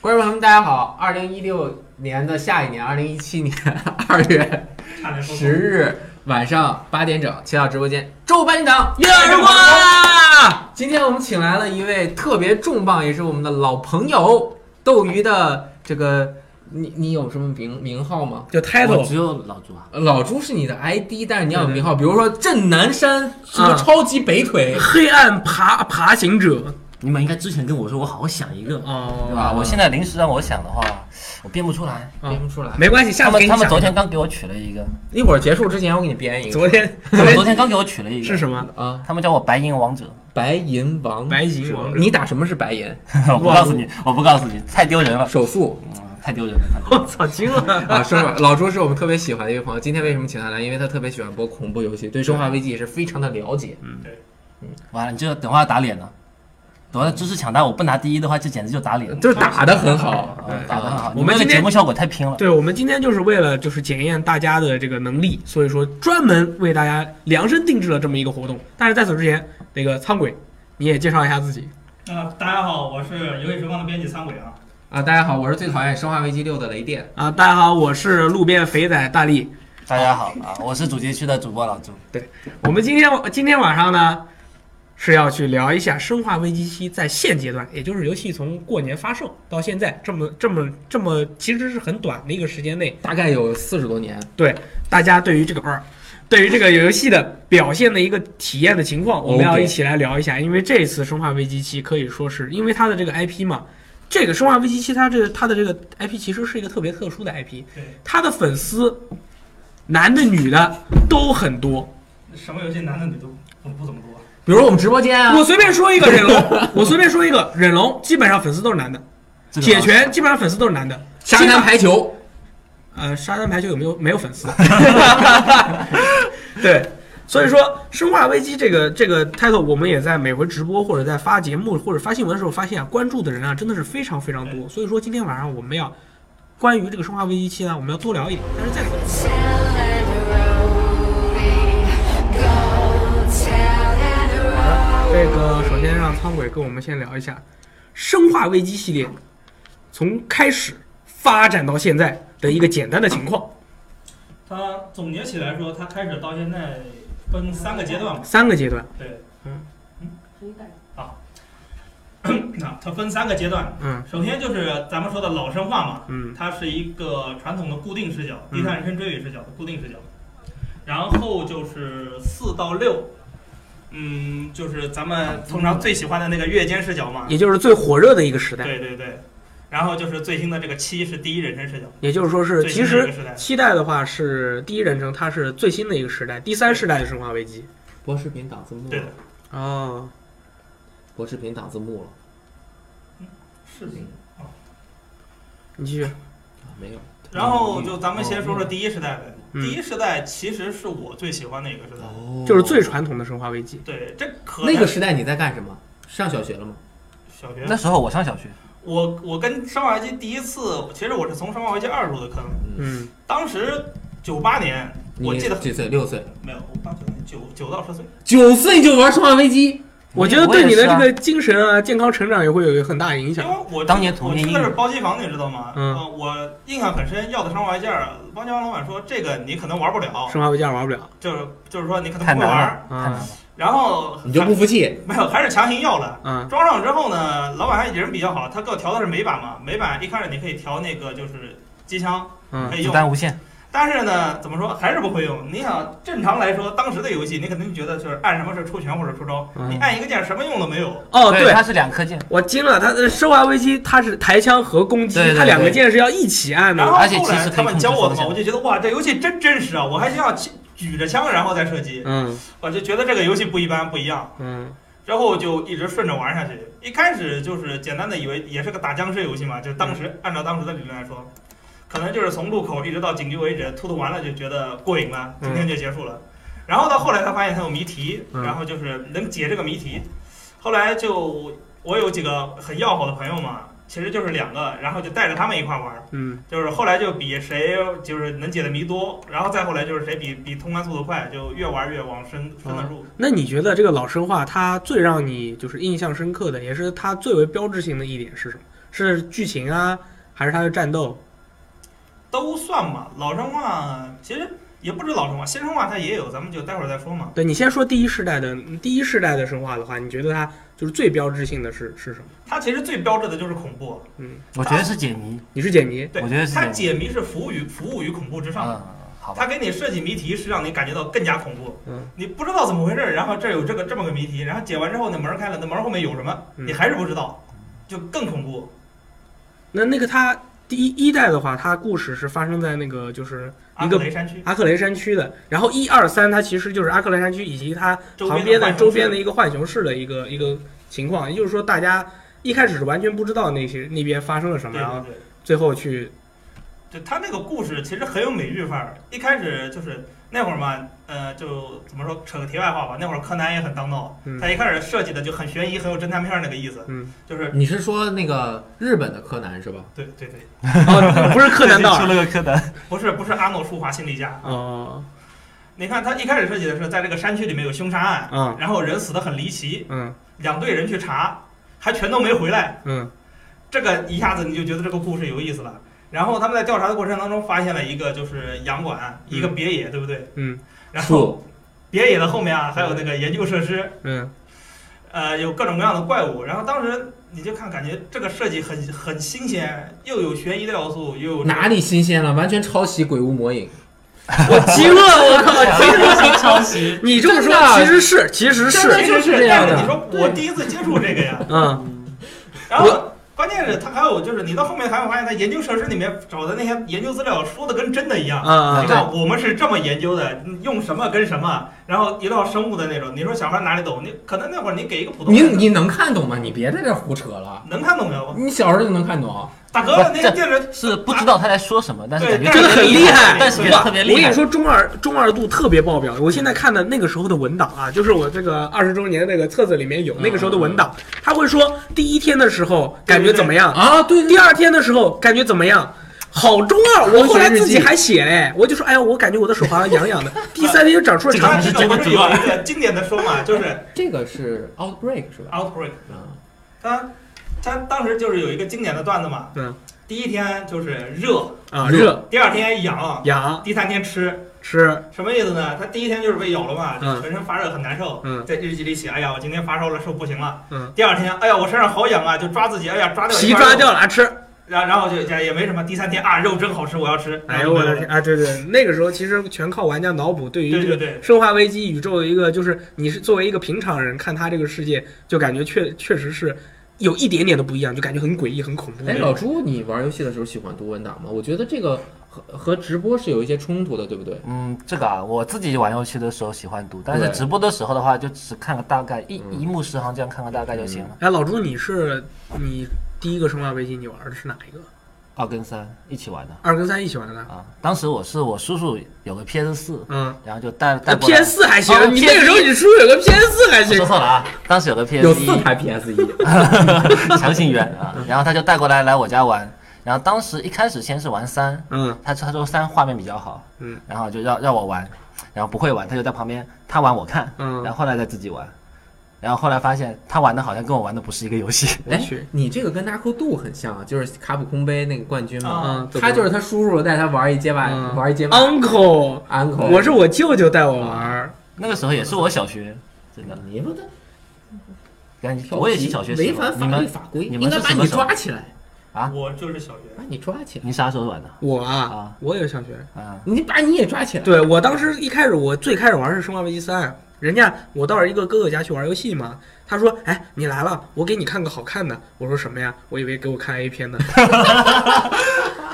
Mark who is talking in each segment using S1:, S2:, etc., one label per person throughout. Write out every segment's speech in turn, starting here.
S1: 观众朋友们，大家好！二零一六年的下一年，二零一七年 二月
S2: 差点说错
S1: 十日晚上八点整，请到直播间周班长月
S2: 儿
S1: 瓜。今天我们请来了一位特别重磅，也是我们的老朋友斗鱼的这个，你你有什么名名号吗？
S3: 就
S4: 我
S3: title
S4: 只有老朱啊，
S1: 呃老朱是你的 ID，但是你要有
S3: 对对
S1: 名号，比如说镇南山什么
S3: 啊
S1: 超级北腿，
S3: 黑暗爬爬行者
S4: 你们应该之前跟我说，我好想一个，嗯
S3: 哦，
S4: 对吧？我现在临时让我想的话，我编不出来。
S3: 啊
S1: 编不出来。
S3: 没关系，
S4: 他
S3: 下次给
S4: 们
S3: 你
S4: 他们
S3: 讲
S4: 昨天刚给我取了一个，
S1: 一会儿结束之前，我给你编一个
S3: 昨天
S4: 他
S3: 昨
S4: 们昨
S3: 天
S4: 天刚给我取了一个，
S3: 是什么？
S1: 啊，
S4: 他们叫我白银王者，
S1: 白银王，
S3: 白银王者
S1: 你打什么是白银？
S4: 我不告诉你，我不告诉你，太丢人了，
S1: 手速
S4: 嗯太丢人了。太丢人了
S3: 我操，惊了！
S1: 啊，是吧？老朱是我们特别喜欢的一位朋友。今天为什么请他来？因为他特别喜欢播恐怖游戏，对《生化危机》也是非常的了解。
S4: 完了，你这等会儿要打脸了，等会儿知识抢答我不拿第一的话，这简直就打脸了。
S1: 就是打的很好，
S4: 啊打得很
S3: 嗯
S4: 好，
S3: 我
S4: 你
S3: 们
S4: 们的
S3: 今天
S4: 节目效果太拼了。
S3: 对我们今天就是为了就是检验大家的这个能力，所以说专门为大家量身定制了这么一个活动。但是在此之前，那个苍鬼，你也介绍一下自己。
S2: 啊、大家好，我是游戏时光的编辑苍鬼啊。
S1: 啊！大家好，我是最讨厌《生化危机六》的雷电。
S3: 啊，大家好，我是路边肥仔大力。
S4: 大家好啊，我是主题区的主播老朱。
S3: 我们今天今天晚上呢，是要去聊一下《生化危机七》在现阶段，也就是游戏从过年发售到现在这么这么这么，其实是很短的一个时间内，
S1: 大概有四十多年，
S3: 对大家对于这个二，对于这个游戏的表现的一个体验的情况，我们要
S1: OK
S3: 一起来聊一下。因为这次《生化危机七》可以说是因为它的这个 IP 嘛，这个《生化危机七》它这个它的这个 IP 其实是一个特别特殊的 IP，
S2: 对，
S3: 它的粉丝男的女的都很多。
S2: 什么游戏男的女的不不怎么多。
S1: 比如我们直播间啊
S3: 我，随便说一个忍龙，我随便说一个忍龙，基本上粉丝都是男的；
S4: 这个
S3: 铁拳基本上粉丝都是男的。
S1: 沙滩排球，
S3: 呃，沙滩排球有没有没有粉丝？ 对，所以说《生化危机》这个这个 title，我们也在每回直播或者在发节目或者发新闻的时候，发现啊，关注的人啊真的是非常非常多。所以说今天晚上我们要关于这个《生化危机七》呢，我们要多聊一点。但是在此
S5: Tell and Rory, go tell and Rory.
S3: 这个首先让苍鬼跟我们先聊一下《生化危机》系列从开始发展到现在的一个简单的情况，
S2: 它总结起来说，它开始到现在分三个阶段嘛。
S3: 三个阶段。
S2: 对，啊
S3: 嗯
S2: 那它分三个阶段。
S3: 嗯
S2: 首先就是咱们说的老生化嘛，
S3: 嗯
S2: 它是一个传统的固定视角，
S3: 嗯
S2: 第三人称追尾视角的固定视角。然后就是四到六，嗯，就是咱们通常最喜欢的那个月间视角嘛。
S3: 也就是最火热的一个时代，
S2: 对对对。然后就是最新的这个七是第一人称视角，
S3: 也就是说是
S2: 最
S3: 其
S2: 新的一
S3: 实
S2: 个时代。
S3: 七代的话是第一人称，它是最新的一个时代，第三世代的《生化危机
S1: 播视频挡字幕
S2: 对的
S1: 了，》
S3: 哦，
S1: 播视频挡字幕了，
S2: 视频。
S3: 你继续，
S4: 哦
S1: 啊没有。
S2: 然后
S1: 嗯
S2: 就咱们先说说第一时代呗。
S3: 嗯
S2: 第一时代其实是我最喜欢的一个时代。
S1: 哦
S3: 就是最传统的《生化危机》。
S2: 对，这可能
S1: 那个时代你在干什么？上小学了吗？
S2: 小
S4: 那
S2: 学，
S4: 时候我上小学，
S2: 我我跟《生化危机》第一次，其实我是从《生化危机二》入的坑。
S3: 嗯，
S2: 当时九八年，我
S1: 你
S2: 记得
S1: 几岁？六岁，
S2: 没有，我八九年九九到十岁。
S1: 九岁就玩《生化危机》，
S3: 我觉得对你的
S4: 我也是
S3: 这
S4: 啊
S3: 个精神啊、健康成长也会有一个很大的影
S2: 因为
S3: 响。
S2: 我
S4: 当年童
S2: 我
S4: 年
S2: 去
S4: 阴
S2: 的
S4: 影
S2: 是包机房，你知道吗？
S3: 嗯
S2: 呃我印象很深，要的《生化危机二》，包机房老板说这个你可能玩不了，
S4: 哦
S3: 《生化危机二》玩不了
S2: 就是就是说你可能
S4: 太
S2: 不会
S4: 难了
S2: 玩儿。，
S4: 太难
S3: 啊
S4: 了。
S2: 然后
S1: 你就不服 气？
S2: 没有，还是强行要了。
S4: 嗯
S3: 啊
S2: 装上之后呢，老板还人比较好，他给我调的是美版嘛，美版一开始你可以调那个就是机枪
S3: 嗯
S2: 可以
S4: 子
S2: 用，
S4: 弹无限，
S2: 但是呢，怎么说还是不会用。你想正常来说，当时的游戏你肯定觉得就是按什么是出拳或者出招，
S3: 嗯
S2: 你按一个键什么用都没有。
S3: 哦，对，
S4: 它是两颗键，
S3: 我惊了，他《生化危机》它是抬枪和攻击
S4: 对对，对
S3: 它两个键是要一起按
S2: 然
S3: 的。
S4: 嗯
S2: 后
S4: 而且
S2: 后
S4: 其
S2: 来
S4: 实可以
S2: 他们
S4: 控制
S2: 教我
S4: 方
S2: 的嘛，
S4: 向
S2: 我就觉得哇，这游戏真真实啊！我还需要去举着枪然后再射击，
S3: 嗯
S2: 我就觉得这个游戏不一般不一样。
S3: 嗯
S2: 然后就一直顺着玩下去。一开始就是简单的以为也是个打僵尸游戏嘛，就当时按照当时的理论来说，可能就是从入口一直到警局为止，突突完了就觉得过瘾了，今天就结束了。然后到后来才发现它有谜题，
S3: 嗯
S2: 然后就是能解这个谜题。后来就我有几个很要好的朋友嘛，其实就是两个，然后就带着他们一块玩。
S3: 嗯
S2: 就是后来就比谁就是能解的谜多，然后再后来就是谁比比通关速度快，就越玩越往深深的入。
S3: 那你觉啊得这个老生化它最让你就是印象深刻的，也是它最为标志性的一点是什么？是剧情啊，还是它的战斗？
S2: 都算吧。老生化其实也不止老生化，新生化它也有，咱们就待会儿再说嘛。
S3: 对你先说第一世代的第一世代的生化的话，你觉得它就是最标志性的是是什么？
S2: 它其实最标志的就是恐怖，啊
S4: 我觉得是解谜。
S3: 你是解谜，
S2: 对，
S4: 我觉得是这
S2: 它
S4: 样
S2: 解谜是服务于服务于恐怖之上的。
S4: 嗯，好吧。
S2: 它给你设计谜题是让你感觉到更加恐怖，
S3: 嗯，
S2: 你不知道怎么回事，然后这有这个这么个谜题，然后解完之后那门儿开了，那门儿后面有什么，
S3: 嗯
S2: 你还是不知道，就更恐怖。
S3: 那那个它第一一代的话，它故事是发生在那个就是
S2: 阿
S3: 一
S2: 克
S3: 个
S2: 啊雷山区
S3: 阿克雷山区的，然后一二三它其实就是阿克雷山区以及它
S2: 周
S3: 旁边
S2: 边
S3: 的
S2: 浣熊
S3: 周边的
S2: 市
S3: 一个浣熊市的一个一个情况，也就是说大家一开始是完全不知道那些那边发生了什么，
S2: 对
S3: 然后
S2: 对对，
S3: 最后去
S2: 就他那个故事其实很有美剧范儿。一开始就是那会儿嘛，呃，就怎么说，扯个题外话吧。那会儿柯南也很当道，
S3: 嗯
S2: 他一开始设计的就很悬疑，很有侦探片儿那个意思，
S3: 嗯，
S2: 就是
S1: 你是说那个日本的柯南是吧？
S2: 对对对，
S3: 哦 不是柯南 道
S4: 出
S3: 尔
S4: 了个柯南，
S2: 不是不是阿诺舒华心理家。
S3: 哦
S2: 你看他一开始设计的是在这个山区里面有凶杀案，
S3: 嗯
S2: 然后人死的很离奇，
S3: 嗯
S2: 两队人去查，还全都没回来，
S3: 嗯
S2: 这个一下子你就觉得这个故事有意思了。然后他们在调查的过程当中发现了一个就是洋馆，一个别野，对不对？
S3: 嗯
S2: 然后
S4: 树
S2: 别野的后面啊，还有那个研究设施，
S3: 嗯
S2: 呃，有各种各样的怪物。然后当时你就看，感觉这个设计很很新鲜，又有悬疑的要素，又有
S1: 哪里新鲜了？完全抄袭《鬼屋魔影
S3: 我急了，我靠！
S4: 强行抄袭，
S3: 你这么说
S1: 真的啊
S3: 其实是其实
S1: 真的
S3: 是
S2: 这个
S1: 就是这样的
S2: 但是你说我第一次接触这个呀，
S3: 嗯
S2: 然后关键是他还有就是你到后面还会发现，他研究设施里面找的那些研究资料说的跟真的一样。
S3: 啊
S2: 你看，我们是这么研究的，用什么跟什么，然后一到生物的那种，你说小孩哪里懂？你可能那会儿你给一个普》，通
S1: 你
S2: 人
S1: 你能看懂吗？你别在这胡扯了。
S2: 能看懂没有？
S1: 你小时候就能看懂，
S2: 大哥，那个电视
S4: 是不知道他在说什么，但是
S2: 对
S4: 感觉
S2: 但是
S3: 真的很厉害
S4: 但是觉得特别
S3: 我
S4: 厉
S3: 跟你
S4: 害。
S3: 说，中二中二度特别爆表。我现在看的那个时候的文档啊，就是我这个二十周年那个册子里面有那个时候的文档，他会说第一天的时候感觉怎么样，
S1: 啊？对对
S3: 第二天的时候感觉怎么样。好中二，我后来自己还写嘞，我就说，哎呀，我感觉我的手好像痒痒的。第三天就长出了
S4: 这个
S3: 长
S4: 还
S2: 它
S4: 是
S2: 这
S4: 真
S2: 个
S4: 的
S2: 不是
S4: 主
S2: 有
S4: 要
S2: 一个经典的说嘛，就是
S1: 这个是 Outbreak 是吧？
S2: outbreak。
S1: 啊，
S2: 他他当时就是有一个经典的段子嘛，
S3: 嗯，
S2: 第一天就是热，
S3: 啊，热
S2: 第二天痒，
S3: 痒
S2: 第三天吃，
S3: 吃，
S2: 什么意思呢？他第一天就是被咬了嘛，就
S3: 嗯
S2: 全身发热很难受，
S3: 嗯
S2: 在日记里写，哎呀，我今天发烧了，受不行了。
S3: 嗯
S2: 第二天，哎呀，我身上好痒啊，就抓自己，哎呀，抓掉一
S3: 皮
S2: 块
S3: 抓
S2: 肉，
S3: 掉了啊吃。
S2: 然然后就也也哎没什么。第三天啊，肉真好吃，我要吃。
S3: 哎
S2: 然
S3: 呦
S2: 后
S3: 我
S2: 就
S3: 的
S2: 没有
S3: 天
S2: 了！
S3: 啊！对对，那个时候其实全靠玩家脑补对于这个
S2: 对对对
S3: 《生化危机》宇宙的一个，就是你是作为一个平常人看他这个世界，就感觉确确实是有一点点的不一样，就感觉很诡异、很恐怖。
S1: 哎，老朱，你玩游戏的时候喜欢读文档吗？我觉得这个和和直播是有一些冲突的，对不对？
S4: 嗯，这个啊，我自己玩游戏的时候喜欢读，但是
S1: 对
S4: 直播的时候的话，就只看个大概，一
S1: 嗯
S4: 一目十行这样看个大概就行了。
S3: 哎，老朱，你是你第一个《生化危机》你玩的是哪一个？
S4: 二跟三一起玩的
S3: 二跟三一起玩的？
S4: 啊，当时我是我叔叔有个 PS 四，
S3: 嗯
S4: 然后就带带
S3: 那
S4: 过来。
S3: ，PS 四还行
S4: 哦，
S3: 你那个时候你叔有个 PS 四还
S4: 我
S3: 行
S4: 说。错了啊，当时有
S3: E
S4: 个 PS
S1: 有
S4: 一
S1: 四台 E PS 一，
S4: 强行圆啊，然后他就带过来来我家玩，然后当时一开始先是玩三，
S3: 嗯
S4: 他说他说三画面比较好，
S3: 嗯，
S4: 然后就让让我玩，然后不会玩，他就在旁边他玩我看，
S3: 嗯
S4: 然后后来再自己玩，然后后来发现他玩的好像跟我玩的不是一个游戏，
S1: 哎
S3: 去，
S1: 你这个跟纳库杜很像，啊，就是卡普空杯那个冠军嘛，
S3: 嗯，
S1: 他就是他叔叔带他玩一街霸，
S3: 嗯
S1: 玩一街霸。
S3: uncle，
S1: uncle，
S3: 我是我舅舅带我玩
S4: 啊
S3: 儿。
S4: 那个时候也是我小学，真的，
S1: 你们的
S4: 感觉我也是小学时
S1: 违
S4: 候
S1: 反，
S4: 你
S1: 法律
S4: 们
S1: 法规，
S4: 你
S1: 应
S4: 们
S1: 该
S4: 是
S1: 把
S4: 什么
S1: 你
S4: 时候
S1: 抓？起来，
S4: 啊
S2: 我就是小学，
S1: 把你抓起来，
S4: 你啥时候玩的？
S3: 我啊
S4: 啊，
S3: 我也是小学。
S4: 啊，
S1: 你把你也抓起来。
S3: 对我当时一开始，我最开始玩是《生化危机三》，人家我到一个哥哥家去玩游戏嘛，他说：“哎，你来了，我给你看个好看的。”我说：“什么呀？我以为给我看 A 片呢。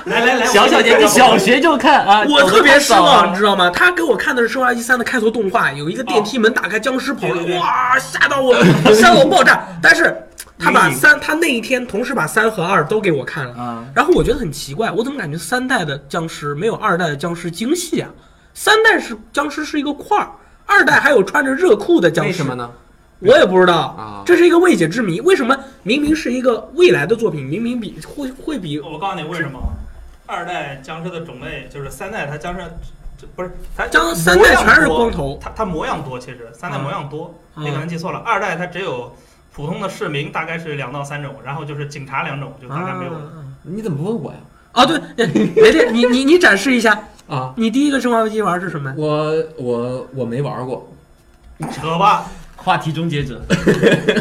S2: 来来来，
S4: 小小年纪小学就看啊，”
S3: 我特别失
S4: 早
S3: 望，你
S4: 啊
S3: 知道吗？他给我看的是《生化危机三》的开头动画，有一个电梯门打开，僵尸跑
S2: 对
S3: 了，
S2: 对对
S3: 哇，吓到我，吓到我爆炸。但是他把
S2: 阴影
S3: 三，他那一天同时把三和二都给我看了。
S4: 啊，
S3: 然后我觉得很奇怪，我怎么感觉三代的僵尸没有二代的僵尸精细啊？三代是僵尸是一个块儿，二代还有穿着热裤的僵尸，
S1: 为什么？呢？
S3: 我也不知道
S1: 啊
S3: 这是一个未解之谜。为什么明明是一个未来的作品，明明比会会比
S2: 我告诉你为什么，二代僵尸的种类就是三代，它僵尸这不是它
S3: 僵三代全是光头
S2: 它它模样多，其实三代模样多，
S3: 嗯
S2: 你可能记错了。二代它只有普通的市民大概是两到三种，然后就是警察两种，就大概没有。
S3: 啊
S1: 你怎么不问我呀？
S3: 啊，对，雷雷，你你你展示一下，
S1: 啊，
S3: 你第一个《生化危机》玩的是什么？
S1: 我我我没玩过，
S2: 扯吧，
S4: 话题终结者，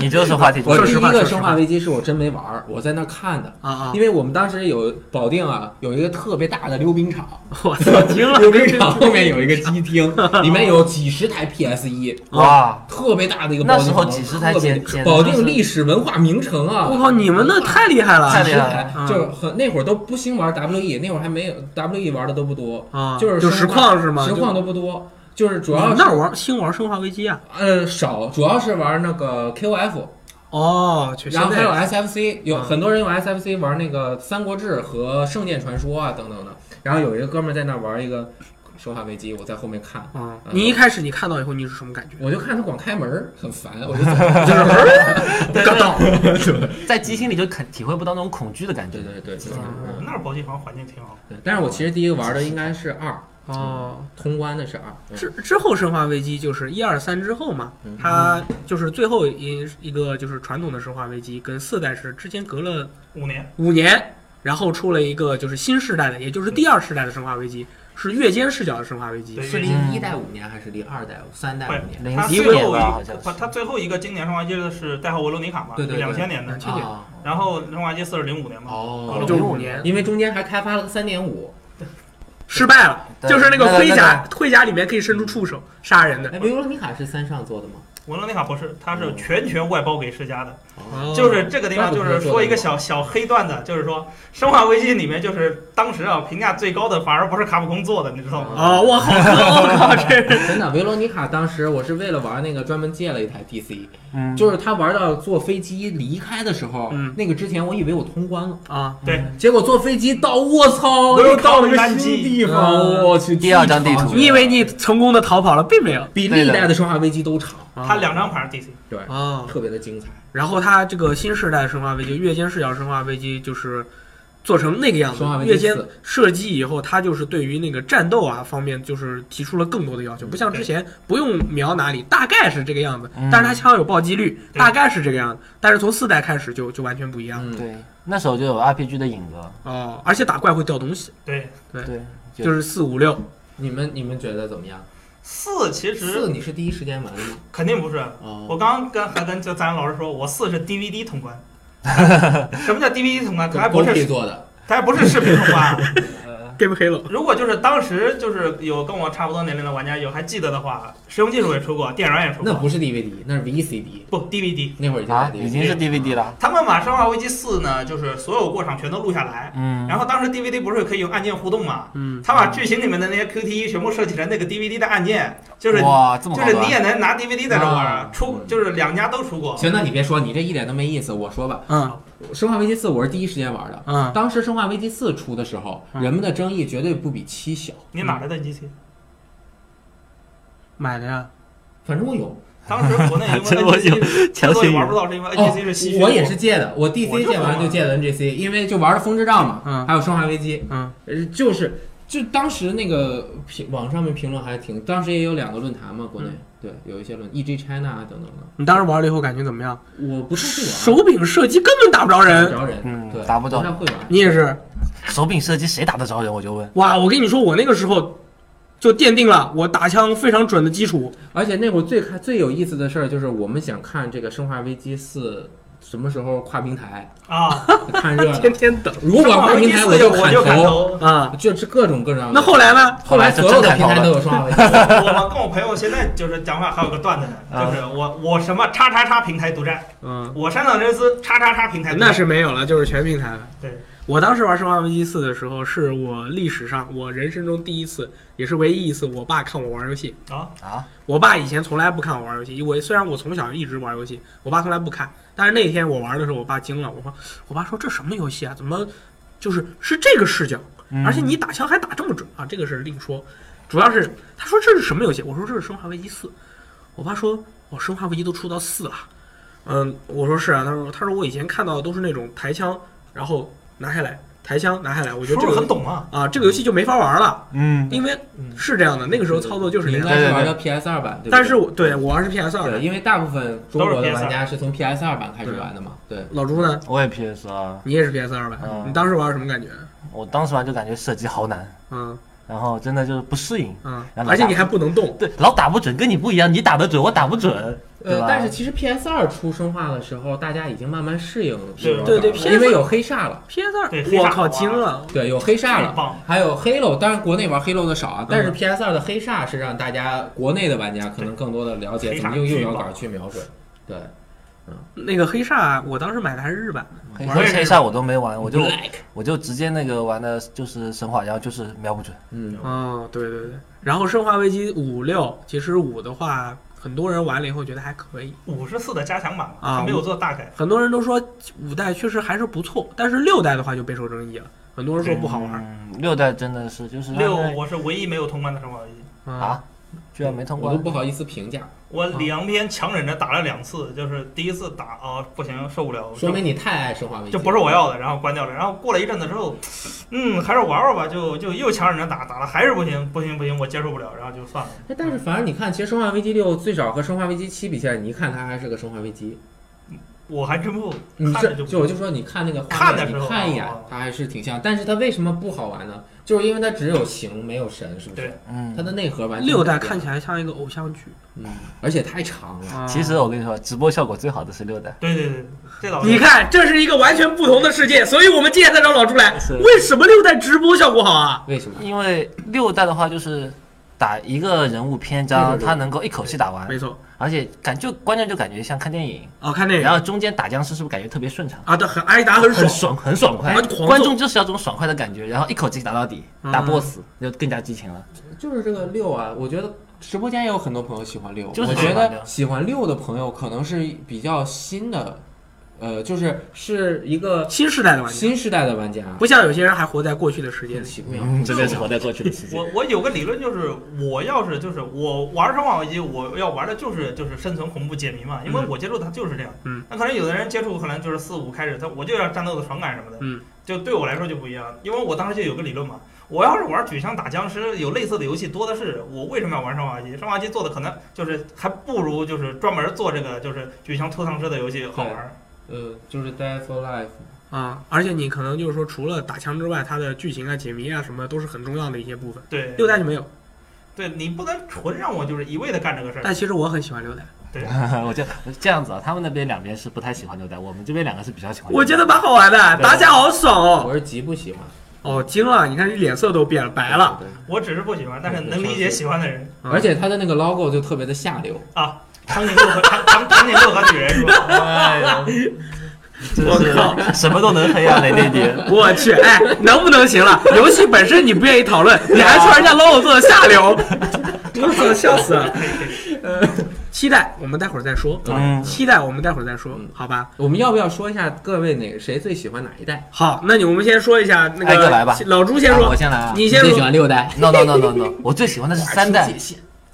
S4: 你就是话题终
S1: 我
S4: 结
S1: 第
S4: 者。
S1: 一
S3: 说实话
S1: 个《
S3: 说实
S1: 生
S3: 话
S1: 化危机》是我真没玩儿，我在那儿看的。
S3: 啊啊！
S1: 因为我们当时有保定啊，有一个特别大的溜冰场，
S3: 我操，惊了！
S1: 溜冰场后面有一个机厅，里面有几十台 PS 一，
S4: 哇，
S1: 特别大的一个保
S4: 啊那
S1: 定
S4: 时候
S1: 场
S4: 几十台
S1: 特别
S4: 简简直
S1: 保
S4: 就是
S1: 定历史文化名城啊！
S3: 我靠，你们那太厉害了！
S4: 太厉
S1: 十
S4: 害了
S1: 台
S3: 嗯
S1: 就是很那会儿都不兴玩 WE，那会儿还没有 WE 玩的都不多，
S3: 啊！
S1: 就是
S3: 就
S1: 生
S3: 实
S1: 化
S3: 况是吗？
S1: 实况都不多，就是主要
S3: 你们那玩新玩《生化危机》啊？
S1: 呃少，主要是玩那个 KOF，
S3: 哦，去，
S1: 然后还
S3: 现
S1: 有
S3: 在
S1: SFC，有
S3: 嗯
S1: 很多人用 SFC 玩那个《三国志》和《圣剑传说》啊等等的。然后有一个哥们儿在那玩一个《生化危机》，我在后面看，
S3: 嗯，
S1: 嗯
S3: 你一开始你看到以后你是什么感觉？
S1: 我就看他光开门儿，很烦，我就走。
S4: 对
S3: 嘎到，
S4: 在机心里就肯体会不到那种恐惧的感觉
S1: 对。对对，就是
S3: 嗯
S2: 那儿保济房环境挺好。
S1: 对但是我其实第一个玩的应该是二，
S3: 哦，
S1: 通关的是二。嗯
S3: 之之后《生化危机》就是一二三之后嘛，它就是最后一一个就是传统的《生化危机》跟四代是之间隔了
S2: 五年，
S3: 五年，然后出了一个就是新时代的，也就是第二世代的《生化危机》，是月间视角的《生化危机
S2: 对》。
S1: 是
S2: 嗯
S1: 离一代五年还是离二代三代五年？
S4: 零
S2: 他
S4: 一
S2: 最
S4: 年
S2: 后一
S4: 吧，好像
S2: 个，
S4: 是
S2: 他最后一个经典生化危机的是代号维罗妮卡嘛，
S1: 对对对
S2: 两千年的。
S3: 2000年
S1: 啊
S2: 然后生化危机四是零五年嘛，
S1: 哦，
S3: 就是
S4: 05
S3: 五年
S1: 因为中间还开发了三点五。
S3: 失败了，
S4: 对
S3: 就是那个
S4: 那个
S3: 盔甲
S4: 那，
S3: 盔甲里面可以伸出触手杀人的，
S1: 哎，维罗妮卡是三上做的吗？
S2: 维罗妮卡不是，他是全权外包给世嘉的。
S1: 哦
S2: 就是这个地方，就是说一个小小黑段子，就是说《生化危机》里面就是当时啊评价最高的，反而不是卡普空做的，你知道吗？
S3: 哦，我好 喝，我靠，这人
S1: 真的，维罗妮卡当时我是为了玩那个专门借了一台 DC，
S4: 嗯，
S1: 就是他玩到坐飞机离开的时候，
S3: 嗯
S1: 那个之前我以为我通关了，
S3: 啊，
S2: 对，
S1: 结果坐飞机到，我操，
S2: Welcome
S1: 又到了个新地方，
S2: 啊
S3: 嗯
S1: 我去，
S4: 第二张地
S1: 巨长
S4: 图
S3: 你以为你成功的逃跑了，并没有。啊
S1: 比历代的生化危机都长，
S2: 他两张牌 DC，
S1: 对，
S4: 啊
S3: 哦，
S1: 特别的精彩。
S3: 然后它这个新时代生化危机月间视角生化危机就是做成那个样子
S1: 生化，危机
S3: 月间
S1: 四
S3: 设计以后，它就是对于那个战斗啊方面就是提出了更多的要求，
S1: 嗯
S3: 不像之前不用瞄哪里，大概是这个样子
S4: 嗯，
S3: 但是它枪有暴击率，
S2: 对
S3: 大概是这个样子，但是从四代开始就就完全不一样了。
S1: 嗯，
S4: 对，那时候就有 RPG 的影子了。
S3: 哦，而且打怪会掉东西，
S2: 对
S4: 对，对
S3: 就是四五六
S1: 你们你们觉得怎么样？
S2: 四其实
S1: 四你是第一时间玩的吗？
S2: 肯定不是。
S1: 哦，
S2: 我刚刚跟还跟就咱老师说，我四是 DVD 通关。什么叫 DVD 通关？它还不
S1: 狗屁
S2: 是，
S1: 做的，
S2: 它还不是视频通关啊。
S3: Game Halo
S2: 如果就是当时就是有跟我差不多年龄的玩家有还记得的话，实用技术也出过，电软也出
S1: 那
S2: 过，
S1: 不是 DVD，那是 VCD，
S2: 不 DVD。
S1: 那会儿已经
S4: 啊
S1: 在，
S4: 已经是 DVD 了。
S2: 他们把《生化危机四》呢，就是所有过场全都录下来，
S4: 嗯，
S2: 然后当时 DVD 不是可以用按键互动吗？
S3: 嗯，
S2: 他把剧情里面的那些 QTE 全部设计成那个 DVD 的按键，就是
S4: 哇，这么
S2: 就
S4: 高
S2: 是
S4: 端
S2: 你也能拿 DVD 在这玩
S1: 啊
S2: 儿，出
S1: 嗯
S2: 就是两家都出过。
S1: 行，那你别说，你这一点都没意思。我说吧，
S3: 嗯
S1: 《生化危机四》我是第一时间玩的。
S3: 嗯，
S1: 当时《生化危机四》出的时候，
S3: 嗯
S1: 人们的争议绝对不比七小。
S2: 你哪来的 GC？
S3: 买的呀，
S1: 反正我有，
S2: 当时国内 因
S4: 这我
S2: 为 NGC
S4: 有
S2: 之
S4: 强
S2: 所
S4: 行
S2: 以玩不到，是因为 NGC 是稀缺
S1: 哦，
S2: 货。
S1: 我也是借的，我 DC
S2: 我就
S1: 借完
S2: 玩
S1: 就借的 NGC，因为就玩了《风之杖》嘛，
S3: 嗯
S1: 还有《生化危机》，
S3: 嗯
S1: 呃，就是就当时那个评网上面评论还挺，当时也有两个论坛嘛，国内、对有一些论 EG China 啊等等的，
S3: 你当时玩了以后感觉怎么样？
S1: 我不太会玩，
S3: 手柄射击根本打不着
S1: 打不
S3: 人，
S1: 着人，
S4: 嗯
S1: 对，
S4: 打不着
S1: 太会玩。
S3: 你也是。
S4: 手柄射击谁打得着人？我就问。
S3: 哇，我跟你说，我那个时候就奠定了我打枪非常准的基础。
S1: 而且那会儿最看最有意思的事儿就是，我们想看这个《生化危机四》什么时候跨平台，
S2: 啊，
S1: 看热闹。
S3: 天等
S1: 如果跨平台，
S2: 我
S1: 就
S2: 我就
S1: 砍
S2: 砍，头。
S3: 啊。
S1: 就是各种各样的。
S3: 那后来呢？
S1: 后来
S4: 后来就
S1: 所有的
S4: 真
S1: 平台
S4: 砍头了
S1: 都有《生化 危机》
S2: 我我跟我朋友现在就是讲话还有个段子
S3: 啊
S2: 呢，就是我我什么叉叉叉平台独占，
S3: 嗯，
S2: 我山岛真司叉叉叉平台独占
S3: 那是没有了，就是全平台了。
S2: 嗯对，
S3: 我当时玩《生化危机四》的时候，是我历史上我人生中第一次，也是唯一一次，我爸看我玩游戏。
S2: 啊
S4: 啊，
S3: 我爸以前从来不看我玩游戏，因为我虽然我从小一直玩游戏，我爸从来不看。但是那天我玩的时候，我爸惊了，我说，我爸说这什么游戏啊？怎么就是是这个视角？嗯而且你打枪还打这么准啊，这个是另说。主要是他说这是什么游戏？我说这是《生化危机四》。我爸说，我《生化危机》都出到四了。嗯，我说是啊。他说，他说我以前看到的都是那种抬枪，然后拿下来，台枪拿下来，我觉得
S2: 叔
S3: 这
S2: 叔
S3: 个
S2: 很懂啊，
S3: 啊，这个游戏就没法玩了，
S6: 嗯，
S3: 因为是这样的，那个时候操作就是
S1: 你
S3: 那
S1: 应
S3: 样。
S1: 该是玩
S6: 对
S1: 的 PS 二版，对不对
S3: 但是我对我玩的是 PS 二
S1: 对，
S3: 的，
S1: 因为大部分中国的玩家是从 PS 二版开始
S3: 对
S1: 玩的嘛，对。
S3: 老朱呢？
S4: 我也 PS 啊，
S3: 你也是 PS 二版，
S4: 嗯
S3: 你当时玩什么感觉？
S4: 我当时玩就感觉射击好难，
S3: 嗯
S4: 然后真的就是不适应。
S3: 嗯，
S4: 然后
S3: 而且你还不能动，
S4: 对，老打不准，跟你不一样，你打得准，我打不准，对
S1: 呃
S4: 吧？，
S1: 但是其实 PS 二出生化的时候，大家已经慢慢适应
S2: 是
S1: 了，
S3: 对对
S1: 因为有黑煞了，
S3: PS
S2: 对
S3: 二，
S2: 黑
S3: 我
S2: 煞
S3: 靠，
S2: 好玩
S3: 惊了！
S1: 对，有黑煞
S2: 太
S1: 了，
S2: 棒了，
S1: 还有黑漏。当然，国内玩黑漏的少啊，但是
S3: 嗯
S1: PS 二的黑煞是让大家国内的玩家可能更多的了解
S2: 对
S1: 怎么用
S2: 黑煞
S1: 右
S2: 巨
S1: 摇
S2: 棒
S1: 杆去瞄准。对
S3: 那个黑煞，我当时买的还是日版的，
S4: 黑
S2: 我也是
S4: 黑煞我都没玩，我就
S1: ，Black，
S4: 我就直接那个玩的就是生化，然后就是瞄不准。
S1: 嗯，
S3: 哦，对对对。然后《生化危机五六》，其实五的话，很多人玩了以后觉得还可以，
S2: 五十四的加强版嘛，
S3: 啊
S2: 它没有做大改，
S3: 很多人都说五代确实还是不错，但是六代的话就备受争议了，很多人说不好玩。
S4: 嗯，六代真的是就是
S2: 六
S4: 它那
S2: 我是唯一没有通关的生化危机，
S3: 嗯
S4: 啊，居然没通
S1: 我都
S4: 关。
S1: 不好意思评价，
S2: 我
S3: 啊
S2: 两边强忍着打了两次，就是第一次打啊不行受不了，
S1: 说明你太爱生化危机，
S2: 就不是我要的，然后关掉了。然后过了一阵子之后，嗯，还是玩玩吧，就就又强忍着打，打了还是不行，不行不行，我接受不了，然后就算了。
S1: 哎。但是反而你看，其实《生化危机六》最少和《生化危机七》比起来，你一看它还是个《生化危机》，
S2: 我还真不
S1: 你
S2: 看
S1: 这
S2: 着就
S1: 就我就说，你看那个画
S2: 看
S1: 面，
S2: 的时候
S1: 你看一眼
S2: 哦，
S1: 它还是挺像。但是它为什么不好玩呢？就是因为它只有形没有神，是不是
S2: 对？
S4: 嗯
S1: 它，的内核完全
S3: 六代看
S1: 来，
S3: 起来像一个偶像剧。
S1: 嗯，而且太长了。
S3: 啊
S4: 其实我跟你说，直播效果最好的是六代。
S2: 对对对，这倒是
S3: 你看，这是一个完全不同的世界，所以我们今天才找老朱来
S4: 是。
S3: 为什么六代直播效果好啊？
S1: 为什么？
S4: 因为六代的话就是打一个人物篇
S3: 对
S4: 章，
S3: 对对
S4: 它能够一口气打完
S3: 没，错，
S4: 而且感就关键就感觉像看电影，
S3: 哦，看电
S4: 然
S3: 影
S4: 后中间打僵尸是不是感觉特别顺畅？
S3: 啊，对，很挨打，很爽。
S4: 很爽，很爽快
S3: 啊就狂，揍
S4: 观众就是要这种爽快的感觉，然后一口气打到底，
S3: 嗯
S4: 打 BOSS 就更加激情了。
S1: 就是这个六啊，我觉得直播间也有很多朋友喜欢六，
S4: 就是
S1: 我觉
S4: 喜欢
S1: 得
S4: 六
S1: 喜欢六的朋友可能是比较新的，呃，就是是一个
S3: 新时代的玩家，
S1: 新时代的玩家，
S3: 不像有些人还活在过去的世界
S1: 很
S3: 里。
S1: 奇妙。
S4: 嗯，这便是活在过去的世界
S2: 我。我有个理论就是，我要是就是我玩生化危机，我要玩的就是就是生存恐怖解谜嘛，因为
S3: 嗯
S2: 我接触它就是这样。
S3: 嗯，
S2: 那可能有的人接触可能就是四五开始，他我就要战斗的爽感什么的。
S3: 嗯，
S2: 就对我来说就不一样，因为我当时就有个理论嘛，我要是玩举枪打僵尸，有类似的游戏多的是，我为什么要玩生化危机？生化危机做的可能就是还不如就是专门做这个就是举枪突丧尸的游戏好玩。
S1: 呃，就是 Death or Life，
S3: 啊，而且你可能就是说，除了打枪之外，它的剧情啊、解谜啊什么都是很重要的一些部分。
S2: 对，
S3: 六代就没有，
S2: 对你不能纯让我就是一味的干这个事儿。
S3: 但其实我很喜欢六代，
S4: 我就我这样子啊，他们那边两边是不太喜欢六代，我们这边两个是比较喜欢。
S3: 我觉得蛮好玩的，
S4: 对
S3: 打起来好爽哦！
S1: 我是极不喜欢，
S4: 啊
S3: 哦，惊了，你看这脸色都变了，白了。
S1: 对。
S2: 我只是不喜欢，但是能理解喜欢的人。
S3: 嗯
S1: 而且它的那个 logo 就特别的下流，
S2: 啊，长颈鹿和长长长颈鹿和女人是吧？
S4: 哎呀，
S3: 我
S4: 我靠，什么都能黑啊，雷电点。
S3: 我去，哎，能不能行了？游戏本身你不愿意讨论，你还说人家 logo 做的下流，我操，笑死 了。呃期待我们待会儿再说，
S4: 嗯
S3: 期待我们待会儿再说
S1: 嗯，
S3: 好吧？
S1: 我们要不要说一下各位哪谁最喜欢哪一代？
S3: 好，那你我们先说一下那
S4: 挨
S3: 个
S4: 个来吧
S3: 老朱先
S4: 啊
S3: 说
S4: 我，先来啊。
S3: 你先
S1: 最
S3: 说
S1: 喜，欢六代
S4: No no no no no，我最喜欢的是三代。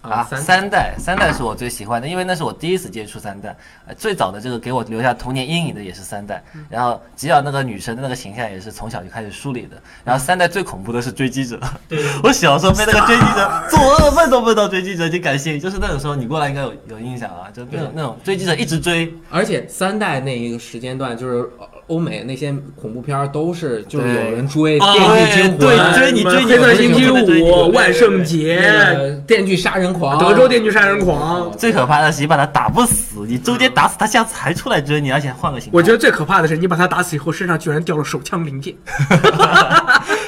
S1: 啊，
S4: 啊，
S1: 三
S4: 三代，三代是我最喜欢的，因为那是我第一次接触三代，呃最早的这个给我留下童年阴影的也是三代，然后吉尔那个女神的那个形象也是从小就开始梳理的，然后三代最恐怖的是追击者，
S2: 对，
S4: 我小时候被那个追击者做噩梦都梦到追击者，就感谢，就是那种时候你过来应该有有印象啊，就那种那种追击者一直追，
S1: 而且三代那一个时间段，就是呃欧美那些恐怖片儿都是就是有人追
S3: 对
S1: 《电锯惊魂》
S4: 对啊对追你追你
S3: 黑色星期
S4: 我追你
S3: 五、万圣节、
S1: 那个《电锯杀人狂》、
S4: 啊
S3: 德州电锯杀人狂。
S4: 最可怕的是你把他打不死，你中间打死他，下次还出来追你，而且换个形态，
S3: 我觉得最可怕的是，你把他打死以后，身上居然掉了手枪零
S4: 嗯
S3: 件。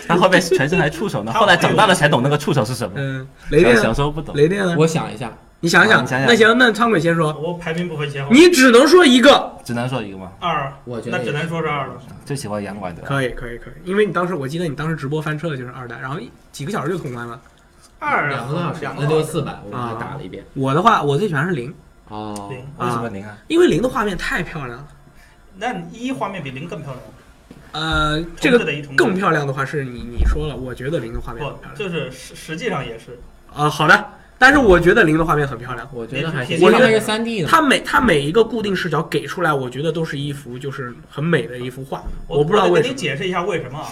S4: 他后面全身还触手呢，后来长大了才懂那个触手是什么，
S3: 嗯，雷电
S4: 小小
S3: 呢，
S4: 时候不懂。
S3: 雷电呢？
S1: 我想一下，
S3: 你想
S4: 啊
S3: 想，
S4: 你想想
S3: 那行，那昌鬼先说，
S2: 啊我排名不分先后。
S3: 你只能说一个。
S4: 只能说一个嘛，
S2: 二，
S1: 我觉得
S2: 那只能说是二了。
S4: 最喜欢洋馆的。
S3: 可以，可以，可以，因为你当时我记得你当时直播翻车的就是二代，然后一几个小时就通关了。
S2: 二
S1: 两个多小时，
S2: 两个
S1: 那就
S2: 多小时
S1: 四百，我
S4: 啊
S1: 们还打了一遍。
S3: 我的话，我最喜欢是零，
S1: 哦，
S2: 零。
S4: 为什么零啊？
S3: 因为零的画面太漂亮了。
S2: 那一画面比零更漂亮。
S3: 呃，这
S2: 重置
S3: 个
S2: 的一重置
S3: 更漂亮的话是你你说了，我觉得零的画面很漂
S2: 不，
S3: 亮。
S2: 就是实实际上也是。
S3: 啊，好的，但是我觉得零的画面很漂亮。
S1: 我觉得还
S2: 我
S1: 行，
S2: 觉
S1: 因
S2: 得
S1: 为它是三 D 的嘛。
S3: 它每它每一个固定视角给出来，我觉得都是一幅就是很美的一幅画。
S2: 我
S3: 不知道
S2: 我
S3: 为
S2: 得
S3: 什
S2: 给
S3: 么。
S2: 你解释一下为什么啊？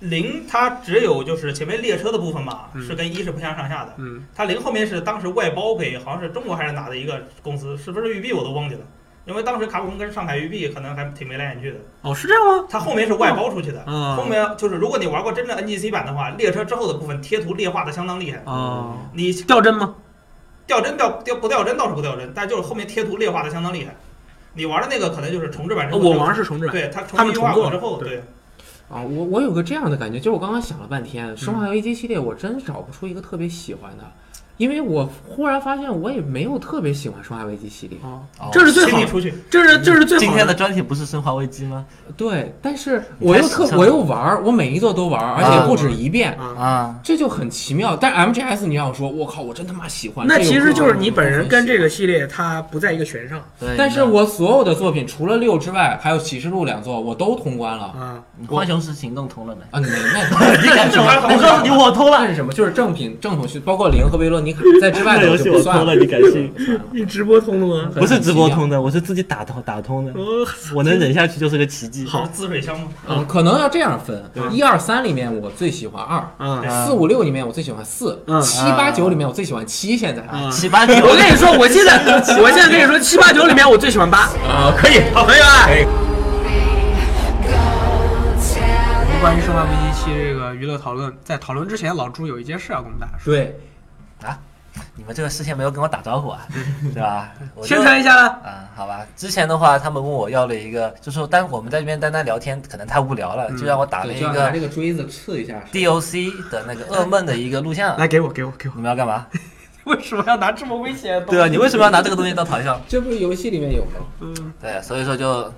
S2: 零它只有就是前面列车的部分吧，
S3: 嗯
S2: 是跟一是不相上下的。
S3: 嗯，
S2: 它零后面是当时外包给好像是中国还是哪的一个公司，是不是育碧我都忘记了。因为当时卡普空跟上海育碧可能还挺眉来眼去的，
S3: 哦，是这样吗？
S2: 它后面是外包出去的。
S3: 啊，
S2: 后面就是如果你玩过真正 NGC 版的话，列车之后的部分贴图劣化的相当厉害。
S3: 啊，
S2: 你
S3: 掉帧吗？
S2: 掉帧掉掉不掉帧倒是不掉帧，但就是后面贴图劣化的相当厉害。你玩的那个可能就是重置版之
S3: 哦
S2: 后，
S3: 我玩的是重置版，
S2: 对它重
S3: 他们
S2: 新优化
S3: 重做
S2: 过之
S3: 了
S2: 后，
S3: 对
S2: 对，
S1: 啊，我我有个这样的感觉，就是我刚刚想了半天，《
S3: 嗯
S1: 生化危机》系列我真找不出一个特别喜欢的，因为我忽然发现我也没有特别喜欢《生化危机》系列。
S3: 啊，
S4: 哦
S3: 这是最
S2: 请
S3: 好
S2: 你
S3: 的，
S2: 出去。
S3: 这是这是最好
S4: 今天的专题不是《生化危机》吗？
S1: 对，但是
S4: 你
S1: 我又
S4: 太
S1: 特
S4: 形象
S1: 我
S4: 了
S1: 又玩儿，我每一座都玩儿，而且不止一遍，
S3: 啊。
S4: 啊，
S1: 这就很奇妙。但 MGS 你让我说，我靠，我真他妈喜欢。
S3: 那
S1: 这个
S3: 其
S1: 我
S3: 实就是你
S1: 不
S3: 本人跟
S1: 喜
S3: 这个系列它不在一个弦上
S4: 对。
S1: 但是
S4: 那
S1: 我所有的作品除了六之外，还有启示录两座，我都通关了。
S3: 啊。
S4: 你浣熊市行动通了没？
S1: 啊，你那
S4: 你敢说？我告诉你，我通
S1: 那
S4: 了。
S1: 是什么？就是正品正统序，包括零和维罗妮卡在之外
S6: 那
S1: 的
S6: 游
S1: 我就
S6: 戏
S1: 不
S6: 我
S1: 算
S6: 通
S1: 了
S6: 了，。你敢信？
S3: 你直播通了吗？
S6: 不是直播通的，我是自己打通打通的。
S3: 哦，
S6: 我能忍下去就是个奇迹。
S3: 好
S2: 滋水箱吗？
S1: 嗯，可能要这样分：一二三里面我最喜欢二，
S3: 啊
S1: 四五六里面我最喜欢四
S3: 嗯，
S1: 七八九里面我最喜欢七。现在
S3: 啊！
S4: 七八九，
S3: 我跟你说，我现 在我现在跟你说，七八九里面我最喜欢八，
S1: 啊，可以。
S3: 可以吧？
S5: Go
S3: 关于《生化危机七》这个娱乐讨论，在讨论之前，老朱有一件事要跟我们大家说，
S1: 对，
S4: 你们这个事先没有跟我打招呼啊，对吧？我就
S3: 宣传一下啦。
S4: 啊，好吧。之前的话，他们问我要了一个，就说单我们在这边单单聊天，可能太无聊了，就让我打了
S1: 对，
S4: 一
S1: 就要拿
S4: 个
S1: 这个锥子刺一下。
S4: DOC 的那个噩梦的一个录像。
S3: 来，给我，给我，给我！
S4: 你们要干嘛？
S3: 为什么要拿这么危险的东西？
S4: 对啊，你为什么要拿这个东西到台上？
S1: 这不是游戏里面有吗？
S3: 嗯
S4: 对，所以说就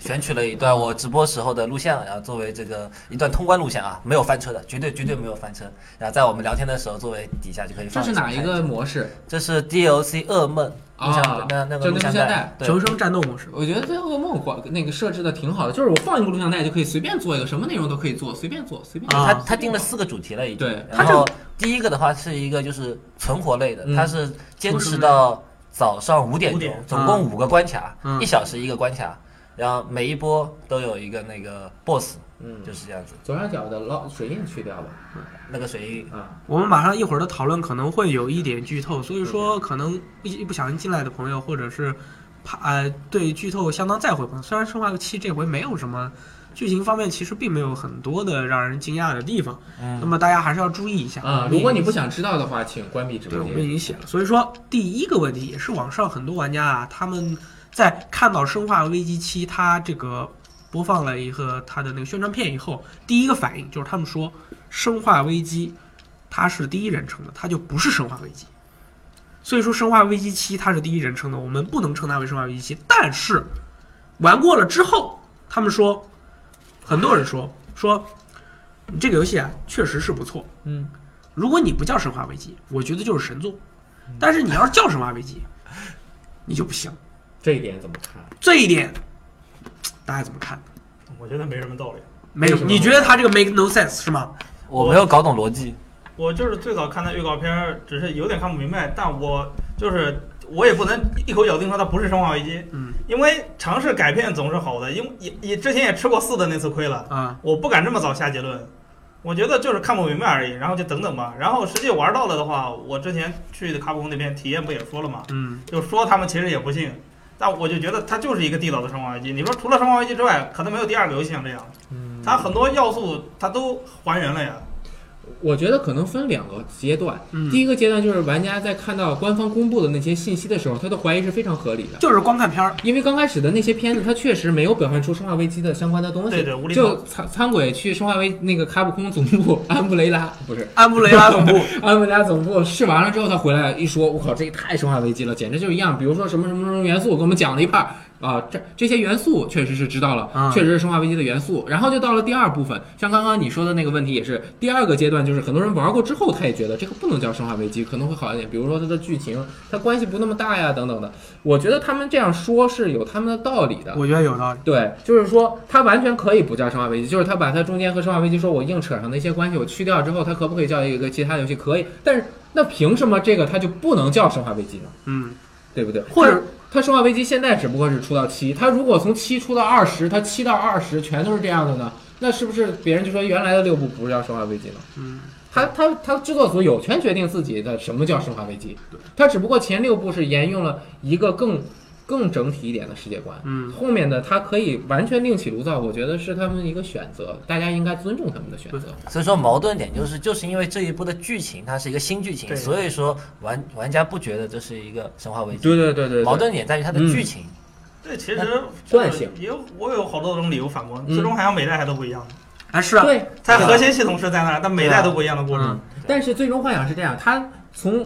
S4: 选取了一段我直播时候的录像，然后作为这个一段通关录像啊，没有翻车的，绝对绝对没有翻车。然后在我们聊天的时候，作为底下就可以
S1: 这
S4: 放。
S1: 是哪一个？模式？
S4: 这是 DLC 噩梦录像
S1: 啊
S4: 那那
S1: 就
S4: 个
S1: 那
S4: 录
S1: 录
S4: 像
S1: 像
S4: 带
S1: 带，
S4: 对
S3: 求生战斗模式，
S1: 我觉得这噩梦管那个设置的挺好的，就是我放一部录像带就可以随便做一个，什么内容都可以做，随便做，随便做。
S3: 啊
S4: 他他定了四个主题了已经。
S1: 对
S4: 然后第一个的话是一个就是存活类的，
S1: 嗯
S4: 它是坚持到早上五点
S2: 五
S4: 钟
S2: 点，
S4: 总共五个关卡，
S3: 嗯
S4: 一小时一个关卡，然后每一波都有一个那个 BOSS，
S1: 嗯
S4: 就是这样子。
S1: 左上角的捞水印去掉吧。
S4: 那个谁，
S1: 啊，
S3: 我们马上一会儿的讨论可能会有一点剧透，所以
S4: 嗯
S3: 说可能一一不小心进来的朋友，或者是怕呃对剧透相当在乎的朋友，虽然《生化七》这回没有什么剧情方面，其实并没有很多的让人惊讶的地方，那
S4: 嗯，
S3: 么大家还是要注意一下
S1: 啊，如果你不想知道的话，请关闭直
S3: 对，
S1: 播
S3: 我们已
S1: 间。
S3: 经写了，所以说第一个问题也是网上很多玩家啊，他们在看到《生化危机七》它这个播放了一个它的那个宣传片以后，第一个反应就是他们说《生化危机》它是第一人称的，它就不是《生化危机》。所以说，《生化危机七》它是第一人称的，我们不能称它为《生化危机七》。但是，玩过了之后，他们说，很多人说说，你这个游戏啊，确实是不错，
S1: 嗯，
S3: 如果你不叫《生化危机》，我觉得就是神作。但是你要是叫《生化危机》，你就不行。
S1: 这一点怎么看？
S3: 这一点，大家怎么看？
S2: 我觉得没什么道理。
S3: 没有，
S1: 为什么
S3: 你觉得他这个 make no sense 是吗？
S4: 我没有搞懂逻辑，
S2: 我就是最早看的预告片儿，只是有点看不明白，但我就是我也不能一口咬定说它不是《生化危机》，
S3: 嗯，
S2: 因为尝试改变总是好的，因为也也之前也吃过四的那次亏了，
S3: 啊，
S2: 我不敢这么早下结论。我觉得就是看不明白而已，然后就等等吧。然后实际玩到了的话，我之前去的卡普空那边体验不也说了吗？
S3: 嗯，
S2: 就说他们其实也不信，但我就觉得它就是一个地道的生化危机。你说除了生化危机之外，可能没有第二个游戏像这样，它很多要素它都还原了呀。
S1: 我觉得可能分两个阶段。
S3: 嗯
S1: 第一个阶段就是玩家在看到官方公布的那些信息的时候，他的怀疑是非常合理的。
S3: 就是光看片儿，
S1: 因为刚开始的那些片子，它确实没有表现出《生化危机》的相关的东西。
S2: 对对无厘头
S1: 就参参鬼去《生化危》那个卡普空总部 安布雷拉，不是
S3: 安布雷拉 总部
S1: 安布雷拉总部试完了之后，他回来一说，我靠，这也太《生化危机》了，简直就是一样。比如说什么什么什么元素，给我们讲了一半儿啊，这这些元素确实是知道了，
S3: 嗯
S1: 确实是《生化危机》的元素。然后就到了第二部分，像刚刚你说的那个问题也是第二个阶段，就是很多人玩过之后，他也觉得这个不能叫《生化危机》，可能会好一点。比如说它的剧情，它关系不那么大呀，等等的。我觉得他们这样说是有他们的道理的。
S3: 我觉得有道理。
S1: 对，就是说它完全可以不叫《生化危机》，就是它把它中间和《生化危机》说我硬扯上的一些关系，我去掉之后，它可不可以叫一个其他游戏？可以，但是那凭什么这个它就不能叫《生化危机》呢？
S3: 嗯，
S1: 对不对？
S3: 或者
S1: 它《它生化危机》现在只不过是出到七，它如果从七出到二十，它七到二十全都是这样的呢，那是不是别人就说原来的六部不是叫《生化危机》呢？
S3: 嗯，
S1: 他他他制作组有权决定自己的什么叫《生化危机》，他只不过前六部是沿用了一个更更整体一点的世界观，
S3: 嗯，
S1: 后面的他可以完全另起炉灶，我觉得是他们一个选择，大家应该尊重他们的选择。
S4: 所以说矛盾点就是，就是因为这一部的剧情它是一个新剧情，
S3: 对
S4: 所以说玩玩家不觉得这是一个生化危机。
S1: 对对对对，
S4: 矛盾点在于它的
S1: 嗯
S4: 剧情，
S2: 对，其
S4: 哎
S2: 实
S1: 惯性
S2: 也有我有好多种理由反驳，
S1: 嗯
S2: 最终还要每代还都不一样。
S3: 哎是啊，
S1: 对，
S2: 它核心系统是在那儿，但
S4: 啊
S2: 每代都不一样的过程。
S1: 嗯，但是最终幻想是这样，它从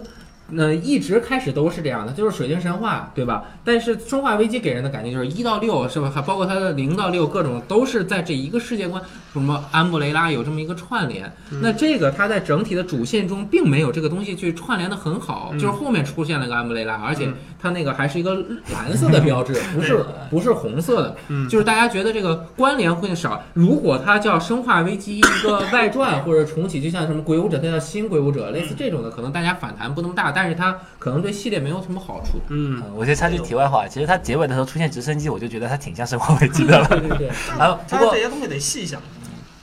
S1: 呃一直开始都是这样的，就是水晶神话，对吧？但是生化危机给人的感觉就是一到六是吧？还包括它的零到六各种都是在这一个世界观，什么安布雷拉有这么一个串联。那这个它在整体的主线中并没有这个东西去串联的很好，
S3: 嗯
S1: 就是后面出现了个安布雷拉，而且
S3: 嗯
S1: 它那个还是一个蓝色的 标志，不是不是红色的。
S3: 嗯，
S1: 就是大家觉得这个关联会少。如果它叫《生化危机》一个外传或者重启，就像什么《鬼武者》，它叫《新鬼武者》，类似这种的，可能大家反弹不那么大，但是它可能对系列没有什么好 处。
S3: 嗯，
S4: 嗯我先插句题外话，其实它结尾的时候出现直升机，我就觉得它挺像生化危机 的了。
S1: 对对对，
S4: 然嗯后不
S2: 它
S4: 过
S2: 这些东西得细想。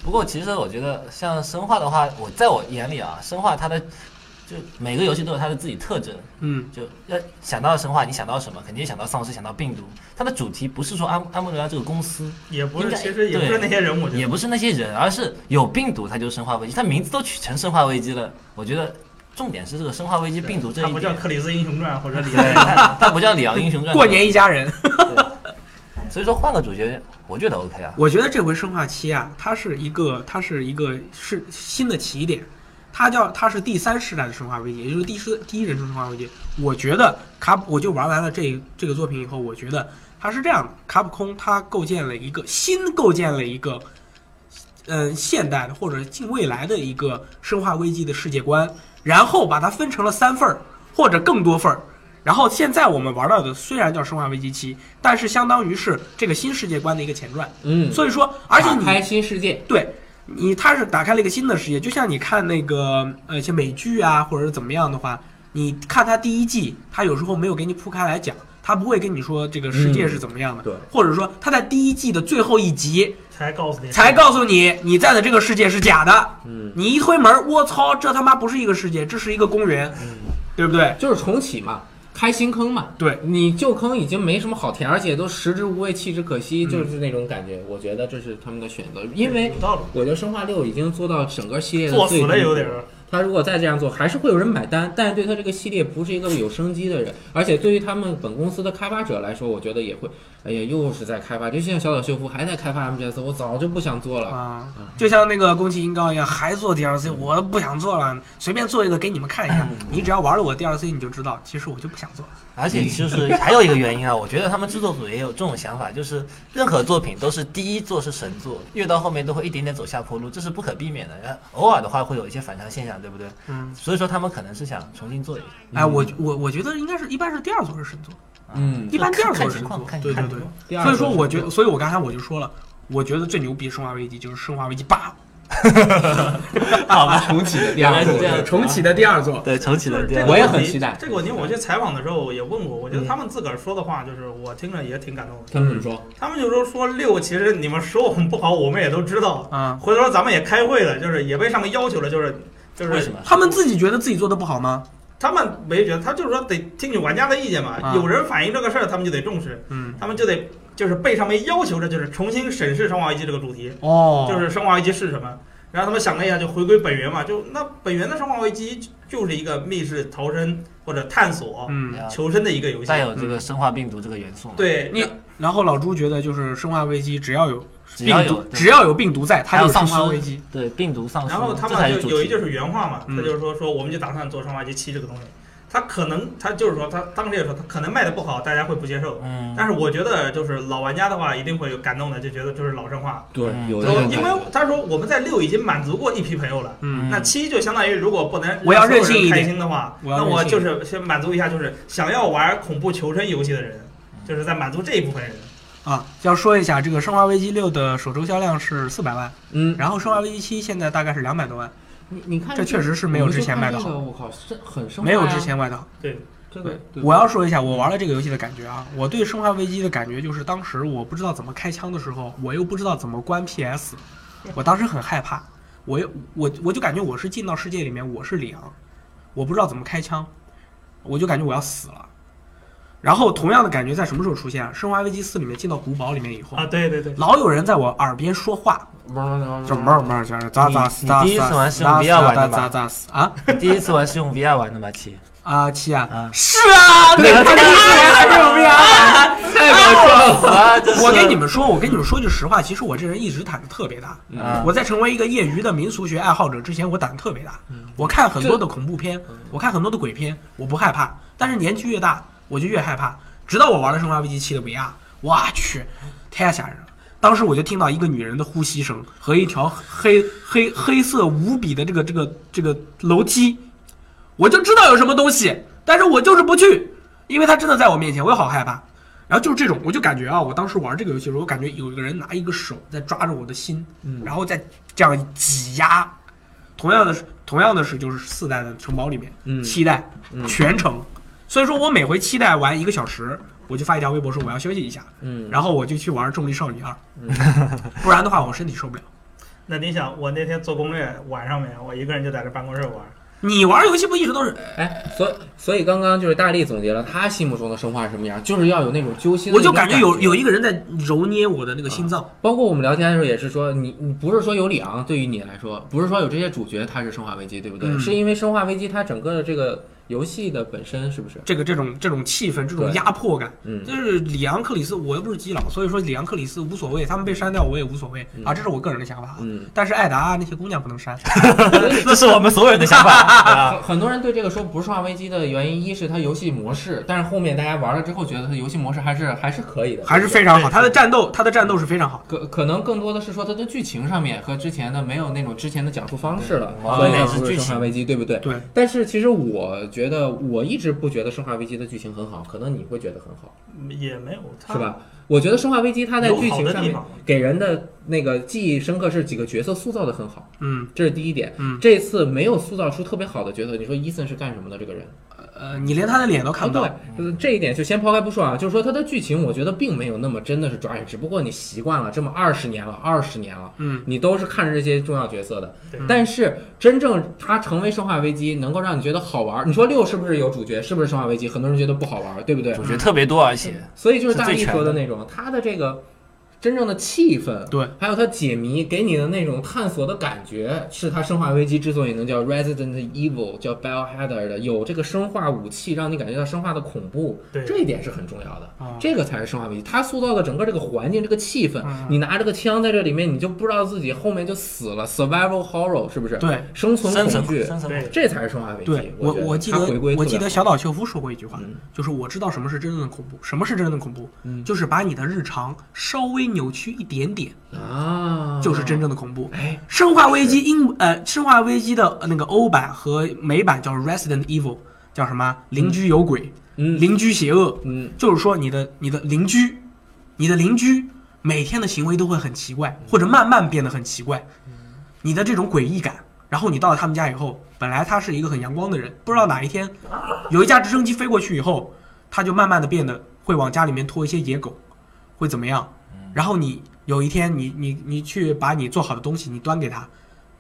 S4: 不过其实我觉得像生化的话，我在我眼里啊，生化它的就每个游戏都有它的自己特征。
S3: 嗯，
S4: 就要想到生化，你想到什么？肯定想到丧尸，想到病毒。它的主题不是说安安慕雷拉这个公司，
S2: 也不
S4: 应
S2: 是，
S4: 该
S2: 其实也不是那些人，我觉
S4: 也
S2: 得。
S4: 不是那些人，而是有病毒它就是生化危机，它名字都取成生化危机了。我觉得重点是这个生化危机病毒这
S2: 它
S4: 一
S2: 不叫
S4: 点
S2: 《克里斯英雄传》或者《李
S4: 对，
S2: 雷
S4: 它不叫里昂英雄传。
S3: 过年一家人。
S4: 对，所以说换个主角，我觉得 OK 啊。
S3: 我觉得这回生化七啊，它是一个，它是一个是新的起点，它叫它是第三世代的生化危机，也就是第四第一人称生化危机。我觉得卡普，我就玩完了这这个作品以后，我觉得它是这样的，卡普空它构建了一个新构建了一个，嗯、现代的或者近未来的一个生化危机的世界观，然后把它分成了三份儿或者更多份儿。然后现在我们玩到的虽然叫《生化危机七》，但是相当于是这个新世界观的一个前传。
S1: 嗯，
S3: 所以说，而且
S1: 打开
S3: 你
S1: 新世界，
S3: 对你，它是打开了一个新的世界，就像你看那个呃一些美剧啊，或者是怎么样的话，你看它第一季，它有时候没有给你铺开来讲，它不会跟你说这个世界是怎么样
S1: 嗯
S3: 的，
S1: 对
S3: 或者说它在第一季的最后一集
S2: 才告诉你，
S3: 才告诉你你在的这个世界是假的，
S1: 嗯，
S3: 你一推门，我操，这他妈不是一个世界，这是一个公园，
S1: 嗯
S3: 对不对？
S1: 就是重启嘛。开新坑嘛，
S3: 对
S1: 你旧坑已经没什么好填，而且都食之无味，弃之可
S3: 嗯
S1: 惜，就是那种感觉。我觉得这是他们的选择，因为
S2: 有道理，
S1: 我觉得《生化六》已经做到整个系列的
S2: 作
S1: 最
S2: 死了
S1: 低
S2: 有
S1: 谷
S2: 点儿。
S1: 他如果再这样做，还是会有人买单，但是对他这个系列不是一个有生机的人，而且对于他们本公司的开发者来说，我觉得也会，哎呀，又是在开发，就像小岛秀夫还在开发 MGS，我早就不想做了。
S3: 啊，就像那个宫崎英高一样，还做 DLC，我不想做了，随便做一个给你们看一下。你只要玩了我 DLC，你就知道，其实我就不想做了。
S4: 而且就是还有一个原因啊，我觉得他们制作组也有这种想法，就是任何作品都是第一作是神作，越到后面都会一点点走下坡路，这是不可避免的。然后偶尔的话会有一些反常现象，对不对？
S3: 嗯，
S4: 所以说他们可能是想重新做一个，
S3: 哎，我我我觉得应该是一般是第二座是神作，
S1: 嗯，
S3: 一般第
S4: 看
S3: 二座
S4: 看
S3: 是
S4: 情
S3: 神
S4: 况
S3: 作，，
S4: 看
S3: 对
S4: 看
S3: 对
S4: 情况
S3: 对。
S1: 第二
S3: 所以说，我觉
S1: 得
S3: 得，所以我刚才我就说了，我觉得最牛逼《生化危机》就是《生化危机八
S1: 好吧，重启的第二
S4: 原来是这样》
S1: 部，
S3: 重启的第二座。
S4: 对，重启
S2: 就
S4: 了
S2: 是
S4: 第
S2: 这
S4: 二
S2: 个
S1: 我
S4: 部。
S1: 也
S2: 问
S1: 很
S2: 题
S1: 期待
S2: 这个问题我去采访的时候也问过，我觉得他们自个儿说的话，就是我听着也挺感动的。
S1: 他们怎么说？
S2: 他们就说说六，其实你们说我们不好，我们也都知道。
S3: 啊，
S2: 回头咱们也开会了，就是也被上面要求了，就是就
S4: 为什
S2: 是
S4: 么？
S3: 他们自己觉得自己做的不好吗？
S2: 他们没觉得，他就是说得听取玩家的意见嘛。
S3: 啊
S2: 有人反映这个事儿，他们就得重视，
S3: 嗯，
S2: 他们就得就是被上面要求着，就是重新审视《生化危机》这个主题，
S3: 哦，
S2: 就是《生化危机》是什么。然后他们想了一下，就回归本源嘛，就那本源的《生化危机》就是一个密室逃生或者探索、
S3: 嗯。
S4: 啊
S2: 求生的一个游戏
S4: 带。有这个生化病毒这个元素嘛？，
S2: 对，
S3: 你然后老朱觉得就是《生化危机》，只要有
S4: 只要
S3: 病
S4: 有
S3: 毒，只要有病毒在，它
S4: 还有
S3: 就是《生
S4: 丧
S3: 化
S4: 尸
S3: 危机
S4: 对病毒丧尸，
S2: 然后他
S4: 哦这才
S2: 们
S4: 是
S2: 就
S4: 主
S2: 有一
S4: 题
S2: 句。是原话嘛，
S3: 嗯
S2: 他就是说说我们就打算做《生化危机七》这个东西，他可能他就是说他当时也说他可能卖的不好，大家会不接受。
S4: 嗯，
S2: 但是我觉得就是老玩家的话，一定会有感动的，就觉得就是老生化，
S1: 对
S4: 嗯
S1: 有
S4: 我
S1: 这种感觉
S2: 因为他说我们在六已经满足过一批朋友了。
S3: 嗯
S2: 那七就相当于，如果不能
S3: 我要任性一
S2: 一
S3: 点
S2: 开心的话，
S3: 我要
S2: 那我
S3: 任性
S2: 就是先满足一下，就是想要玩恐怖求生游戏的人，
S3: 嗯
S2: 就是在满足这一部分人。
S3: 啊，要说一下这个《生化危机六》的首周销量是四百万，
S1: 嗯，
S3: 然后《生化危机七》现在大概是两百多万，
S1: 你你看，
S3: 这确实是没有之前卖的好
S1: 我们就看这个我靠，是很生化
S3: 没
S1: 呀
S3: 有之前卖的好。
S1: 这个。对
S3: 我要说一下我玩了这个游戏的感觉啊，我对《生化危机》的感觉就是当时我不知道怎么开枪的时候，我又不知道怎么关 PS，我当时很害怕，我又我我就感觉我是进到世界里面，我是里昂，我不知道怎么开枪，我就感觉我要死了。然后同样的感觉在什么时候出现啊？《生化危机四》里面进到古堡里面以后，
S2: 啊，对对对，
S3: 老有人在我耳边说话，
S1: 嗯
S3: 就哞哞就是咋咋死咋
S4: 你第一
S3: 咋
S4: 次玩是
S3: 死
S4: 用
S3: 咋
S4: VR 玩的
S3: 咋
S4: 吧
S3: 咋咋死啊
S4: 你第一次玩是用 VR 玩的吗？七
S3: 啊七啊
S4: 啊！
S3: 是啊， 对，他就是还是有 VR 玩。
S1: 太搞笑了。
S4: 啊，这是
S3: 我跟你们说，我跟你们说句实话，其实我这人一直胆子特别大。
S4: 啊
S3: 我在成为一个业余的民俗学爱好者之前，我胆子特别大。我看很多的恐怖片，我看很多的鬼片，我不害怕。但是年纪越大，我就越害怕。直到我玩了《生化危机七》的 VR，我去，太吓人了！当时我就听到一个女人的呼吸声和一条黑黑黑色无比的这个这个这个楼梯，我就知道有什么东西，但是我就是不去，因为它真的在我面前，我也好害怕。然后就是这种，我就感觉啊，我当时玩这个游戏的时候，我感觉有一个人拿一个手在抓着我的心，然后再这样挤压。同样的是，同样的是，就是四代的城堡里面，
S1: 嗯
S3: 期待、全程。所以说我每回期待玩一个小时，我就发一条微博说我要休息一下，
S1: 嗯，
S3: 然后我就去玩《重力少女二》不然的话我身体受不了。
S2: 那你想，我那天做攻略，晚上没有，我一个人就在这办公室玩。
S3: 你玩游戏不一直都是
S1: 哎，所以所以刚刚就是大力总结了他心目中的生化是什么样，就是要有那种揪心的
S3: 我
S1: 那
S3: 就
S1: 种
S3: 感
S1: 感啊
S3: 觉有有一个人在揉捏我的那个心脏。
S1: 包括我们聊天的时候也是说，你你不是说有里昂对于你来说，不是说有这些主角他是生化危机，对不对？
S3: 嗯
S1: 是因为生化危机它整个的这个游戏的本身是不是？
S3: 这个这种这种气氛，这种
S1: 对
S3: 压迫感，
S1: 嗯
S3: 就是里昂克里斯，我又不是基佬，所以说里昂克里斯无所谓，他们被删掉我也无所谓啊，这是我个人的想法啊。
S1: 嗯，
S3: 但是艾达那些姑娘不 能删，
S4: 这是我们所有人的 想法啊。
S1: 很很多人对这个说不是生化危机的原因，一是它游戏模式，但是后面大家玩了之后觉得它游戏模式还是还是可以的，
S3: 还是非常好，他的战斗他的战斗是非常好。
S1: 可可能更多的是说它的剧情上面和之前的没有那种之前的讲述方式了，
S4: 啊
S1: 所以才
S4: 那是
S1: 哦不是
S4: 剧
S1: 《
S4: 情
S1: 生化危机》，对不对？
S3: 对。
S1: 但是其实我觉得，我一直不觉得《生化危机》的剧情很好，可能你会觉得很好，
S2: 嗯也没有，它
S1: 是？吧？我觉得《生化危机》它在
S2: 有
S1: 剧
S2: 好
S1: 情
S2: 的
S1: 上
S2: 地
S1: 面
S2: 方
S1: 给人的那个记忆深刻是几个角色塑造的很好，
S3: 嗯，
S1: 这是第一点。
S3: 嗯
S1: 这次没有塑造出特别好的角色。你说伊森是干什么的？这个人
S3: 呃，你连他的脸都看不到嗯
S1: 啊，对，就是这一点就先抛开不说啊，就是说它的剧情，我觉得并没有那么真的是抓人，只不过你习惯了这么二十年了，二十年了，
S3: 嗯，
S1: 你都是看着这些重要角色的
S2: 对。
S1: 但是真正它成为《生化危机》，能够让你觉得好玩儿，你说六是不是有主角？是不是《生化危机》？很多人觉得不好玩儿，对不对
S4: 主？角
S2: 嗯
S4: 特别多，啊而且
S1: 所以就是
S4: 是
S1: 大
S4: 最
S1: 力
S4: 全
S1: 说的
S4: 的
S1: 那种，它的这个真正的气氛，
S3: 对，
S1: 还有它解谜给你的那种探索的感觉，是它《生化危机》之所以能叫 Resident Evil，叫 Biohazard 的，有这个生化武器，让你感觉到生化的恐怖，
S2: 对
S1: 这一点是很重要的。
S3: 啊
S1: 这个才是生化危机，它塑造的整个这个环境、这个气氛。
S3: 嗯
S1: 你拿这个枪在这里面，你就不知道自己后面就死了，survival horror 是不是？，
S3: 对
S1: 生存
S4: 生存
S1: 恐惧，
S4: 生存
S2: 对
S1: 这才是生化危机。
S3: 对，
S1: 我觉得
S3: 我记
S1: 它
S3: 得
S1: 回归
S3: 我
S1: 特
S3: 记
S1: 别
S3: 得
S1: 好
S3: 小岛秀夫说过一句话
S1: 嗯，
S3: 就是我知道什么是真正的恐怖，什么是真正的恐怖
S1: 嗯，
S3: 就是把你的日常稍微扭曲一点点，
S1: 啊，
S3: 就是真正的恐怖。
S1: 哎，
S3: 生化危机英呃，生化危机的那个欧版和美版叫 Resident Evil，叫什么？邻居有鬼，
S1: 嗯
S3: 邻居邪恶，
S1: 嗯
S3: 就是说你的你的邻居，你的邻居每天的行为都会很奇怪，或者慢慢变得很奇怪，你的这种诡异感。然后你到了他们家以后，本来他是一个很阳光的人，不知道哪一天有一架直升机飞过去以后，他就慢慢的变得会往家里面拖一些野狗，会怎么样？然后你有一天你你你去把你做好的东西你端给他，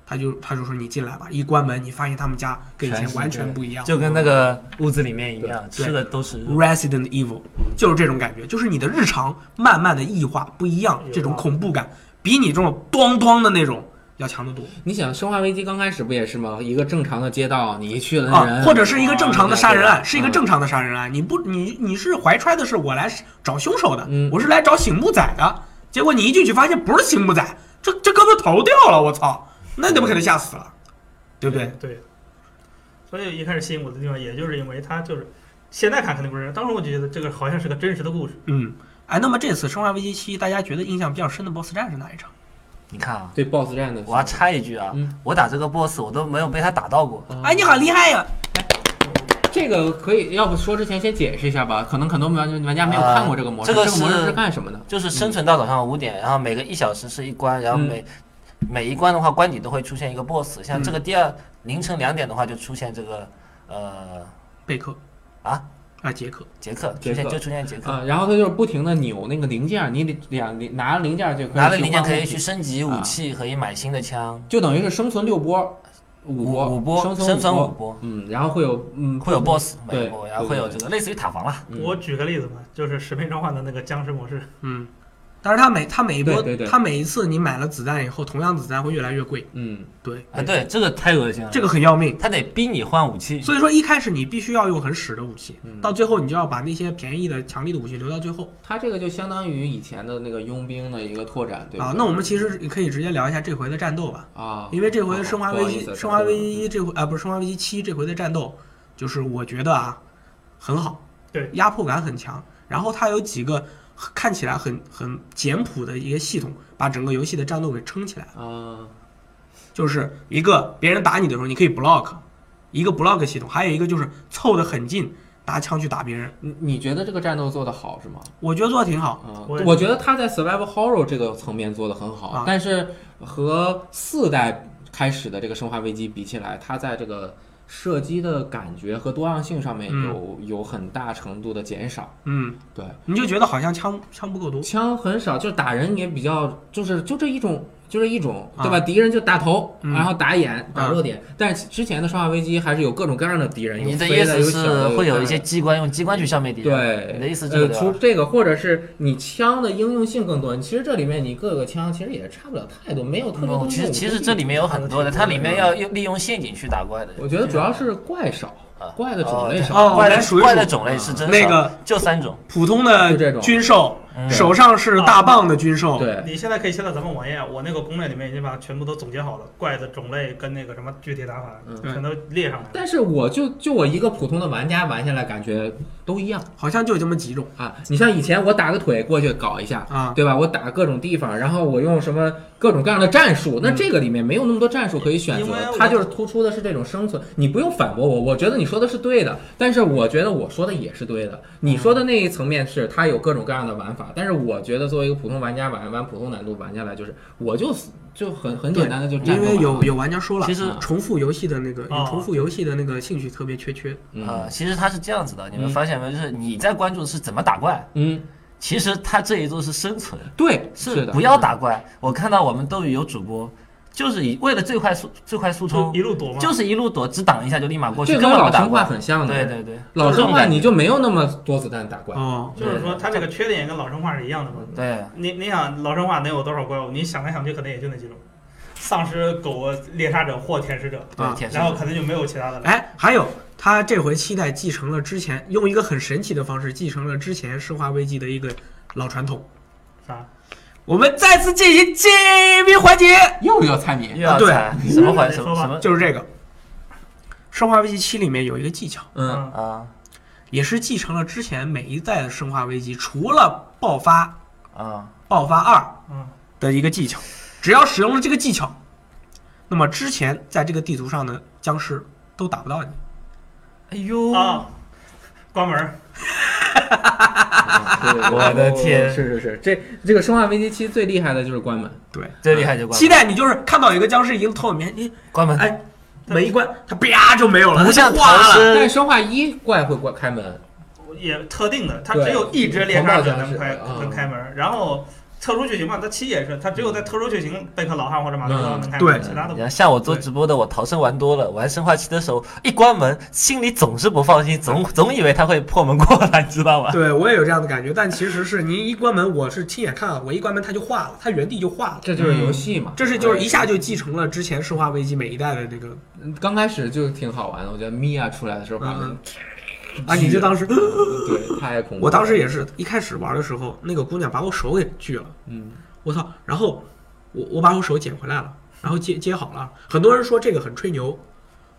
S3: 他就他就说你进来吧。一关门你发现他们家跟以前
S4: 全是
S3: 完
S4: 这
S3: 全
S4: 样
S3: 不一样，
S4: 就跟那个屋子里面一样，
S3: 对
S4: 吃的都是肉。
S3: Resident Evil，就是这种感觉，就是你的日常慢慢的异化不一样，这种恐怖感比你这种咣咣的那种要强得多
S1: 你想《生化危机》刚开始不也是吗？一个正常的街道，你一去了那人、
S3: 啊！或者是一个正常的杀人
S1: 啊
S3: 案，是一个正常的杀人案，你不你你是怀揣的是我来找凶手的
S1: 嗯，
S3: 我是来找醒目仔的，结果你一进去发现不是醒目仔，这这哥们头掉了，我操，那你们肯定吓死了，对不对？
S2: 对。所以一开始吸引我的地方，也就是因为它就是现在看肯定不是，当时我就觉得这个好像是个真实的故事。
S3: 嗯，哎，那么这次《生化危机七》，大家觉得印象比较深的 BOSS 战是哪一场？
S4: 你看啊，
S1: 对 BOSS 战的，
S4: 我要插一句啊
S1: 嗯，
S4: 我打这个 boss 我都没有被他打到过。
S3: 哎，你好厉害呀！
S1: 这个可以，要不说之前先解释一下吧，可能很多玩玩家没有
S4: 呃
S1: 看过这个模式，
S4: 这个
S1: 这个模式
S4: 是
S1: 是干什么的？
S4: 就是生存到早上五点，然后每个一小时是一关，然后
S1: 嗯
S4: 每、每一关的话，关底都会出现一个 BOSS。像
S1: 嗯
S4: 这个第二、凌晨两点的话，就出现这个呃
S3: 贝克
S4: 啊，
S3: 啊，杰克，
S4: 杰克
S1: 杰
S4: 出
S1: 克
S4: 现就出现杰克，
S1: 啊，然后他就是不停的扭那个零件儿，你得两零拿了零件儿就可以
S4: 拿了
S1: 去
S4: 零件
S1: 换
S4: 可以
S1: 武
S4: 去
S1: 器，
S4: 升级武器，
S1: 啊
S4: 可以买新的枪，
S1: 就等于是生存六波，五波
S4: 五波
S1: 生
S4: 生存
S1: 五
S4: 五波
S1: 嗯，然后会有嗯
S4: 会有 BOSS
S1: 对
S4: 美国，然后会有这个类似于塔防啦，
S1: 嗯
S2: 我举个例子吧，就是《使命召唤》的那个僵尸模式，
S3: 嗯，但是他每他每一波，
S1: 对对对
S3: 他每一次你买了子弹以后，同样子弹会越来越贵，
S1: 嗯
S3: 对，
S4: 啊，对，这个太恶心了，
S3: 这个很要命。
S4: 他得逼你换武器，
S3: 所以说一开始你必须要用很屎的武器，
S1: 嗯
S3: 到最后你就要把那些便宜的、强力的武器留到最后
S1: 它这个就相当于以前的那个佣兵的一个拓展，对吧？
S3: 啊。那我们其实也可以直接聊一下这回的战斗吧，
S1: 啊，
S3: 因为这回《生化危
S1: 不好意
S3: 机》
S1: 思嗯
S3: 《生化危机》这回啊不是《生化危机七》这回的战斗，就是我觉得啊很好，
S2: 对，
S3: 压迫感很强。然后它有几个很看起来很很简朴的一个系统，把整个游戏的战斗给撑起来了。
S1: 啊，
S3: 就是一个别人打你的时候，你可以 block，一个 block 系统，还有一个就是凑得很近，拿枪去打别人。
S1: 你你觉得这个战斗做得好是吗？
S3: 我觉得做的挺好。
S1: 啊，
S2: 我也
S1: 我觉得它在 survival horror 这个层面做得很好，
S3: 啊
S1: 但是和四代开始的这个生化危机比起来，它在这个射击的感觉和多样性上面
S3: 嗯
S1: 有、有很大程度的减少。
S3: 嗯，
S1: 对，
S3: 你就觉得好像枪枪不够多。
S1: 枪很少，就打人也比较，就是就这一种，就这一种，
S3: 啊
S1: 对吧？敌人就打头，
S3: 嗯
S1: 然后打眼，打弱点。但是之前的《生化危机》还是有各种各样的敌人，
S4: 你
S1: 有
S4: 的
S1: 飞的，
S4: 意思
S1: 有小
S4: 是
S1: 的，
S4: 会有一些
S1: 大的。
S4: 机关用机关去消灭敌人，
S1: 对，
S4: 你的意思这
S1: 呃，
S4: 个对
S1: 除
S4: 吧
S1: 这个，或者是你枪的应用性更多。其实这里面你各个枪其实也差不了太多，没有特别多
S4: 嗯
S1: 的
S4: 其
S1: 武器
S4: 实其实这里面有很多的，
S2: 挺多的
S4: 它里面要用利用陷阱去打怪的。
S1: 我觉得主要是怪少
S4: 啊，
S1: 怪的种类
S3: 哦
S1: 少。
S4: 怪
S3: 来数一
S4: 的
S3: 数
S4: 怪的种类是真
S3: 那
S4: 少
S3: 个
S4: 就三种，
S3: 普通
S1: 就这
S3: 的
S1: 种啊
S3: 军售，
S4: 嗯
S3: 手上是大棒的军售，，
S1: 对，
S2: 你现在可以下载咱们网页，我那个攻略里面已经把全部都总结好了，怪的种类跟那个什么具体打法
S1: 嗯
S2: 全都列上来了。
S1: 但是我就就我一个普通的玩家玩下来，感觉都一样。
S3: 好像就这么几种
S1: 啊，你像以前我打个腿过去搞一下，
S3: 啊。
S1: 对吧？我打各种地方，然后我用什么各种各样的战术，那这个里面没有那么多战术可以选
S2: 嗯因
S1: 择
S2: 为我，
S1: 它就是突出的是这种生存。你不用反驳我，我觉得你说的是对的，但是我觉得我说的也是对的。你说的那一层面是它有各种各样的玩法，但是我觉得作为一个普通玩家玩玩普通难度玩下来，就是我就就很很简单的就战
S3: 因
S1: 斗嗯
S3: 为
S1: 完
S3: 有
S1: 了
S3: 有玩家说了，啊
S4: 其实
S3: 重复游戏的那个，
S1: 啊
S3: 有
S2: 哦
S3: 重复游戏的那个兴趣特别缺缺。
S4: 呃，
S1: 嗯
S4: 其实它是这样子的，你们
S1: 嗯
S4: 发现没有？就是你在关注的是怎么打怪，
S1: 嗯，
S4: 其实它这一周是生存，
S1: 对，
S4: 是
S1: 的，
S4: 不要打怪。我看到我们斗鱼有主播，就是以为了最快速最快速
S2: 就
S4: 冲
S2: 一，路躲嘛，
S4: 哦就是一路躲，只挡一下就立马过去，
S1: 这
S4: 根
S1: 跟
S4: 本不
S1: 老
S4: 打
S1: 生化
S4: 怪。
S1: 很像的，
S4: 对对对
S1: 老生
S4: 这
S1: 化
S4: 种嗯
S1: 你就没有那么多子弹打怪，
S3: 哦，
S2: 就是说它这个缺点也跟老生化是一样的嘛。
S4: 对，
S2: 你你想老生化能有多少怪物？你想来想去，可能也就那几种：丧尸、狗、啊猎杀者或舔食者，
S3: 啊
S4: 对，舔食
S2: 然后可能就没有其他的了。
S3: 哎，还有他这回期待继承了之前用一个很神奇的方式继承了之前《生化危机》的一个老传统。
S2: 啥？
S3: 我们再次进行揭秘环节，
S1: 又要猜谜
S4: 又。要
S3: 对
S4: 踩啊什么环什
S2: 说
S4: 么
S2: 吧
S4: 什么
S3: 就是这个《生化危机七》里面有一个技巧，
S1: 嗯，
S2: 嗯，
S4: 啊
S3: 也是继承了之前每一代的《生化危机》，除了爆发、
S4: 啊
S3: 爆发二
S2: 嗯
S3: 的一个技巧。只要使用了这个技巧，那么之前在这个地图上的僵尸都打不到你。
S4: 哎呦
S2: 啊，关门儿。
S4: 我的天
S1: 是是是，这这个《生化危机七》最厉害的就是关门，
S3: 对，
S4: 最厉害就关
S3: 期
S4: 门
S3: 待你就是看到有一个僵尸已经偷你面，你
S4: 关门，
S3: 哎，门一关，它啪就没有了，
S4: 不
S3: 它
S4: 像
S3: 就化
S4: 唐
S1: 但
S3: 了。
S1: 是《
S4: 僧
S1: 生化一》怪会关开门，
S2: 也特定的，它
S1: 对
S2: 只有一只猎杀者能开
S1: 狂暴僵尸
S2: 能开门儿，然后特殊剧情嘛，它七也是，它只有在特殊剧情贝克老汉或者马特能开
S3: 对
S2: 门，其他的
S4: 你看，像我做直播的，我逃生玩多了，玩生化七的时候，一关门，心里总是不放心，总总以为他会破门过来，你知道吗？
S3: 对我也有这样的感觉，但其实是您一关门，我是亲眼看到，我一关门它就化了，它原地就化了。
S1: 这就是游戏嘛。
S3: 这是嗯就是一下就继承了之前《生化危机》每一代的这个
S1: 刚开始就挺好玩的，我觉得米娅出来的时候把门
S3: 嗯，啊，你就当时，
S1: 对，太恐怖了。
S3: 我当时也是一开始玩的时候，那个姑娘把我手给锯了，
S1: 嗯，
S3: 我操！然后我我把我手捡回来了，然后接接好了。很多人说这个很吹牛，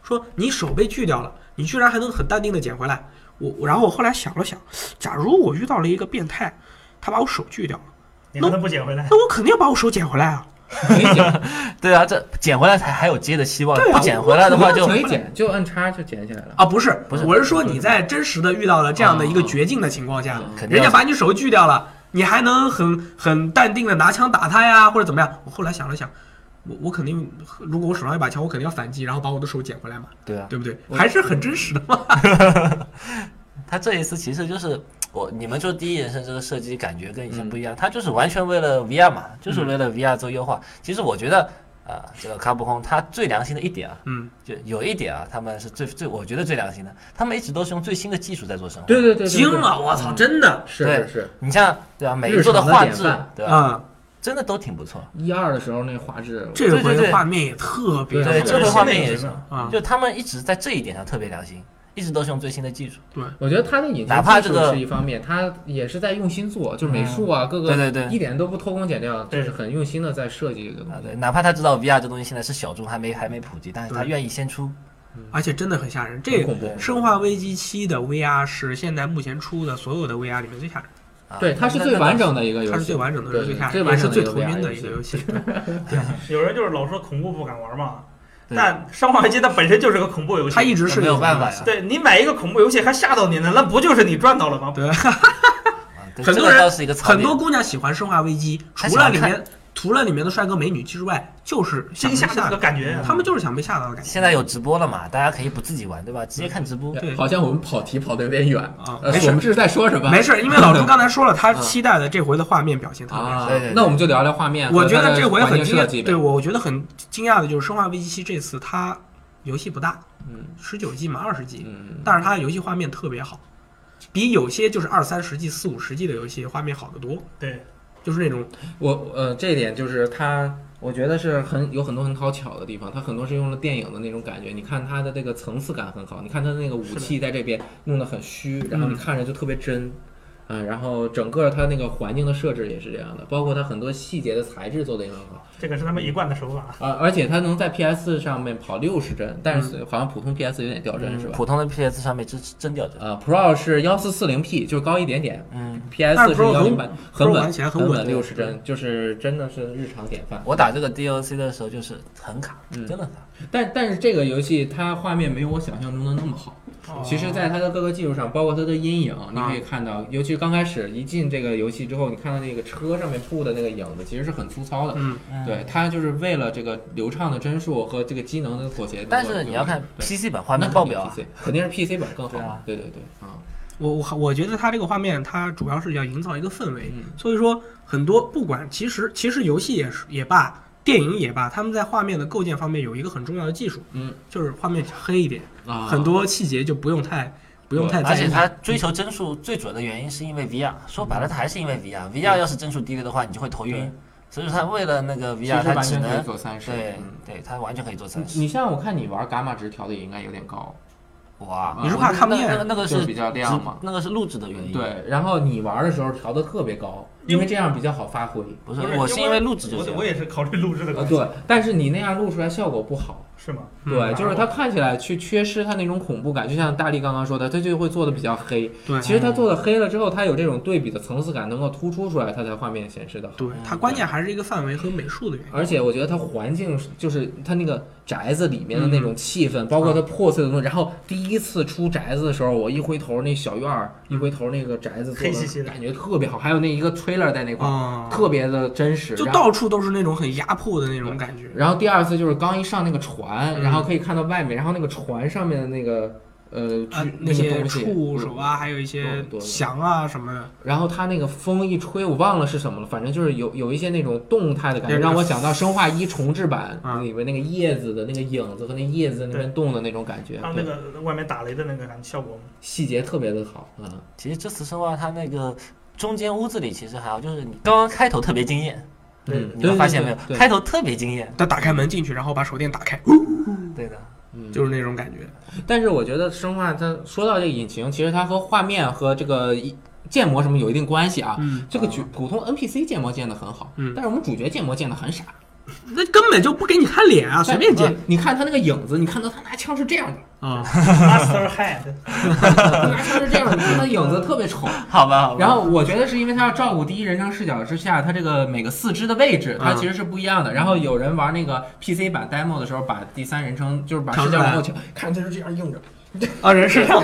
S3: 说你手被锯掉了，你居然还能很淡定的捡回来。我我然后我后来想了想，假如我遇到了一个变态，他把我手锯掉了，
S2: 你可能不捡回来。
S3: 那我肯定要把我手捡回来啊。
S1: 可以 捡，
S4: 对啊，这捡回来才还有接的希望，
S3: 对啊
S4: 不捡回来的话就
S1: 可以捡，就按叉就捡起来了。
S3: 啊，不是，
S4: 不是
S3: 我是说你在真实的遇到了这样的一个绝境的情况下，
S4: 肯定
S3: 人
S4: 要
S3: 家把你手锯掉了，你还能很很淡定的拿枪打他呀，或者怎么样？我后来想了想，我我肯定，如果我手上有一把枪，我肯定要反击，然后把我的手捡回来嘛，
S4: 对啊，
S3: 对不对？还是很真实的嘛。
S4: 他这一次其实就是我你们做第一人称这个设计感觉跟以
S1: 嗯
S4: 前不一样，他就是完全为了 VR 嘛，就是为了 VR 做优化。其实我觉得啊、这个卡普空他最良心的一点啊，
S3: 嗯，
S4: 就有一点啊，他们是最最我觉得最良心的，他们一直都是用最新的技术在做生活。
S1: 对对对，对
S3: 惊，了，我操，真的
S1: 对是
S4: 对
S1: 是是，
S4: 你像对吧，每一座
S1: 日常的
S4: 画
S1: 典
S4: 质
S1: 范
S4: 对吧，
S3: 啊，
S4: 真的都挺不错。
S1: 一二的时候那画质，
S3: 这
S4: 对对
S3: 回
S4: 对
S3: 画面也特别好，
S1: 对这回
S4: 画面嗯也是
S3: 啊，
S4: 就他们一直在这一点上特别良心，一直都是用最新的技术。
S1: 我觉得他的隐
S4: 哪
S1: 形
S4: 怕
S1: 技
S4: 这
S1: 术
S4: 个
S1: 是一方面，他也是在用心做，就是美术
S3: 嗯
S1: 啊，各个
S4: 对对对
S1: 一点都不偷工减料，
S2: 对
S1: 就是很用心的在设计这个东
S4: 啊，
S1: 西。
S4: 对，哪怕他知道 VR 这东西现在是小众，还没还没普及，但是他
S3: 嗯对
S4: 愿意先出。
S3: 而且真的很吓人。这
S1: 很恐怖
S3: 《生化危机七》的 VR 是现在目前出的所有的 VR 里面最吓人，
S4: 啊、
S1: 对，它是最完整的一个游戏，
S3: 它是最完整的，
S1: 对
S3: 是最吓
S1: 最
S3: 人，也
S1: 完
S3: 是
S1: 整的
S3: 最
S1: 一个
S3: 头晕
S1: VR 游
S3: 的一
S1: 戏
S3: 个游戏。
S2: 有人就是老说恐怖不敢玩嘛，
S4: 对
S2: 但《生化危机》它本身就是个恐怖游戏，
S3: 它一直是
S4: 没有办法呀
S2: 对你买一个恐怖游戏还吓到你呢，那不就是你赚到了吗？
S3: 对，
S4: 啊对
S3: 很多
S4: 这个
S3: 人
S4: 倒是一个槽
S3: 很
S4: 点
S3: 多姑娘喜欢《生化危机》，
S4: 她
S3: 除了里
S4: 喜欢
S3: 面除了里面的帅哥美女之外，就是想
S2: 惊
S3: 被
S2: 吓
S3: 吓
S2: 的那个
S3: 到，
S2: 感觉啊，
S3: 他们就是想被吓到的感觉。
S4: 现在有直播了嘛，大家可以不自己玩，对
S3: 嗯
S4: 吧？直接看直播。
S1: 对
S3: 对
S1: 好像我们跑题跑的有点远
S3: 啊
S1: 呃
S3: 没事
S1: 我们这是在说什么？
S3: 没事，因为老朱刚才说了，他
S1: 嗯
S3: 期待的这回的画面表现特别好。
S1: 啊
S4: 对对对，
S1: 那我们就聊聊画面和
S3: 我
S1: 它的
S3: 觉
S1: 环境
S3: 得这回很惊
S1: 设计
S3: 讶，
S1: 呗
S3: 对。我我觉得很惊讶的就是《生化危机七》这次它游戏不大，
S1: 嗯
S3: 十九 G 嘛二十 G，
S1: 嗯，
S3: 但是它的游戏画面特别好，比有些就是二三十 G、四五十 G 的游戏画面好得多，
S2: 对，
S3: 就是那种
S1: 我呃，这一点就是它，我觉得是很有很多很讨巧的地方，它很多是用了电影的那种感觉。你看它的这个层次感很好，你看它的那个武器在这边弄得很虚，然后你看着就特别真。嗯，然后整个它那个环境的设置也是这样的，包括它很多细节的材质做的也很好。
S2: 这个是他们一贯的手法。
S1: 啊，而且它能在 PS 上面跑六十帧，但是
S3: 嗯
S1: 好像普通 PS 有点掉帧、是吧？
S4: 普通的 PS 上面真真掉帧。
S1: 呃，Pro 是幺四四零 P，就是高一点点
S4: 嗯，
S1: ，PS
S3: 但是
S1: 是
S3: Pro
S1: 幺
S3: 很
S1: 零八，很
S3: Pro
S1: 稳，
S3: 玩起来很
S1: 很
S3: 稳
S1: 稳，
S3: 对
S1: 六十帧，就是真的是日常典范。
S4: 我打这个 DLC 的时候就是很卡，
S1: 嗯
S4: 真的很卡。
S1: 但但是这个游戏它画面没有我想象中的那么好。
S3: 哦
S1: 其实，在它的各个技术上，包括它的阴影，你
S3: 啊
S1: 可以看到，尤其刚开始一进这个游戏之后，你看到那个车上面布的那个影子，其实是很粗糙的。
S3: 嗯，
S1: 对，它就是为了这个流畅的帧数和这个机能的妥协。
S4: 但是你要看
S1: 对
S4: PC 版画面爆表啊，
S1: 那肯定是 PC 肯定是 PC 版更好
S4: 对啊。
S1: 对对对，啊，
S3: 我我我觉得它这个画面它主要是要营造一个氛围，
S1: 嗯
S3: 所以说很多不管其实其实游戏也是也罢。电影也罢，他们在画面的构建方面有一个很重要的技术，
S1: 嗯，
S3: 就是画面黑一点，
S1: 啊
S3: 很多细节就不用太不用 太
S4: 而
S3: 在
S4: 且
S3: 意。
S4: 它追求帧数最主要的原因是因为 VR，说白了它还是因为 VR。VR 要是帧数低了的话，你就会头晕。所以说它为了那个
S1: 其
S4: VR，
S1: 实
S4: 它
S1: 完
S4: 只
S1: 全可以
S4: 能
S1: 做三十。
S4: 对
S1: 嗯
S4: 对，它完全可以做三
S1: 你
S4: 十。
S1: 你像我看你玩伽马值调的也应该有点高，
S4: 哇，
S1: 你是
S4: 我
S3: 怕看不
S4: 那
S3: 见
S4: 那个那个
S1: 就是比较亮嘛
S4: 直那个是录制的原因。，
S1: 对。然后你玩的时候调的特别高，因为这样比较好发挥。
S4: 不是我是因为录制就
S2: 我
S4: 这样
S2: 我也是考虑录制的
S1: 呃，
S2: 关系，
S1: 对，但是你那样录出来效果不好，
S2: 是吗？
S4: 嗯
S1: 对，就是它
S2: 他
S1: 看起来去缺失它那种恐怖感，就像大力刚刚说的，它就会做的比较黑。
S3: 对
S1: 其实
S4: 嗯
S1: 它做的黑了之后，它有这种对比的层次感能够突出出来，它才画面显示的好。
S3: 对，它关键还是一个范围和美术的原因。
S1: 而且我觉得它环境是就是它那个宅子里面的那种
S3: 嗯
S1: 气氛，包括
S3: 啊
S1: 它破碎的东西。然后第一次出宅子的时候，我一回头那小院儿，一
S3: 嗯
S1: 回头那个宅子做
S2: 黑漆漆的
S1: 感觉特别好，还有那一个 trailer 在那块儿，
S3: 啊，
S1: 嗯特别的真实。
S3: 就
S1: 然后
S3: 到处都是那种很压迫的那种感觉。
S1: 然后第二次就是刚一上那个船，
S3: 嗯
S1: 然后可以看到外面，然后那个船上面的那个呃
S3: 啊
S1: 巨，
S3: 那
S1: 个
S3: 些
S1: 东西
S3: 触手，
S1: 嗯
S3: 啊，还有一些
S1: 多多的
S3: 翔啊什么的，
S1: 然后它那个风一吹，我忘了是什么了，反正就是有有一些那种动态的感觉，
S3: 那个
S1: 让我想到《生化一》重置版
S3: 啊
S1: 里面那个叶子的那个影子和那叶子在那边动的那种感觉，
S2: 还有那
S1: 对
S2: 个外面打雷的那个感觉 效果吗，
S1: 细节特别的好，嗯，
S4: 其实这次生化它那个中间屋子里其实还好，就是你刚刚开头特别惊艳，
S2: 对
S1: 嗯
S4: 你们发现没有？
S1: 对对对
S4: 开头特别惊艳，
S3: 他打开门进去，然后把手电打开，
S4: 对的，
S1: 嗯
S3: 就是那种感觉。
S1: 但是我觉得生化它说到这个引擎，其实它和画面和这个一建模什么有一定关系啊。
S3: 嗯，
S1: 这个主普通 NPC 建模建的很好，
S3: 嗯
S1: 但是我们主角建模建的很傻，
S3: 那根本就不给你看脸啊，随便
S1: 但
S3: 进
S1: 呃你看他那个影子，你看到他拿枪是这样的，
S3: 啊。
S2: Master Hand，
S1: 他拿枪是这样的，你看他影子特别丑。
S4: 好吧，好吧。
S1: 然后我觉得是因为他要照顾第一人称视角之下，他这个每个四肢的位置，它
S3: 嗯
S1: 其实是不一样的。然后有人玩那个 PC 版 demo 的时候，把第三人称就是把视角往后倾，看他是这样硬 着。
S3: 啊，人是这样，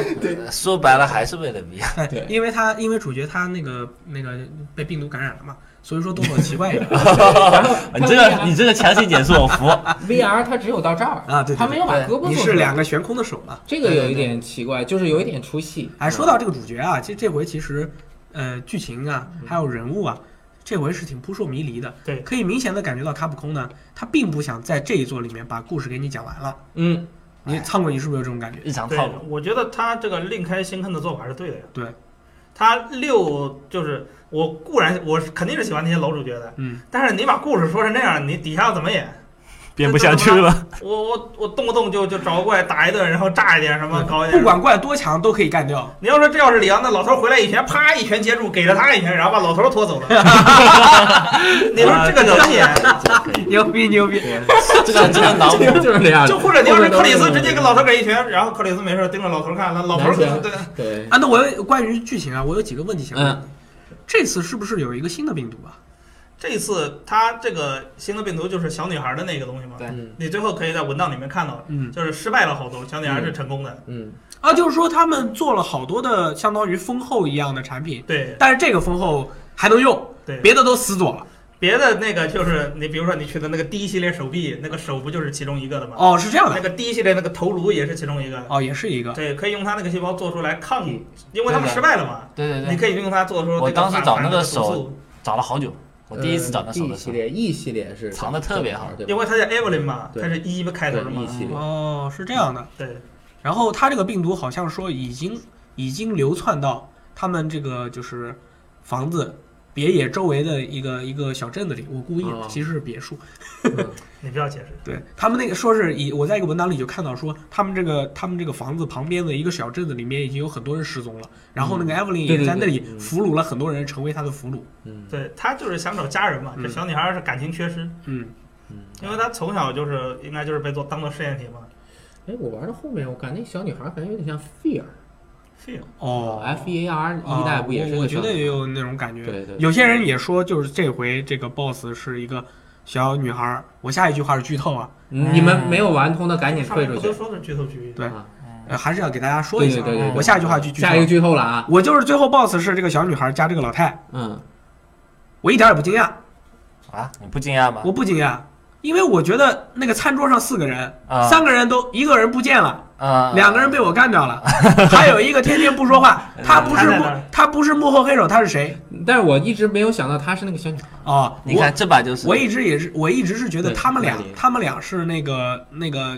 S4: 呃说白了还是为了 VR，
S3: 哎
S1: 对
S3: 因为他因为主角他那个那个被病毒感染了嘛，所以说动作奇怪一点。
S1: 然后
S6: 你这个你这个强行解释我服，
S1: VR 它只有到这儿
S3: 啊对对对
S1: 它没有把胳膊
S3: 你
S1: 做出
S3: 是
S1: 来
S3: 两个悬空的手嘛？
S1: 这个有一
S3: 对对对
S1: 点奇怪，就是有一点出戏。
S3: 哎，说到这个主角啊，这这回其实，呃，剧情啊，还有人物啊，这回是挺扑朔迷离的。
S2: 对
S3: 可以明显的感觉到卡普空呢，他并不想在这一座里面把故事给你讲完了。
S1: 嗯，
S3: 你仓鬼，你是不是有这种感觉？
S4: 日常
S2: 对
S4: 套路。，
S2: 我觉得他这个另开新坑的做法是对的呀。
S3: 对，
S2: 他六就是我固然我是肯定是喜欢那些老主角的，
S3: 嗯，
S2: 但是你把故事说成那样，你底下要怎么演？
S6: 编不下去了。
S2: 我我我动不动就就找个怪打一顿，然后炸一点什
S6: 嗯
S2: 么搞一点。
S3: 不管怪多强都可以干掉。
S2: 你要说这要是李阳，那老头回来一拳，啪一拳接住，给了他一拳，然后把老头拖走 了。你
S6: 啊
S2: 说这个怎么演？
S3: 牛逼牛逼！
S4: 这个这个脑补，
S1: 就是这
S6: 啊
S1: 样的。
S2: 就或者你要是克里斯
S1: 后面都是
S2: 直接跟老头给一拳，然后克里斯没事盯着老头看，那老头
S1: 男拳
S2: 对
S1: 对，
S3: 啊，那我有关于剧情啊，我有几个问题想问。
S1: 嗯
S3: 这次是不是有一个新的病毒啊？
S2: 这次他这个新的病毒就是小女孩的那个东西嘛，
S4: 对
S1: 嗯
S2: 你最后可以在文档里面看到，
S3: 嗯
S2: 就是失败了好多，小女孩是成功的。
S1: 嗯，
S3: 啊，就是说他们做了好多的相当于封后一样的产品，
S2: 对
S3: 但是这个封后还能用，
S2: 对，别
S3: 别的都死左了。
S2: 别的那个就是你，比如说你去的那个第一系列手臂，那个手不就是其中一个的吗？
S3: 哦，是这样
S2: 那
S3: 的。
S2: 个第一系列那个头颅也是其中一个。
S3: 哦，也是一个。
S2: 对，可以用它那个细胞做出来抗，
S1: 嗯
S2: 因为他
S4: 对的
S2: 们失败了嘛，
S4: 对对
S2: 你
S4: 对，
S2: 可以用它做出那个
S4: 我当时
S2: 反
S4: 找那个
S2: 反手
S4: 手
S2: 速，
S4: 找了好久，我第一次找那手
S1: 一
S4: 的
S1: 系
S4: 时候，
S1: 列 E 系列是
S4: 藏得特别好
S1: 对吧
S2: 因为它叫 Evelyn 嘛，
S1: 对
S2: 它是一开头的
S1: 对
S2: 嘛
S1: E。系列，
S3: 哦，是这样的。
S2: 对，
S3: 然后他这个病毒好像说已经已经流窜到他们这个就是房子别野周围的一个一个小镇子里，我故意的
S1: 哦，
S3: 其实是别墅。
S2: 你不要解释。
S3: 对他们那个说是以我在一个文档里就看到说他们这个他们这个房子旁边的一个小镇子里面已经有很多人失踪了，然后那个
S1: 对对
S3: Evelyn 也
S1: 对
S3: 在那里
S1: 嗯
S3: 俘虏了很多人，成为他的俘虏。
S1: 嗯
S2: 对他就是想找家人嘛，
S3: 嗯
S2: 这小女孩是感情缺失，
S3: 嗯，
S1: 嗯。
S2: 因为她从小就是应该就是被做当做试验体嘛。
S1: 哎，我玩到后面，我感觉那小女孩感觉有点像 Fear，F
S2: 是呀
S3: 哦啊
S1: E A R 一代不也是
S3: 我
S1: 个
S3: 我觉
S1: 小女孩？
S3: 得也有那种感觉。
S1: 对对
S3: 有些人也说，就是这回这个 BOSS 是一个小女孩儿。我下一句话是剧透啊，
S1: 你们没有玩通的赶紧
S2: 上
S1: 退
S2: 面
S1: 出
S2: 不
S1: 去
S2: 都。说是剧透局？
S3: 对
S1: 啊
S3: 呃，还是要给大家说一下
S1: 对
S3: 啊。
S1: 对对对对
S3: 我下一句话去剧透。
S1: 下一个剧透了啊，
S3: 我就是最后 BOSS 是这个小女孩加这个老太，
S1: 嗯，
S3: 我一点也不惊讶，
S4: 啊，你不惊讶吗？
S3: 我不惊讶，因为我觉得那个餐桌上四个人，
S4: 啊
S3: 三个人都一个人不见了。
S4: 啊，
S3: 两个人被我干掉了，还有一个天天不说话，他不是
S2: 还在
S3: 幕
S2: 那儿
S3: 他不是幕后黑手，他是谁？
S1: 但是我一直没有想到她是那个小女孩。
S3: 哦，
S4: 你看这把就是
S3: 我一直也是，我一直是觉得
S1: 对
S3: 他们俩
S1: 哪里，
S3: 他们俩是那个那个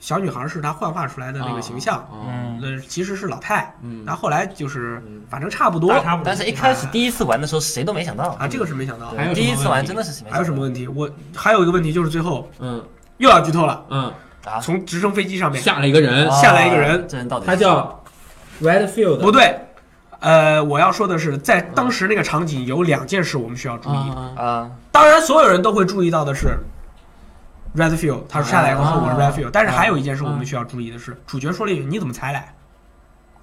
S3: 小女孩是他幻化出来的那个形象，
S1: 啊，
S4: 嗯，
S3: 呃，其实是老太。
S1: 嗯，
S3: 然后后来就是
S1: 嗯，
S3: 反正差不多
S2: 大差不多。
S4: 但是一开始第一次玩的时候谁都没想到
S3: 啊，这个是没想到
S1: 对。还有
S4: 第一
S1: 什么
S4: 次
S1: 问
S4: 玩
S1: 题
S4: 真的是没想到
S3: 还有什么问题？我还有一个问题就是最后
S1: 嗯
S3: 又要剧透了，
S1: 嗯，
S4: 啊？
S3: 从直升飞机上面
S1: 下了一个人，
S4: 啊
S3: 下来一个人
S4: 这人到底是
S1: 他叫 Redfield，
S3: 不对，呃，我要说的是，在当时那个场景有两件事我们需要注意。
S1: 啊，
S4: 啊，
S3: 当然，所有人都会注意到的是，Redfield，他下来以后说我是
S4: 啊
S3: Redfield，但是还有一件事
S1: 啊
S3: 我们需要注意的是，主角说了一句你怎么才来？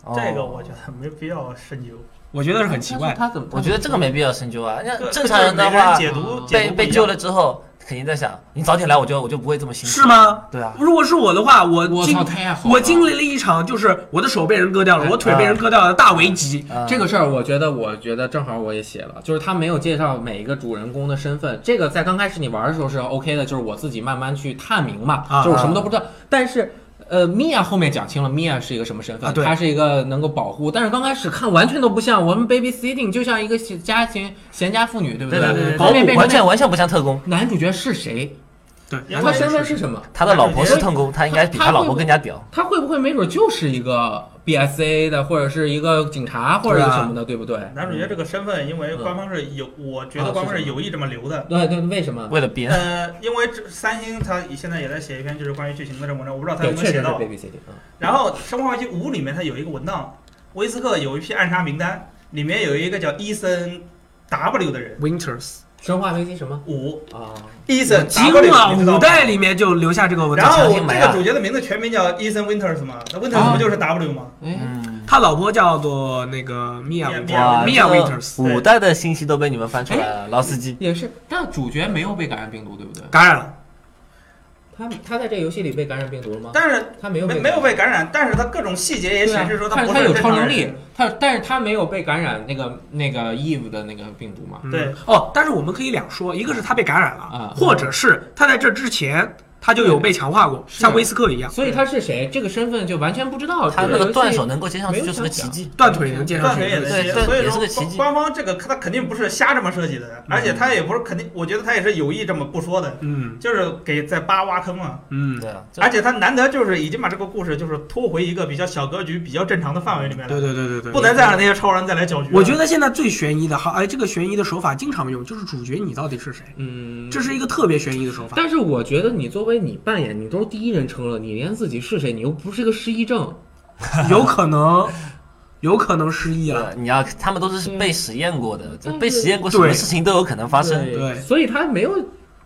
S4: 哦
S2: 这个我觉得没必要深究。
S3: 我觉得是很奇怪的。
S1: 他怎么？
S4: 我觉得这个没必要深究啊。那
S2: 这
S4: 正常人的
S2: 这就是
S4: 话嗯
S2: 每，个人解读解
S4: 被
S2: 读不一样
S4: 被救了，之后，肯定在想，你早点来，我就我就不会这么辛苦。
S3: 是？吗？
S4: 对啊，
S3: 如果是我的话，我
S1: 我
S3: 经
S1: 操，太好了！
S3: 我经历了一场就是我的手被人割掉了，我腿被人割掉了的大危机。
S1: 嗯
S4: 啊
S1: 这个事儿，我觉得，我觉得正好我也写了，就是他没有介绍每一个主人公的身份，这个在刚开始你玩的时候是 OK 的，就是我自己慢慢去探明嘛，
S3: 啊
S1: 就是我什么都不知道。但是，呃，米娅后面讲清了，米娅是一个什么身份？
S3: 啊对
S1: 她是一个能够保护，但是刚开始看完全都不像我们 baby sitting，就像一个家庭闲家妇女，对不
S2: 对
S1: 对
S2: 对对对
S1: 后面变
S4: 哦完
S1: 成
S4: 全完全不像特工，
S1: 那男主角是谁，
S3: 对，
S2: 因为
S1: 他身份是什么？
S4: 他的老婆是特工，他应该比他老婆更加屌。
S1: 他会不会没准就是一个 BSA 的，或者是一个警察，或者一个什么的，对不对？
S2: 男主角这个身份，因为官方是有，我觉
S1: 啊
S2: 得官方
S1: 是
S2: 是
S1: 什么
S2: 有意这么留的。
S1: 对对，为什么？
S4: 为了别人，
S2: 呃，因为这三星他现在也在写一篇就是关于剧情的这种文章，我不知道他有
S1: 对，
S2: 没
S1: 确
S2: 有
S1: 实
S2: 写
S1: 是
S2: 到。
S1: Baby City 啊。
S2: 然后《生化危机五》里面它有一个文档，威斯克有一批暗杀名单，里面有一个叫伊森 W 的人。
S3: Winters
S1: 生化危机什么
S2: 五
S1: 啊？
S2: 伊森
S3: 惊
S2: W，
S3: 了，
S2: 你知道
S3: 五
S2: 吗
S3: 代里面就留下这个文
S2: 然
S3: 档。
S2: 后
S4: 强行
S2: 这
S4: 买
S2: 个
S4: 啊
S2: 主角的名字全名叫伊森 Winters 嘛，那 Winters
S1: 啊
S2: 不就是 W 吗？
S1: 哎，
S4: 嗯，
S3: 他老婆叫做那个 Mia
S2: Mia- 哇
S3: Mia
S4: 这个
S3: Winters
S4: 五代的信息都被你们
S1: 哎
S4: 翻出来了，老司机。
S1: 也是，但主角没有被感染病毒，对不对？
S3: 感染了。
S1: 他他在这游戏里被感染病毒了吗？
S2: 但是
S1: 他没有
S2: 没
S1: 被
S2: 没有被感染，但是他各种细节也
S1: 对啊
S2: 显示说
S1: 但
S2: 不
S1: 是
S2: 是
S1: 他有
S2: 正
S1: 超
S2: 常
S1: 能
S2: 人
S1: 力，，他但是他没有被感染那个那个 Eve 的那个病毒嘛？
S3: 嗯
S2: 对
S3: 哦，但是我们可以两说，一个是他被感染了，
S1: 啊
S3: 或者是他在这之前他就有被强化过，
S1: 是
S3: 像威斯克一样，
S1: 所以他是谁？这个身份就完全不知道。
S4: 他
S1: 这
S4: 那个
S1: 游戏
S4: 断手能够接上
S1: 没
S4: 去
S1: 有
S4: 就是个
S1: 想
S4: 奇
S1: 讲
S4: 迹。
S3: 断腿能接上
S2: 断
S3: 去
S2: 腿也能
S4: 对
S2: 接，
S4: 对
S2: 所以
S4: 也是
S2: 说
S4: 个奇迹
S2: 官方这个他肯定不是瞎这么设计的，而且他也不是肯定，我觉得他也是有意这么不说的，
S3: 嗯
S2: 就是给在扒挖坑嘛。
S3: 嗯，
S4: 对啊，这
S2: 而且他难得就是已经把这个故事就是拖回一个比较小格局、比较正常的范围里面
S3: 对
S2: 了，
S3: 对对对对，
S2: 不能再让那些超人再来搅局了。
S3: 我觉得现在最悬疑的，好，哎，这个悬疑的手法经常用，就是主角你到底是谁，
S1: 嗯，
S3: 这是一个特别悬疑的手法。
S1: 但是我觉得你作为你扮演，你都是第一人称了，你连自己是谁，你又不是个失忆症，
S3: 有可能，有可能失忆了。
S4: 对啊你要他们都是被实验过的，就
S1: 但
S4: 被
S1: 是
S4: 实验过，什么
S3: 对
S4: 事情都有可能发生。
S3: 对
S1: 所以他没有，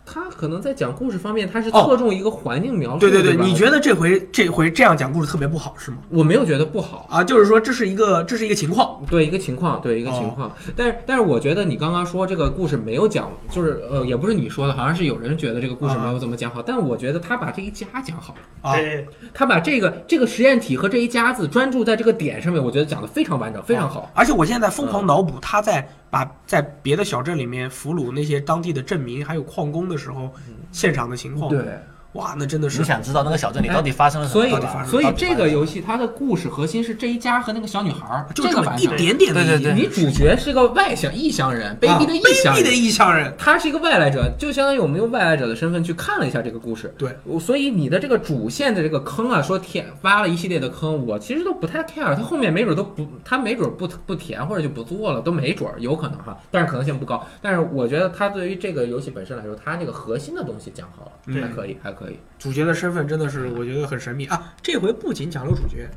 S1: 他可能在讲故事方面，他是
S3: 哦
S1: 侧重一个环境描述。
S3: 对对对，
S1: 吧
S3: 你觉得这回这回这样讲故事特别不好是吗？
S1: 我没有觉得不好。
S3: 啊，就是说这是一个这是一个情况，
S1: 对一个情况，对一个情况，但是但是我觉得你刚刚说这个故事没有讲，就是呃，也不是你说的，好像是有人觉得这个故事没有怎么讲好，但我觉得他把这一家讲好了，
S3: 啊
S2: 对，
S1: 他把这个这个实验体和这一家子专注在这个点上面，我觉得讲的非常完整，非常好。
S3: 而且我现在疯狂脑补他在把在别的小镇里面俘虏那些当地的镇民还有矿工的时候现场的情况。，
S1: 对，
S3: 哇，那真的是
S4: 你想知道那个小镇里到底发生了什么？
S1: 所以
S3: 到底发生了
S1: 哎所以
S4: 到底发
S1: 这
S4: 生
S1: 个
S4: 了
S1: 游戏它的故事核心是这一家和那个小女孩儿，
S3: 就
S1: 这
S3: 这
S1: 个
S3: 么
S1: 完
S3: 一
S1: 整。
S3: 点点的
S4: 对对
S3: 意义
S4: 对
S1: 女主角是个外乡异乡人，卑
S3: 啊
S1: 鄙的异乡
S3: 卑鄙的
S1: 人。
S3: 异乡人，
S1: 她是一个外来者，就相当于我们用外来者的身份去看了一下这个故事。
S3: 对
S1: 我，所以你的这个主线的这个坑啊，说填挖了一系列的坑，我其实都不太 care。他后面没准都不，他没准不不填或者就不做了，都没准儿有可能哈，但是可能性不高。但是我觉得他对于这个游戏本身来说，他这个核心的东西讲好了，
S3: 嗯
S1: 还可以，还可以。
S3: 主角的身份真的是我觉得很神秘啊！这回不仅讲了主角，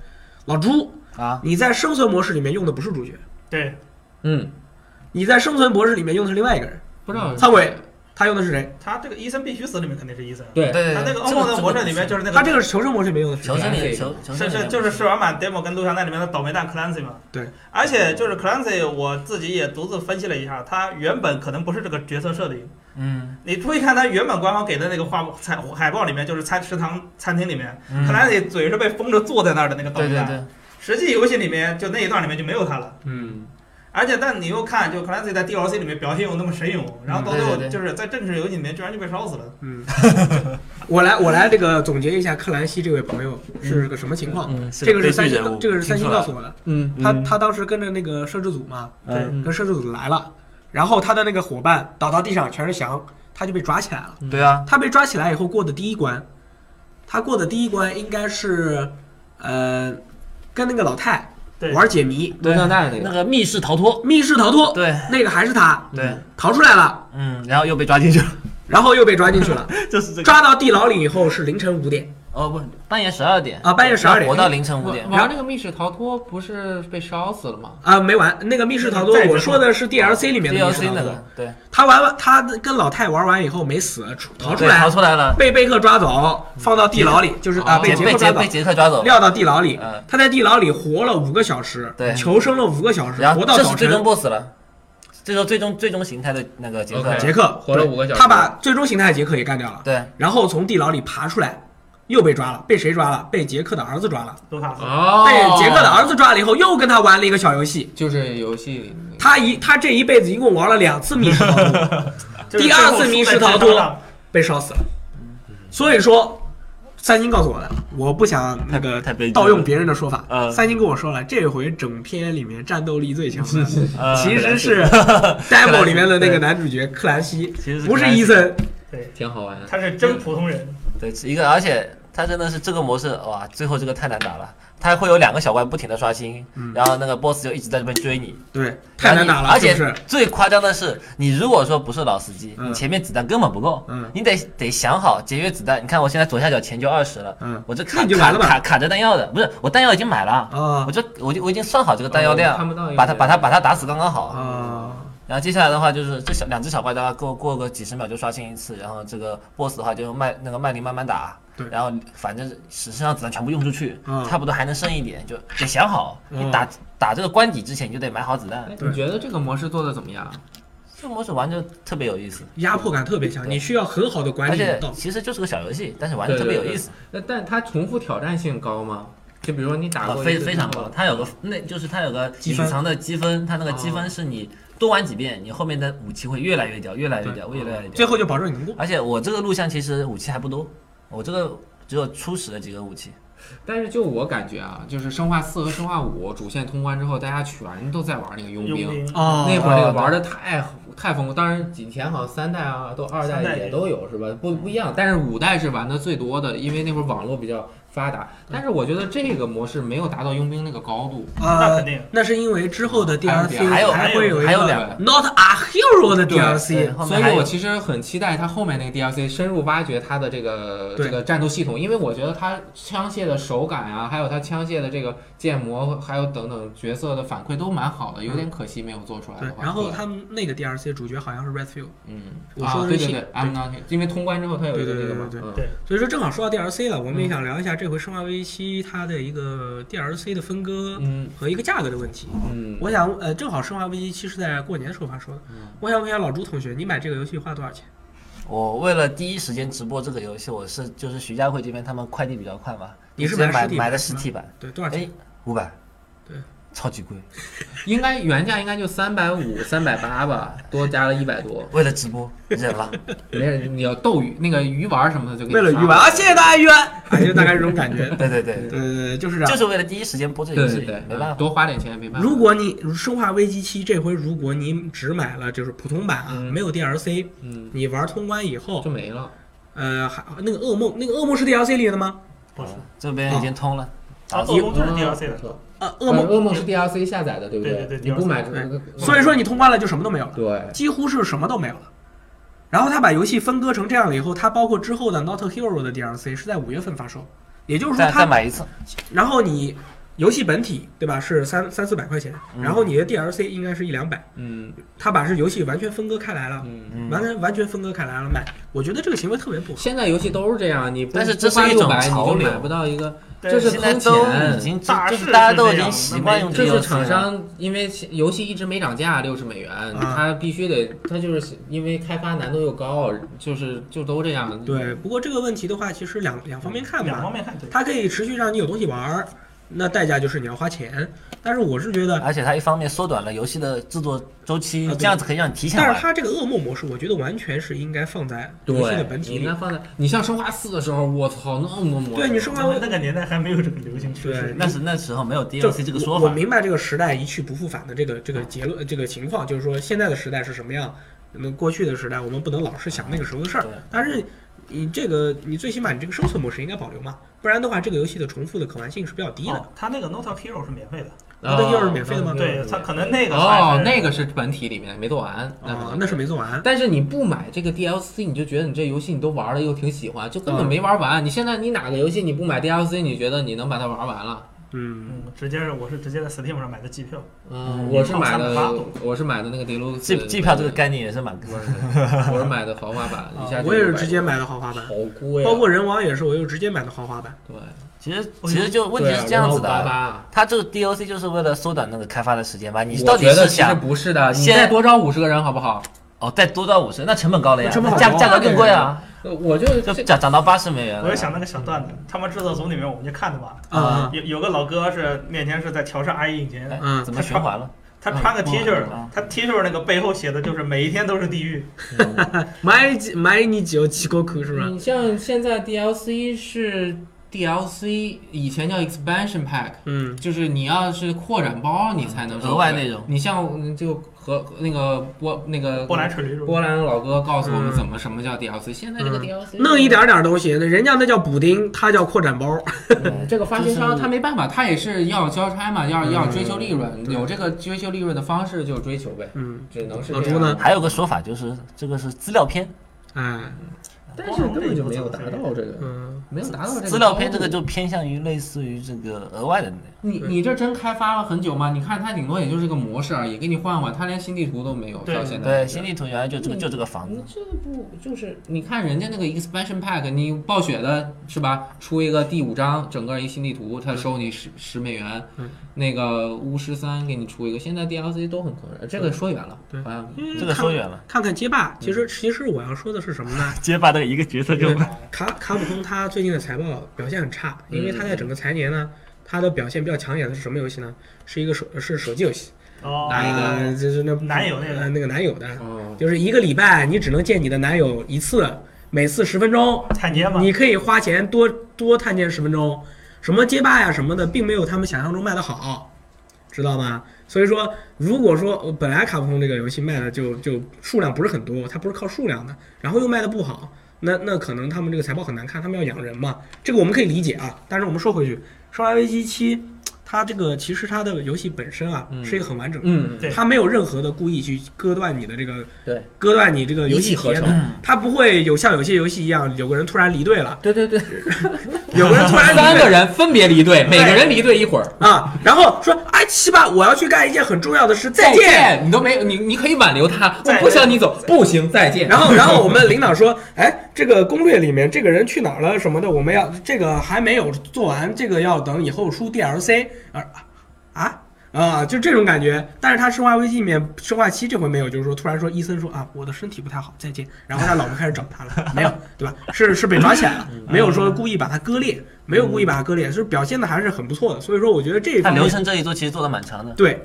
S3: 老朱，
S4: 啊，
S3: 你在生存模式里面用的不是主角，
S2: 对，
S1: 嗯，
S3: 你在生存模式里面用的是另外一个人，
S1: 不知道
S3: 参伟他用的是谁？
S2: 他这个医生必须死里面肯定是医生，
S1: 对
S4: 对对对，
S2: 他那个欧
S4: 这
S2: 梦的模式
S4: 这
S2: 里面就是那个
S3: 他这个是求生模式里面用的是谁
S4: 求生里
S1: 对
S4: 求求生
S2: 是
S4: 里
S2: 是
S4: 面
S2: 就是试玩版 demo 跟录像带里面的倒霉蛋 Clancy 嘛。
S3: 对，
S2: 而且就是 Clancy，我自己也独自分析了一下，他原本可能不是这个角色设定。
S4: 嗯
S2: 你注意看他原本官方给的那个画彩海报里面，就是餐食堂餐厅里面
S4: 嗯
S2: Clancy 嘴是被封着坐在那儿的那个倒
S4: 对
S2: 霉
S4: 对
S2: 蛋。
S4: 对，
S2: 实际游戏里面就那一段里面就没有他了。
S3: 嗯，
S2: 而且，但你又看，就 Clancy 在 DLC 里面表现又那么神勇，然后到最
S4: 对对
S2: 后
S4: 对
S2: 就是在正式游戏里面居然就被烧死了。
S3: 嗯 我来我来这个总结一下，克兰西这位朋友是个什么情况？
S6: 嗯，
S3: 这个
S6: 悲
S3: 是
S6: 剧
S3: 三星
S6: 人物，
S3: 这个是三
S6: 听
S3: 星
S6: 出
S3: 告
S6: 来
S3: 诉我的，
S1: 嗯
S3: 他
S6: 嗯
S3: 他当时跟着那个摄制组嘛，
S2: 对
S1: 哎
S6: 嗯
S3: 跟摄制组来了，然后他的那个伙伴倒到地上全是翔，他就被抓起来了。
S4: 对啊，
S3: 他被抓起来以后过的第一关，他过的第一关应该是，呃，跟那个老太
S2: 对
S3: 玩解谜，
S1: 录像带那
S4: 那
S1: 个，
S4: 个密室逃脱，
S3: 密室逃脱，
S4: 对
S3: 那个还是他
S4: 对，
S3: 逃出来了，
S4: 嗯，然后又被抓进去了，
S3: 然后又被抓进去了，
S6: 就是这个
S3: 抓到地牢里以后是凌晨五点
S4: 哦不，半夜十二点
S3: 啊，半夜十二点，嗯
S4: 活到凌晨五点，
S1: 玩那个密室逃脱不是被烧死了吗？
S3: 啊，没完。那个密室逃脱
S2: 再，折
S3: 我说的是 DLC 里面的密啊室
S4: DLC
S3: 逃
S4: 那
S3: 脱
S4: 个。对
S3: 他玩完，他跟老太玩完以后没死，出逃出
S4: 对
S3: 来，
S4: 逃出来了，
S3: 被贝克抓走，放到地牢里，就是啊，
S1: 哦
S3: 被
S4: 被
S3: 杰
S4: 被
S3: 克抓
S4: 杰
S3: 走
S4: 被，杰克抓走，
S3: 撂到地牢里
S4: 嗯。
S3: 他在地牢里活了五个小时，
S4: 对
S3: 求生了五个小时，
S4: 然
S3: 活
S4: 后
S3: 到
S4: 这
S3: 早
S4: 是最终
S3: 晨。
S4: BOSS 了，这是最终最终形态的那个杰克
S1: OK
S4: 了，
S3: 杰克
S1: 活了
S3: 对
S1: 五个小时
S3: 他把最终形态杰克也干掉了，
S4: 对，
S3: 然后从地牢里爬出来，又被抓了，被谁抓了？被杰克的儿子抓了，
S2: 卢卡斯，
S1: 哦
S3: 被杰克的儿子抓了以后，又跟他玩了一个小游戏。
S1: 就是游戏里那个
S3: 他一他这一辈子一共玩了两次密室逃脱，
S2: 就是
S3: 第二次密室逃脱
S2: 最后输在智商上
S3: 被烧死了。所以说，三星告诉我的，我不想那个
S6: 太太悲剧了
S3: 盗用别人的说法。
S6: 嗯
S3: 三星跟我说了，这回整片里面战斗力最强的
S6: 呃
S3: 其实是 demo 里面的那个男主角克兰西，
S6: 其实
S3: 不是
S6: 克兰西
S3: 伊森。
S2: 对，
S1: 挺好玩的。嗯
S2: 他是真普通人。
S4: 对，是一个，而且它真的是这个模式，哇，最后这个太难打了。它会有两个小怪不停的刷新，然后那个 boss 就一直在这边追你，
S3: 对，嗯太难打了，
S4: 而
S3: 是
S4: 且
S3: 不是？
S4: 最夸张的是，你如果说不是老司机，
S3: 嗯
S4: 你前面子弹根本不够，
S3: 嗯
S4: 你得得想好节约子弹。你看我现在左下角钱就二十了，
S3: 嗯
S4: 我这
S3: 那
S4: 卡
S3: 你就完
S4: 卡
S3: 了吧
S4: 卡卡着弹药的，不是我弹药已经买了，
S3: 啊
S4: 我这我就我已经算好这个弹药量，
S1: 哦看不到有
S4: 把它
S1: 没有
S4: 把它把它打死刚刚好。
S3: 啊，
S4: 然后接下来的话就是这小两只小怪，大概过过个几十秒就刷新一次，然后这个 boss 的话就用麦那个麦林慢慢打，
S3: 对
S4: 然后反正身上子弹全部用出去，
S3: 嗯
S4: 差不多还能剩一点，就得想好，
S3: 嗯
S4: 你打打这个关底之前你就得买好子弹
S1: 哎，
S3: 对
S1: 你觉得这个模式做的怎么样？啊
S4: 这个模式玩着特别有意思，
S3: 压迫感特别强，
S4: 对
S3: 你需要很好的管
S4: 而
S3: 理你的
S4: 且
S3: 道具。
S4: 其实就是个小游戏，但是玩着特别有意思，
S1: 那但它重复挑战性高吗？就比如说你打
S4: 啊，
S1: 过一
S4: 非
S1: 次
S4: 非常
S1: 之后
S4: 高。它有个那就是它有个
S3: 积
S4: 隐
S3: 分
S4: 藏的积分，它那个积
S3: 哦
S4: 分是你多玩几遍，你后面的武器会越来越屌，越来越
S3: 对
S4: 屌，越来越屌。
S3: 最后就保证你能过。
S4: 而且我这个录像其实武器还不多，我这个只有初始的几个武器。
S1: 但是就我感觉啊，就是生化四和生化五主线通关之后，大家全都在玩那个佣
S2: 佣兵，
S3: 哦
S1: 那会儿那个
S4: 哦
S1: 玩的太太疯狂，当然以前好像三代啊，都二
S2: 三
S1: 代
S2: 代
S1: 也
S2: 也
S1: 都有是吧？不不一样，但是五代是玩的最多的，因为那会儿网络比较发达。但是我觉得这个模式没有达到佣兵那个高度，
S2: 那
S3: 啊
S2: 肯，定
S3: 那是因为之后的 DLC
S4: 还有
S3: 还会有一
S4: 还有
S3: 个
S4: 两个
S3: Not a Hero 的
S1: 对
S3: DLC，
S4: 后
S1: 所
S4: 面
S1: 以
S4: 还
S1: 我
S4: 有
S1: 其实很期待它后面那个 DLC 深入挖掘它的这个
S3: 对
S1: 这个战斗系统，因为我觉得它枪械的手感啊，还有它枪械的这个建模，还有等等角色的反馈都蛮好的，有点可惜没有做出来
S3: 嗯对
S1: 的，话。
S3: 然后他们那个 DLC 主角好像是 Redfield，
S1: 嗯，
S3: 我
S1: 啊
S3: 说的
S1: 对对
S3: 是新
S1: 对，I'm not，here，因为通关之后它有一个这个嘛，
S3: 对对对对
S1: 嗯
S3: 所以说正好说到 DLC 了，我们也想聊一下这回《生化危机七》它的一个 DLC 的分割
S1: 嗯
S3: 和一个价格的问题。
S1: 嗯，
S3: 我想，呃，正好《生化危机七》是在过年的时候发售的，我想问一下老朱同学，你买这个游戏花多少钱？
S4: 我为了第一时间直播这个游戏，我是就是徐家汇这边他们快递比较快嘛，
S3: 你是
S4: 直接
S3: 买实
S4: 买
S3: 体版
S4: 的
S3: 是
S4: 实
S3: 吗
S4: 体版，
S3: 对，多少钱？
S4: 哎，五百，
S3: 对，
S4: 超级贵。
S1: 应该原价应该就三百五、三百八吧，多加了一百多。
S4: 为了直播忍 了，
S1: 没事，你要斗鱼那个鱼丸什么的就给你刷了，
S3: 啊，谢谢大家鱼丸，哎，就大概这种感觉。
S4: 对对对，
S3: 对对对，就是啊这
S4: 就
S3: 样。
S4: 是为了第一时间播这个
S1: 对
S4: 游
S1: 对
S4: 戏
S1: 对，，
S4: 没办法。
S1: 多花点钱也没办法。
S3: 如果你《生化危机七》这回如果你只买了就是普通版啊，
S1: 嗯
S3: 没有 DLC，
S1: 嗯，
S3: 你玩通关以后
S1: 就，没了。
S3: 呃，还那个噩梦，那个噩梦是 DLC 里的吗？
S2: 不是
S4: 嗯。这边已经通了，
S2: 啊，做工就是
S1: 嗯
S2: DLC 的，
S3: 啊，噩
S1: 噩
S3: 梦。
S1: 呃噩梦是 DLC 下载的，对不
S2: 对对对
S1: 你不买这
S3: 对
S1: 个，
S3: 所以说你通关了就什么都没有了，
S1: 对
S3: 几乎是什么都没有了。然后他把游戏分割成这样了以后，它包括之后的 Not a Hero 的 DLC 是在五月份发售，也就是说
S4: 再再
S3: 它，
S4: 买一次，
S3: 然后你游戏本体对吧是三三四百块钱，
S4: 嗯
S3: 然后你的 DLC 应该是一两百，
S1: 嗯
S3: 他把这游戏完全分割开来了，
S1: 嗯。
S4: 嗯
S3: 完全完全分割开来了卖，我觉得这个行为特别不好。
S1: 现在游戏都是这样，你不
S4: 但是
S1: 不
S4: 这
S1: 花
S4: 是一
S1: 六
S4: 种
S1: 百你
S4: 潮
S1: 就
S4: 流
S1: 买不到一个，
S2: 对
S1: 这是
S4: 现在
S1: 坑
S4: 都
S1: 钱
S4: 已经，
S2: 大
S4: 就
S2: 势
S4: 是大家
S2: 是
S4: 都已
S2: 这
S4: 经
S2: 样
S4: 习
S2: 那
S4: 惯
S2: 没
S4: 用
S1: 这
S4: 个
S1: 是
S4: 游戏
S1: 厂
S4: 了。
S1: 商，因为游戏一直没涨价，六十美元，
S3: 啊
S1: 它必须得，它就是因为开发难度又高，就是就都这
S4: 嗯
S1: 样。
S3: 对，不过这个问题的话，其实两两方面看吧，
S2: 两方面看对。
S3: 它可以持续让你有东西玩儿，那代价就是你要花钱。但是我是觉得，
S4: 而且它一方面缩短了游戏的制作周期
S3: 啊，对
S4: 这样子可以让你提前
S3: 但
S4: 玩
S3: 是。它这个噩梦模式，我觉得完全是应该放在游戏的
S1: 对，
S3: 本
S1: 你
S3: 体
S1: 应
S3: 里
S1: 该。放在你像生化四的时候，我操，那么多魔，
S3: 对，你生化
S2: 那个年代还没有这个流行趋势，
S3: 对
S4: 那是那时候没有
S3: 就
S4: DLC 这个说
S3: 我我
S4: 法，
S3: 明白这个时代一去不复返的这个这个结论这个情况，就是说现在的时代是什么样，那过去的时代我们不能老是想那个时候的事儿
S4: 对。
S3: 但是你这个你最起码你这个生存模式应该保留嘛，不然的话这个游戏的重复的可玩性是比较低的
S2: 哦。它那个 Nota Hero 是免费的，
S1: 啊
S3: 那又是免费的吗
S2: 对它可能那个
S1: 哦
S2: 还，
S1: 那个是本体里面没做完，那
S3: 啊，那是没做完。
S1: 但是你不买这个 DLC，你就觉得你这游戏你都玩了，又挺喜欢，就根本没玩完。你现在你哪个游戏你不买 DLC，你觉得你能把它玩完了？
S3: 嗯，
S2: 嗯，直接是我是直接在 Steam 上买的机票，
S1: 嗯，我是买
S2: 好
S1: 的
S2: 380，
S1: 我是买的那个 DLC
S4: 机机票这个概念也是蛮贵的。
S1: 我是买的豪华版，一下就
S3: 我也是
S1: 500
S3: 直接买的豪华版
S1: 好，贵啊，
S3: 包括人王也是，我又直接买的豪华版。
S1: 对，
S4: 其实其实就问题是这样子的
S1: 八
S4: 啊，
S1: 八。
S4: 它这个 DLC 就是为了缩短那个开发的时间吧？你
S1: 我
S4: 到底
S1: 觉得
S4: 是
S1: 其实
S4: 想
S1: 不是的，你
S4: 先
S1: 再多招五十个人好不好？
S4: 哦再多到五十，那成本高了呀，
S3: 成本
S4: 那
S3: 好
S4: 价
S3: 高啊
S4: 价格更贵啊，
S1: 呃我就
S4: 就涨涨到八十美元了。
S2: 我就想那个小段子，他们制作组里面我们就看的嘛，
S3: 啊
S2: 有有个老哥是面前是在调试 IE 引擎，
S4: 哎，怎么循环了？
S2: 他穿个 T 恤
S4: 嗯嗯，
S2: 他 T 恤那个背后写的就是每一天都是地狱，
S3: 买几买你几有几口苦是吧？
S1: 你像现在 DLC 是 DLC，以前叫 expansion pack，
S3: 嗯，
S1: 就是你要是扩展包，你才能
S4: 额外内容
S1: 你像嗯就和那个波那
S4: 嗯
S1: 个
S2: 波兰锤
S1: 波兰老哥告诉我们
S3: 嗯
S1: 怎么什么叫 DLC，现在这个
S3: 嗯
S1: DLC
S3: 弄一点点东西，人家那叫补丁，他叫扩展包。
S1: 嗯这个发行商他没办法，他也是要交差嘛，要要追求利润，有这个追求利润的方式就追求呗，
S3: 嗯，
S1: 只能是
S3: 老
S1: 这
S3: 朱
S1: 样
S3: 呢
S4: 还有个说法就是这个是资料片，
S3: 哎，
S1: 但是根本就没有
S2: 哦
S1: 达到这个，
S3: 嗯，
S1: 没有达到这个哦
S4: 资料片
S1: 高
S4: 这
S1: 度嗯
S4: 个就偏向于类似于这个额外的内容。
S1: 你你这真开发了很久吗？你看它顶多也就是个模式而已，给你换换，它连新地图都没有。
S2: 对
S1: 到现在
S4: 对，新地图原来就这个
S1: 嗯
S4: 就这个房
S1: 你
S4: 子，
S1: 这不就是你看人家那个 expansion pack，你暴雪的是吧？出一个第五章，整个一新地图，他收你十十美元。
S3: 嗯
S1: 那个巫师三给你出一个，现在 DLC 都很坑人。这个说远了，
S3: 对
S1: 好像
S2: 嗯
S4: 这个说远了。
S3: 看看街霸，其实其实我要说的是什么呢？
S6: 街霸的一个角色就
S3: 对卡卡普空它最近的财报表现很差，因为它在整个财年呢，它的表现比较抢眼的是什么游戏呢？是一个手是手机游戏，
S2: 哦，
S1: 哪一个
S3: 呃就是那
S2: 男友那个
S3: 呃那个男友的，
S1: 哦，
S3: 就是一个礼拜你只能见你的男友一次，每次十分钟，
S2: 产业嘛，
S3: 你可以花钱多多探监十分钟，什么街霸呀什么的，并没有他们想象中卖的好，知道吗？所以说，如果说呃本来卡普空这个游戏卖的就就数量不是很多，它不是靠数量的，然后又卖的不好，那那可能他们这个财报很难看，他们要养人嘛，这个我们可以理解啊。但是我们说回去，《生化危机七》它这个其实它的游戏本身啊、
S1: 嗯
S3: 是一个很完整的，
S1: 嗯，
S2: 对
S3: 它没有任何的故意去割断你的这个
S1: 对
S3: 割断你这个呃游戏体验
S1: 一气呵
S3: 的，它不会有像有些游戏一样，有个人突然离队了。
S1: 对对 对，
S3: 有个人突然
S1: 三个人分别离队，每个人离队一会儿。
S3: 啊，然后说哎七八，我要去干一件很重要的事，再见。
S1: 见，你都没有你，你可以挽留他，我
S2: 再见
S1: 不想你走，不行，再见。
S3: 然后，然后我们领导说，哎，这个攻略里面这个人去哪儿了什么的，我们要这个还没有做完，这个要等以后出 DLC 啊啊啊，就这种感觉。但是他生化危机里面生化七这回没有，就是说突然说医生说啊，我的身体不太好，再见。然后他老婆开始找他了，没有，对吧？是是被抓起来了，没有说故意把他割裂，没有故意把他割裂，就是表现的还是很不错的。所以说，我觉得这 一
S4: 它
S3: 方面
S4: 流程这一做其实做的蛮长的，
S3: 对，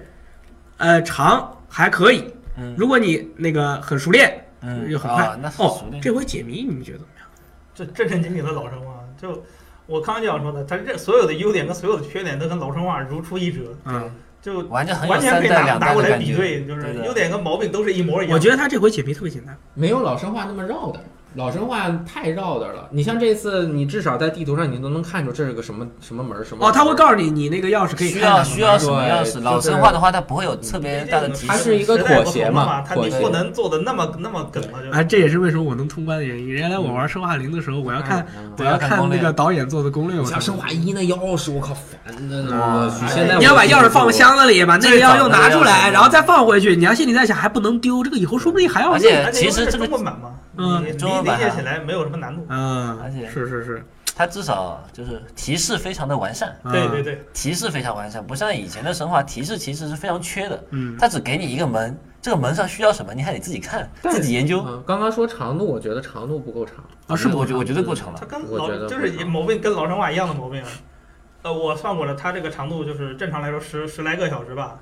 S3: 呃，长还可以。
S4: 嗯
S3: 如果你那个很熟练，
S4: 嗯
S3: 又很快。
S4: 啊，那很
S3: 哦
S4: 熟，练。
S3: 这回解谜你们觉得怎么样？
S2: 这正正经经的老生化，就我刚就想说的，他这所有的优点跟所有的缺点都跟老生化如出一辙，
S3: 嗯，
S2: 就
S4: 玩着很有
S2: 完全
S4: 三
S2: 可以
S4: 代
S2: 拿
S4: 两
S2: 拿
S4: 代
S2: 过
S4: 的
S2: 来
S4: 感
S2: 比
S4: 觉，
S2: 对，
S4: 对
S2: 就是
S4: 的
S2: 优点跟毛病都是一模一样。
S3: 啊我觉得他这回解谜特别简单。
S1: 没有老生化那么绕的，老生化太绕的了。你像这次，你至少在地图上你都能看出这是个什么什么门儿什么
S3: 哦，他会
S1: 诉
S3: 告诉你你那个钥匙可以
S4: 需
S3: 开
S4: 要
S3: 哪
S4: 需要什么
S1: 对
S4: 钥匙？
S1: 就是
S4: 老生化的话，它不会有特别
S2: 嗯
S4: 大的提
S1: 它
S4: 示。
S1: 是一个妥协嘛
S2: 他你
S1: 妥协
S2: 不能做的那么那么梗了，就
S3: 啊，这也是为什么我能通关的原因。原来我玩生化零的时候，我要看我要看那个导演做的攻略，我
S1: 你
S3: 才
S1: 像生化一那钥匙，我靠，烦的我去。
S2: 哎
S1: 现在
S3: 你啊要把钥匙放
S1: 下，
S3: 箱子里，把那个钥匙又拿出
S4: 最早的
S3: 来，
S4: 钥匙
S3: 然后再放回去。你要心里在想，还不能丢，这个以后说不定还要用。
S4: 而且
S2: 而且
S4: 其实
S2: 因为
S4: 这
S2: 是中
S4: 个
S2: 文版嘛，
S3: 嗯
S2: 你你
S4: 中文
S2: 理
S4: 版
S2: 解
S4: 啊
S2: 起来没有什么难度。
S3: 嗯，
S4: 而且
S3: 是是是，
S4: 它至少就是提示非常的完善，
S3: 嗯
S2: 对对，对，
S4: 提示非常完善，不像以前的神话提示其实是非常缺的。
S3: 嗯，
S4: 它只给你一个门，这个门上需要什么，你还得自己看，自己研究。
S1: 嗯，刚刚说长度，我觉得长度不够长
S3: 啊是不
S4: 我觉我觉得够长
S2: 它
S4: 了。
S2: 跟
S1: 我
S2: 老
S1: 觉得
S2: 就是
S1: 不
S2: 也
S1: 长
S2: 毛病跟老生化一样的毛病啊。呃，我算过了，它这个长度就是正常来说十十来个小时吧。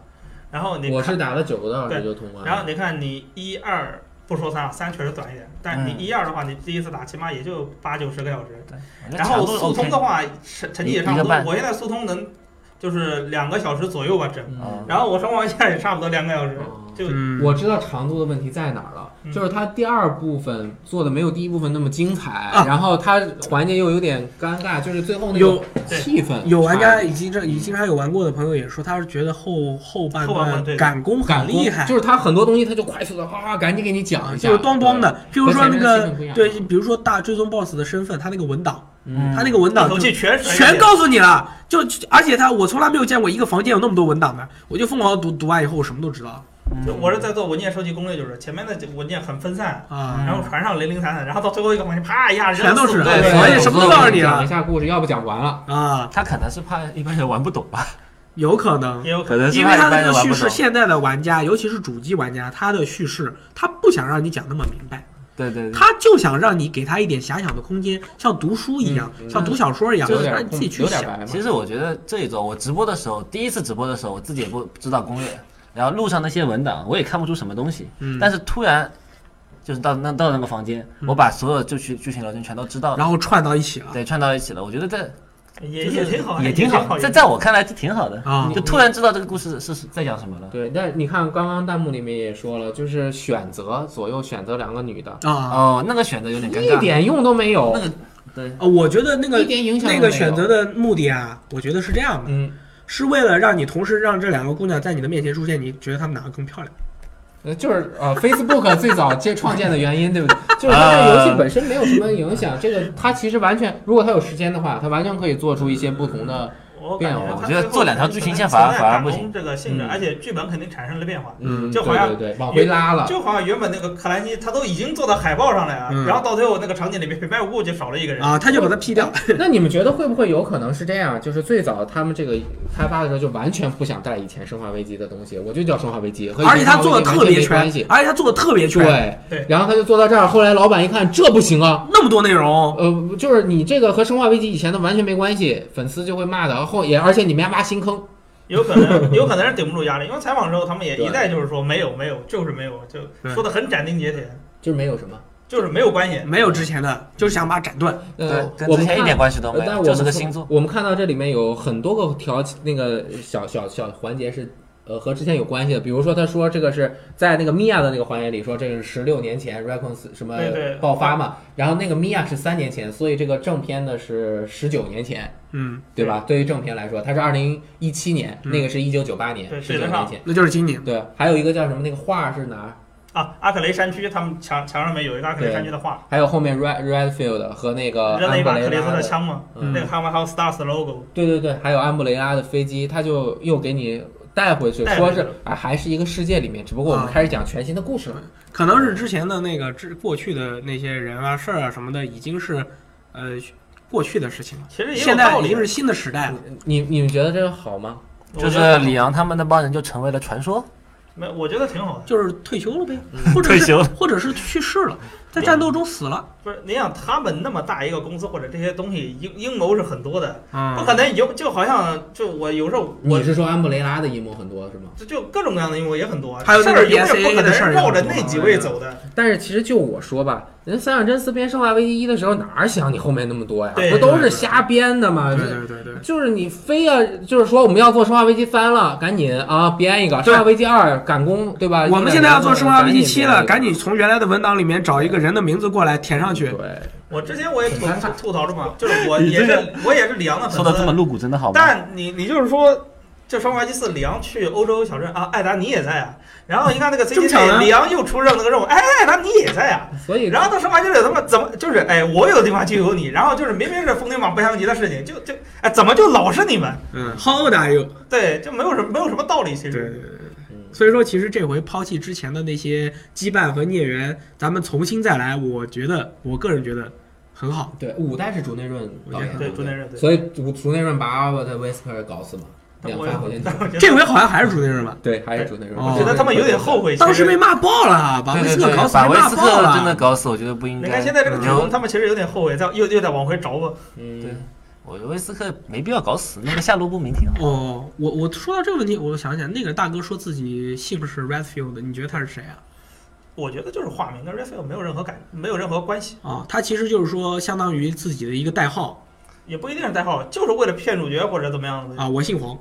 S2: 然后你
S1: 我
S2: 看
S1: 是打了九个多小时
S2: 对
S1: 就通关了。
S2: 然后你看你一二不说三啊，三确实短一点，但你
S4: 嗯
S2: 一二的话，你第一次打起码也就八九十个小时。
S4: 对，
S2: 然后
S4: 我觉得强度是
S2: 速
S4: OK
S2: 通的话，成成绩也差
S4: 一
S2: 不
S4: 个
S2: 多
S4: 半。
S2: 我现在速通能就是两个小时左右吧，整。
S1: 嗯
S3: 啊
S4: 嗯
S2: 然后我生化现在也差不多两个小时，
S1: 哦
S2: 就
S3: 嗯，
S1: 我知道长度的问题在哪儿了，
S2: 嗯
S1: 就是它第二部分做的没有第一部分那么精彩，
S3: 啊
S1: 然后它环节又有点尴尬，就是最后那
S3: 有
S1: 个气氛
S3: 有玩
S1: 差
S3: 家已经这已经还有玩过的朋友也说，他是觉得后后半
S2: 后半
S3: 段
S2: 段对
S3: 赶工
S1: 赶
S3: 很
S1: 工
S3: 厉害，
S1: 就是他很多东西他就快速的啊，赶紧给你讲一下，
S3: 就是咣咣的。譬如说那
S1: 和前面的气
S3: 个
S1: 氛不一样
S3: 对，比如说大追踪 BOSS 的身份，他那个文档，
S1: 嗯，
S3: 他那个文档
S2: 口
S3: 就
S2: 气全甩给
S3: 全
S2: 你
S3: 告诉你了，就就而且他我从来没有见过一个房间有那么多文档的，我就疯狂地读，读完以后我什么都知道了
S2: 就我是在做文件收集攻略，就是前面的文件很分散，
S3: 啊。
S2: 然后船上零零散散，然后到最后一个环节，啪一下扔
S3: 全都是
S2: 四五个
S1: 对
S3: 哎
S1: 所
S3: 而
S1: 以
S3: 且
S1: 我
S3: 什么
S1: 说
S3: 都告诉
S1: 给
S3: 你
S1: 讲一
S3: 了
S1: 下故事，要不讲完了。
S3: 啊，
S4: 他可能是怕一般人玩不懂 吧，
S3: 有可能
S2: 也，有可
S6: 可能是
S3: 因为
S4: 怕
S3: 他那
S4: 一般
S3: 个
S4: 人玩
S3: 叙
S4: 不
S3: 事，
S4: 懂。
S3: 现在的玩家，尤其是主机玩家，他的叙事他不想让你讲那么明白。
S4: 对对对，
S3: 他就想让你给他一点遐想的空间，像读书一样，
S1: 嗯嗯
S3: 像读小说一样，
S1: 有
S3: 让
S1: 点
S3: 你自己去
S1: 有点
S3: 想。
S1: 白嘛，
S4: 其实我觉得这一周我直播的时候，第一次直播的时候，我自己也不知道攻略，然后路上那些文档我也看不出什么东西，
S3: 嗯
S4: 但是突然就是到那到那个房间，我把所有就去剧情流程全都知道了，
S3: 然后串到一起了
S4: 对，串到一起了。我觉得这
S2: 能也也挺好，
S4: 也挺好，在
S2: 也
S4: 在我看来这挺好的
S3: 啊
S4: 就突然知道这个故事是是在讲什么了。
S1: 对，但你看刚刚弹幕里面也说了，就是选择左右选择两个女的，
S3: 啊！
S4: 哦，那个选择有点尴
S1: 一
S4: 尬，
S1: 点用都没有
S4: 那。个对，
S3: 呃我觉得那个
S1: 一点影响都
S3: 那
S1: 没有
S3: 个选择的目的啊，我觉得是这样的，
S1: 嗯，
S3: 是为了让你同时让这两个姑娘在你的面前出现，你觉得她们哪个更漂亮？
S1: 呃，就是呃，Facebook 最早接创建的原因，对 不对？就是它对
S3: 啊
S1: 游戏本身没有什么影响。这个它其实完全，如果它有时间的话，它完全可以做出一些不同的。
S2: 我
S1: 变
S2: 感
S1: 化
S2: 觉
S1: 我
S2: 他
S4: 啊觉得
S2: 最后
S4: 做两条
S2: 可能
S4: 剧情线
S2: 存
S4: 反而
S2: 在
S4: 反而
S2: 打
S4: 不
S2: 工
S4: 行
S2: 这个性质，
S1: 嗯
S2: 而且剧本肯定产生了变化。
S1: 嗯，
S2: 就
S1: 对
S2: 好像
S1: 对对，往回拉了。
S2: 就好像原本那个克兰西他都已经做到海报上了呀，
S3: 嗯
S2: 然后到最后那个场景里面平白无故就少了一个人。
S3: 啊，他就把它 P 掉。
S1: 那你们觉得会不会有可能是这样？就是最早他们这个开发的时候就完全不想带以前《生化危机》的东西，我就叫《生化危机》，和以前
S3: 而且他
S1: 生化
S3: 做的
S1: 危机
S3: 特
S1: 完全
S3: 别
S1: 没
S3: 全
S1: 关系，。
S3: 而且他做的特别全，
S1: 对
S2: 对
S1: 然后他就做到这儿，后来老板一看这不行啊，
S3: 那么多内容，
S1: 呃，就是你这个和《生化危机》以前的完全没关系，粉丝就会骂的，后也而且你们还挖新坑，
S2: 有可能，有可能是顶不住压力，因为采访的时候他们也
S1: 对
S2: 一再就是说没有没有，就是没有，就
S3: 对
S2: 说的很斩钉截铁，
S1: 就是没有什么。
S2: 就是没有关系。
S3: 没有之前的，就是想把它斩断。
S1: 呃，
S4: 跟
S1: 我
S4: 之
S1: 们
S4: 前一
S1: 看
S4: 点关系都没
S1: 呃但
S4: 有，
S1: 我
S4: 就是
S1: 们
S4: 个
S1: 看
S4: 新作。
S1: 我们看到这里面有很多个条那个小小小环节是。呃，和之前有关系的，比如说他说这个是在那个米娅的那个环节里说这个是十六年前 Recon 什么
S2: 对对
S1: 爆发嘛，然后那个米娅是三年前，所以这个正片呢是十九年前，
S3: 嗯，
S1: 对吧？对于正片来说，它是二零一七年，
S3: 嗯
S1: 那个是一九九八年
S2: 对，
S1: 十九
S2: 对得
S1: 年
S2: 上
S1: 前。
S3: 那就是今年。
S1: 对，还有一个叫什么那个画是哪儿？
S2: 啊，阿克雷山区他们墙墙上面有一个阿克雷山区的画，
S1: 还有后面 Red Redfield 和那个
S2: 扔了
S1: 呃安
S2: 一
S1: 布
S2: 把
S1: 雷
S2: 克雷斯
S1: 拉
S2: 的
S1: 的
S2: 枪嘛，
S1: 嗯
S2: 那个他们还有 Stars 的 logo，
S1: 对对对，还有安布雷拉的飞机，他就又给你带回去，
S2: 带回
S1: 说
S2: 去
S1: 是啊，还是一个世界里面，只不过我
S3: 啊
S1: 们开始讲全新的故事了。
S3: 可能是之前的那个之过去的那些人啊、事儿啊什么的，已经是呃过去的事情了。
S2: 其实也有
S3: 现
S2: 道
S3: 在已
S2: 理
S3: 经。是新的时代了。
S1: 你你们觉得这个好吗？
S2: 我
S4: 就
S2: 觉得
S4: 是李阳他们那帮人就成为了传说，
S2: 没，我觉得挺好的。
S3: 就是退休了呗，
S1: 嗯
S3: 或者
S6: 退
S3: 是
S6: 休了
S3: 或者是去世了，在战斗中死了。
S2: 不是，你想他们那么大一个公司或者这些东西阴阴谋是很多的，不
S3: 嗯，
S2: 可能有就好像就我有时候我
S1: 你是说安布雷拉的阴谋很多是吗？
S2: 就就各种各样的阴谋也很多，啊
S3: 还有
S2: 事
S3: 那
S2: 儿
S3: 种
S2: 永远
S3: BSAA
S2: 不可
S3: 的事儿
S2: 能
S3: 也很
S2: 绕着
S3: 多
S2: 那几
S3: 哎
S2: 位
S3: 呀
S2: 走的。
S1: 但是其实就我说吧，人三上真司编《生化危机一》的时候哪儿想你后面那么多呀？
S2: 对
S1: 不都是瞎编的吗？
S3: 嗯对对对对，
S1: 就是你非要，就是说我们要做《生化危机三》了，赶紧啊编一个《生化危机二》，赶工对
S4: 啊
S1: 吧？
S3: 我们现在要做《生化危机七》了，赶
S1: 紧
S3: 紧从原来的文档里面找一个人的名字过来填上
S1: 编一
S3: 去
S1: 个。对，
S2: 我之前我也吐
S1: 很尴尬
S2: 吐槽着嘛，就是我
S6: 你
S2: 也
S6: 这个
S2: 是我也是里昂的粉丝，
S6: 说的这么露骨，真的好吗？
S2: 但你你就是说，就《生化危机四》，里昂去欧洲小镇啊，艾达尼也在啊。然后一看那个
S3: 这么巧呢哎
S2: CGC，里昂又出任那个任务，哎，艾达尼也在啊。
S1: 所以
S2: 然后到《生化危机六》，他们怎么就是哎，我有地方就有你，然后就是明明是风天榜不相及的事情，就就哎，怎么就老是你们？
S3: 嗯，How old are you？
S2: 对，就没有什么没有什么道理，其
S3: 对对对
S2: 实。
S3: 对。
S1: 嗯
S3: 所以说，其实这回抛弃之前的那些羁绊和孽缘，咱们重新再来，我觉得，我个人觉得很好。
S1: 对，五代是竹内润导演的，
S2: 对，朱
S1: 不
S2: 内润，对。
S1: 所以竹竹内润把我的 Whisper 搞死嘛，
S2: 但
S1: 两
S2: 我
S1: 发火 箭
S2: 但
S4: 嗯
S2: 我觉得
S3: 这回好像还是主内人 吧？
S1: 对，还是竹内润。
S3: 哦
S2: 我觉得他们有点后悔，
S3: 当时
S2: 其
S3: 被
S2: 实。
S3: 骂爆了，啊把
S4: 对
S3: 威
S4: 啊对
S3: 斯特
S4: 对
S3: 搞，死
S4: 把
S3: 被
S4: 维
S3: 骂
S4: 斯
S3: 爆
S4: 特
S3: 了。
S4: 真的搞死，我觉得不应
S2: 你
S4: 该
S2: 看。现在这个
S4: 嗯
S2: 剧情，他们其实有点后悔，在又又在往回找吧。
S4: 对
S1: 嗯，，
S4: 我觉得威斯克没必要搞死，那个下落不明挺好。
S3: 哦，我我说到这个问题，我想起来，那个大哥说自己姓是 Redfield，你觉得他是谁啊？
S2: 我觉得就是化名跟 Raphael 没有任何感，没有任何关系，
S3: 啊、他其实就是说，相当于自己的一个代号
S2: 也不一定是代号，就是为了骗主角或者怎么样的。
S3: 啊，我姓黄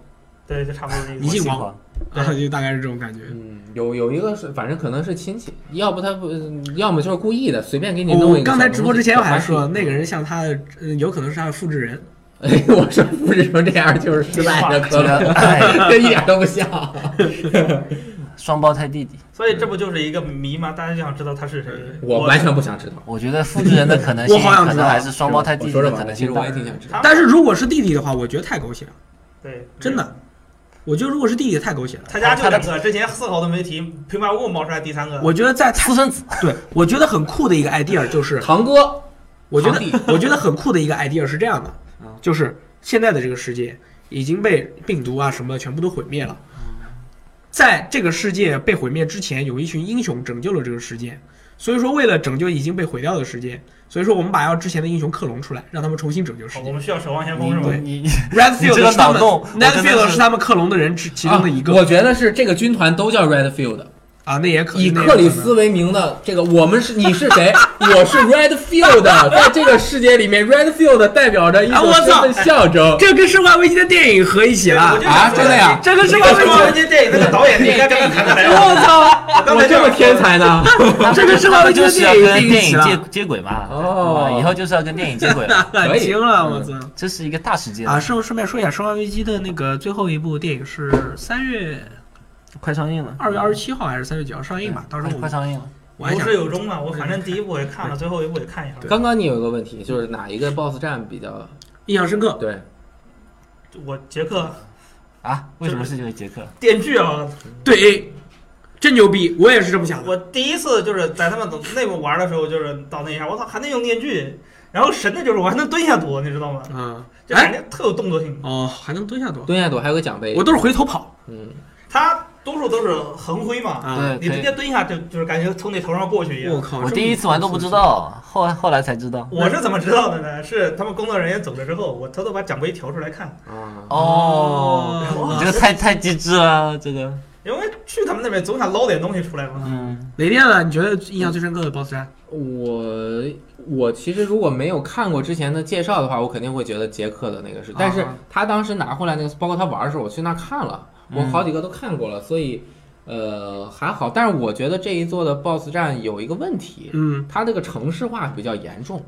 S2: 对，就差不多这意
S3: 你
S2: 思。
S3: 姓王
S4: 王，
S2: 对
S3: 啊，就大概是这种感觉。
S1: 嗯，有有一个是，反正可能是亲戚，要不他不，要么就是故意的，随便给你弄一
S3: 我
S1: 个。
S3: 哦刚才直播之前我还说，那个人像他的，嗯有可能是他的复制人。
S1: 哎， 我说复制成这样就是失败的可
S4: 这
S1: 能，
S4: 个 哎，
S1: 这 一点都不像。
S4: 双胞胎弟弟。
S2: 所以这不就是一个谜吗？大家就想知道他是谁。
S3: 嗯
S1: 我完全不想知道。
S4: 我觉得复制人的可能性
S3: 我好想
S4: 可
S3: 知道
S4: 能还 是双胞胎弟
S1: 我
S4: 弟
S1: 说
S4: 的
S1: 着
S4: 可
S1: 玩的，
S4: 能
S1: 其实
S4: 性
S1: 我
S4: 大
S1: 也。挺想知道。
S2: 他
S3: 但是如果是弟弟的话，我觉得太狗血了，
S2: 对，
S3: 真
S1: 嗯
S3: 的，我觉得如果是弟弟太狗血了。
S2: 他家就
S4: 他的
S2: 两个，之前丝毫都没提，平白无故冒出来第三个。
S3: 我觉得在他
S4: 私生子，
S3: 对，我觉得很酷的一个 idea 就是，
S1: 堂哥，
S3: 我觉
S1: 堂弟
S3: 得我觉得很酷的一个 idea 是这样的，
S1: 啊
S3: 就是现在的这个世界已经被病毒啊什么全部都毁灭了，
S1: 嗯
S3: 在这个世界被毁灭之前，有一群英雄拯救了这个世界，所以说为了拯救已经被毁掉的世界，所以说我们把要之前的英雄克隆出来，让他们重新拯救世
S2: 好哦我
S3: 界。
S2: 们需要守望先锋是
S4: 你
S2: 吧？
S4: 你你
S3: Redfield
S4: 你这个
S3: 是他们
S4: 脑洞我真的
S3: Redfield
S4: 是
S3: 是他们克隆的人之其中的一
S1: 啊我
S3: 个
S1: 觉得是这个军团都叫 Redfield，
S3: 啊，那也可
S1: 以
S3: 那也
S1: 克里
S3: 可能
S1: 斯为名的这个，我们是你是 谁？我是 Redfield，在这个世界里面，Redfield 代表着一
S3: 啊
S1: 种
S3: 我
S1: 身
S3: 操
S1: 份象征。
S3: 这跟《生化危机》的电影合一起
S2: 我
S3: 了
S2: 就，
S1: 啊真的呀
S3: 这跟《生
S2: 这
S3: 化
S2: 个
S3: 危
S2: 是
S3: 机
S2: 王》文杰电影那个导演，你应该跟他谈谈来着。
S1: 我操！
S2: 刚
S1: 我
S2: 才
S1: 这么天，才呢？
S3: 这跟《生化
S4: 他
S3: 危
S4: 们
S3: 机》
S4: 就
S3: 的
S4: 是要
S3: 电影
S4: 跟
S3: 定义
S4: 电
S3: 起
S4: 影
S3: 了，
S4: 接接轨嘛，
S1: 哦
S4: 对吧以后就是要跟电影接轨 嗯
S1: 可以
S3: 惊了，我操！啊
S4: 这是一个大事件
S3: 啊，顺顺便说一下，《生化危机》的那个最后一部电影是三月
S4: 快上映了，
S3: 二月二十七号还是三月几号上映吧？到时候我
S4: 哎快
S3: 们
S4: 上映了。
S3: 我还
S2: 有
S3: 想
S2: 始有终嘛。我反正第一部也看了，最后一部也看一下。
S1: 刚刚你有一个问题，就是哪一个 BOSS 战比较
S3: 印象深刻。
S1: 对？
S2: 我杰克
S4: 啊？为什么是这个杰
S3: 哦
S4: 克？
S2: 电锯啊，
S3: 对，真牛逼！我也是这么想的。
S2: 我第一次就是在他们内部玩的时候，就是到那一下，我操，还能用电锯。然后神的就是我还能蹲下躲，你知道吗？
S3: 嗯，
S2: 就感
S3: 哎，
S2: 觉特有动作性。
S3: 哦，还能蹲下多？
S1: 蹲下躲还有个奖杯
S3: 我，都是回头跑
S1: 嗯，
S2: 他多数都是横挥嘛，
S3: 啊！
S4: 对，
S2: 你
S4: 可
S2: 直
S4: 以
S2: 接。蹲下就就是感觉从你头上过去一
S3: 我
S2: 样。
S3: 靠，
S4: 我
S3: 这么
S4: 第一次玩都不知。道，后后来才知道。
S2: 我是怎么知道的呢？是他们工作人员走了之后，我偷偷把奖杯调出来看，
S1: 啊，
S4: 哦，你这个太太机智了，这个。
S2: 因为去他们那边总想捞点东西出来嘛。
S4: 嗯，
S3: 雷电呢？你觉得印象最深刻的 BOSS 战？
S1: 我我其实如果没有看过之前的介绍的话，我肯定会觉得杰克的那个是，但是
S3: 啊
S1: 他当时拿回来那个，包括他玩的时候，我去那看了，我
S4: 嗯
S1: 好几个都看过了，所以呃还好。但是我觉得这一座的 BOSS 战有一个问题，
S3: 嗯，
S1: 它这个城市化比较严重。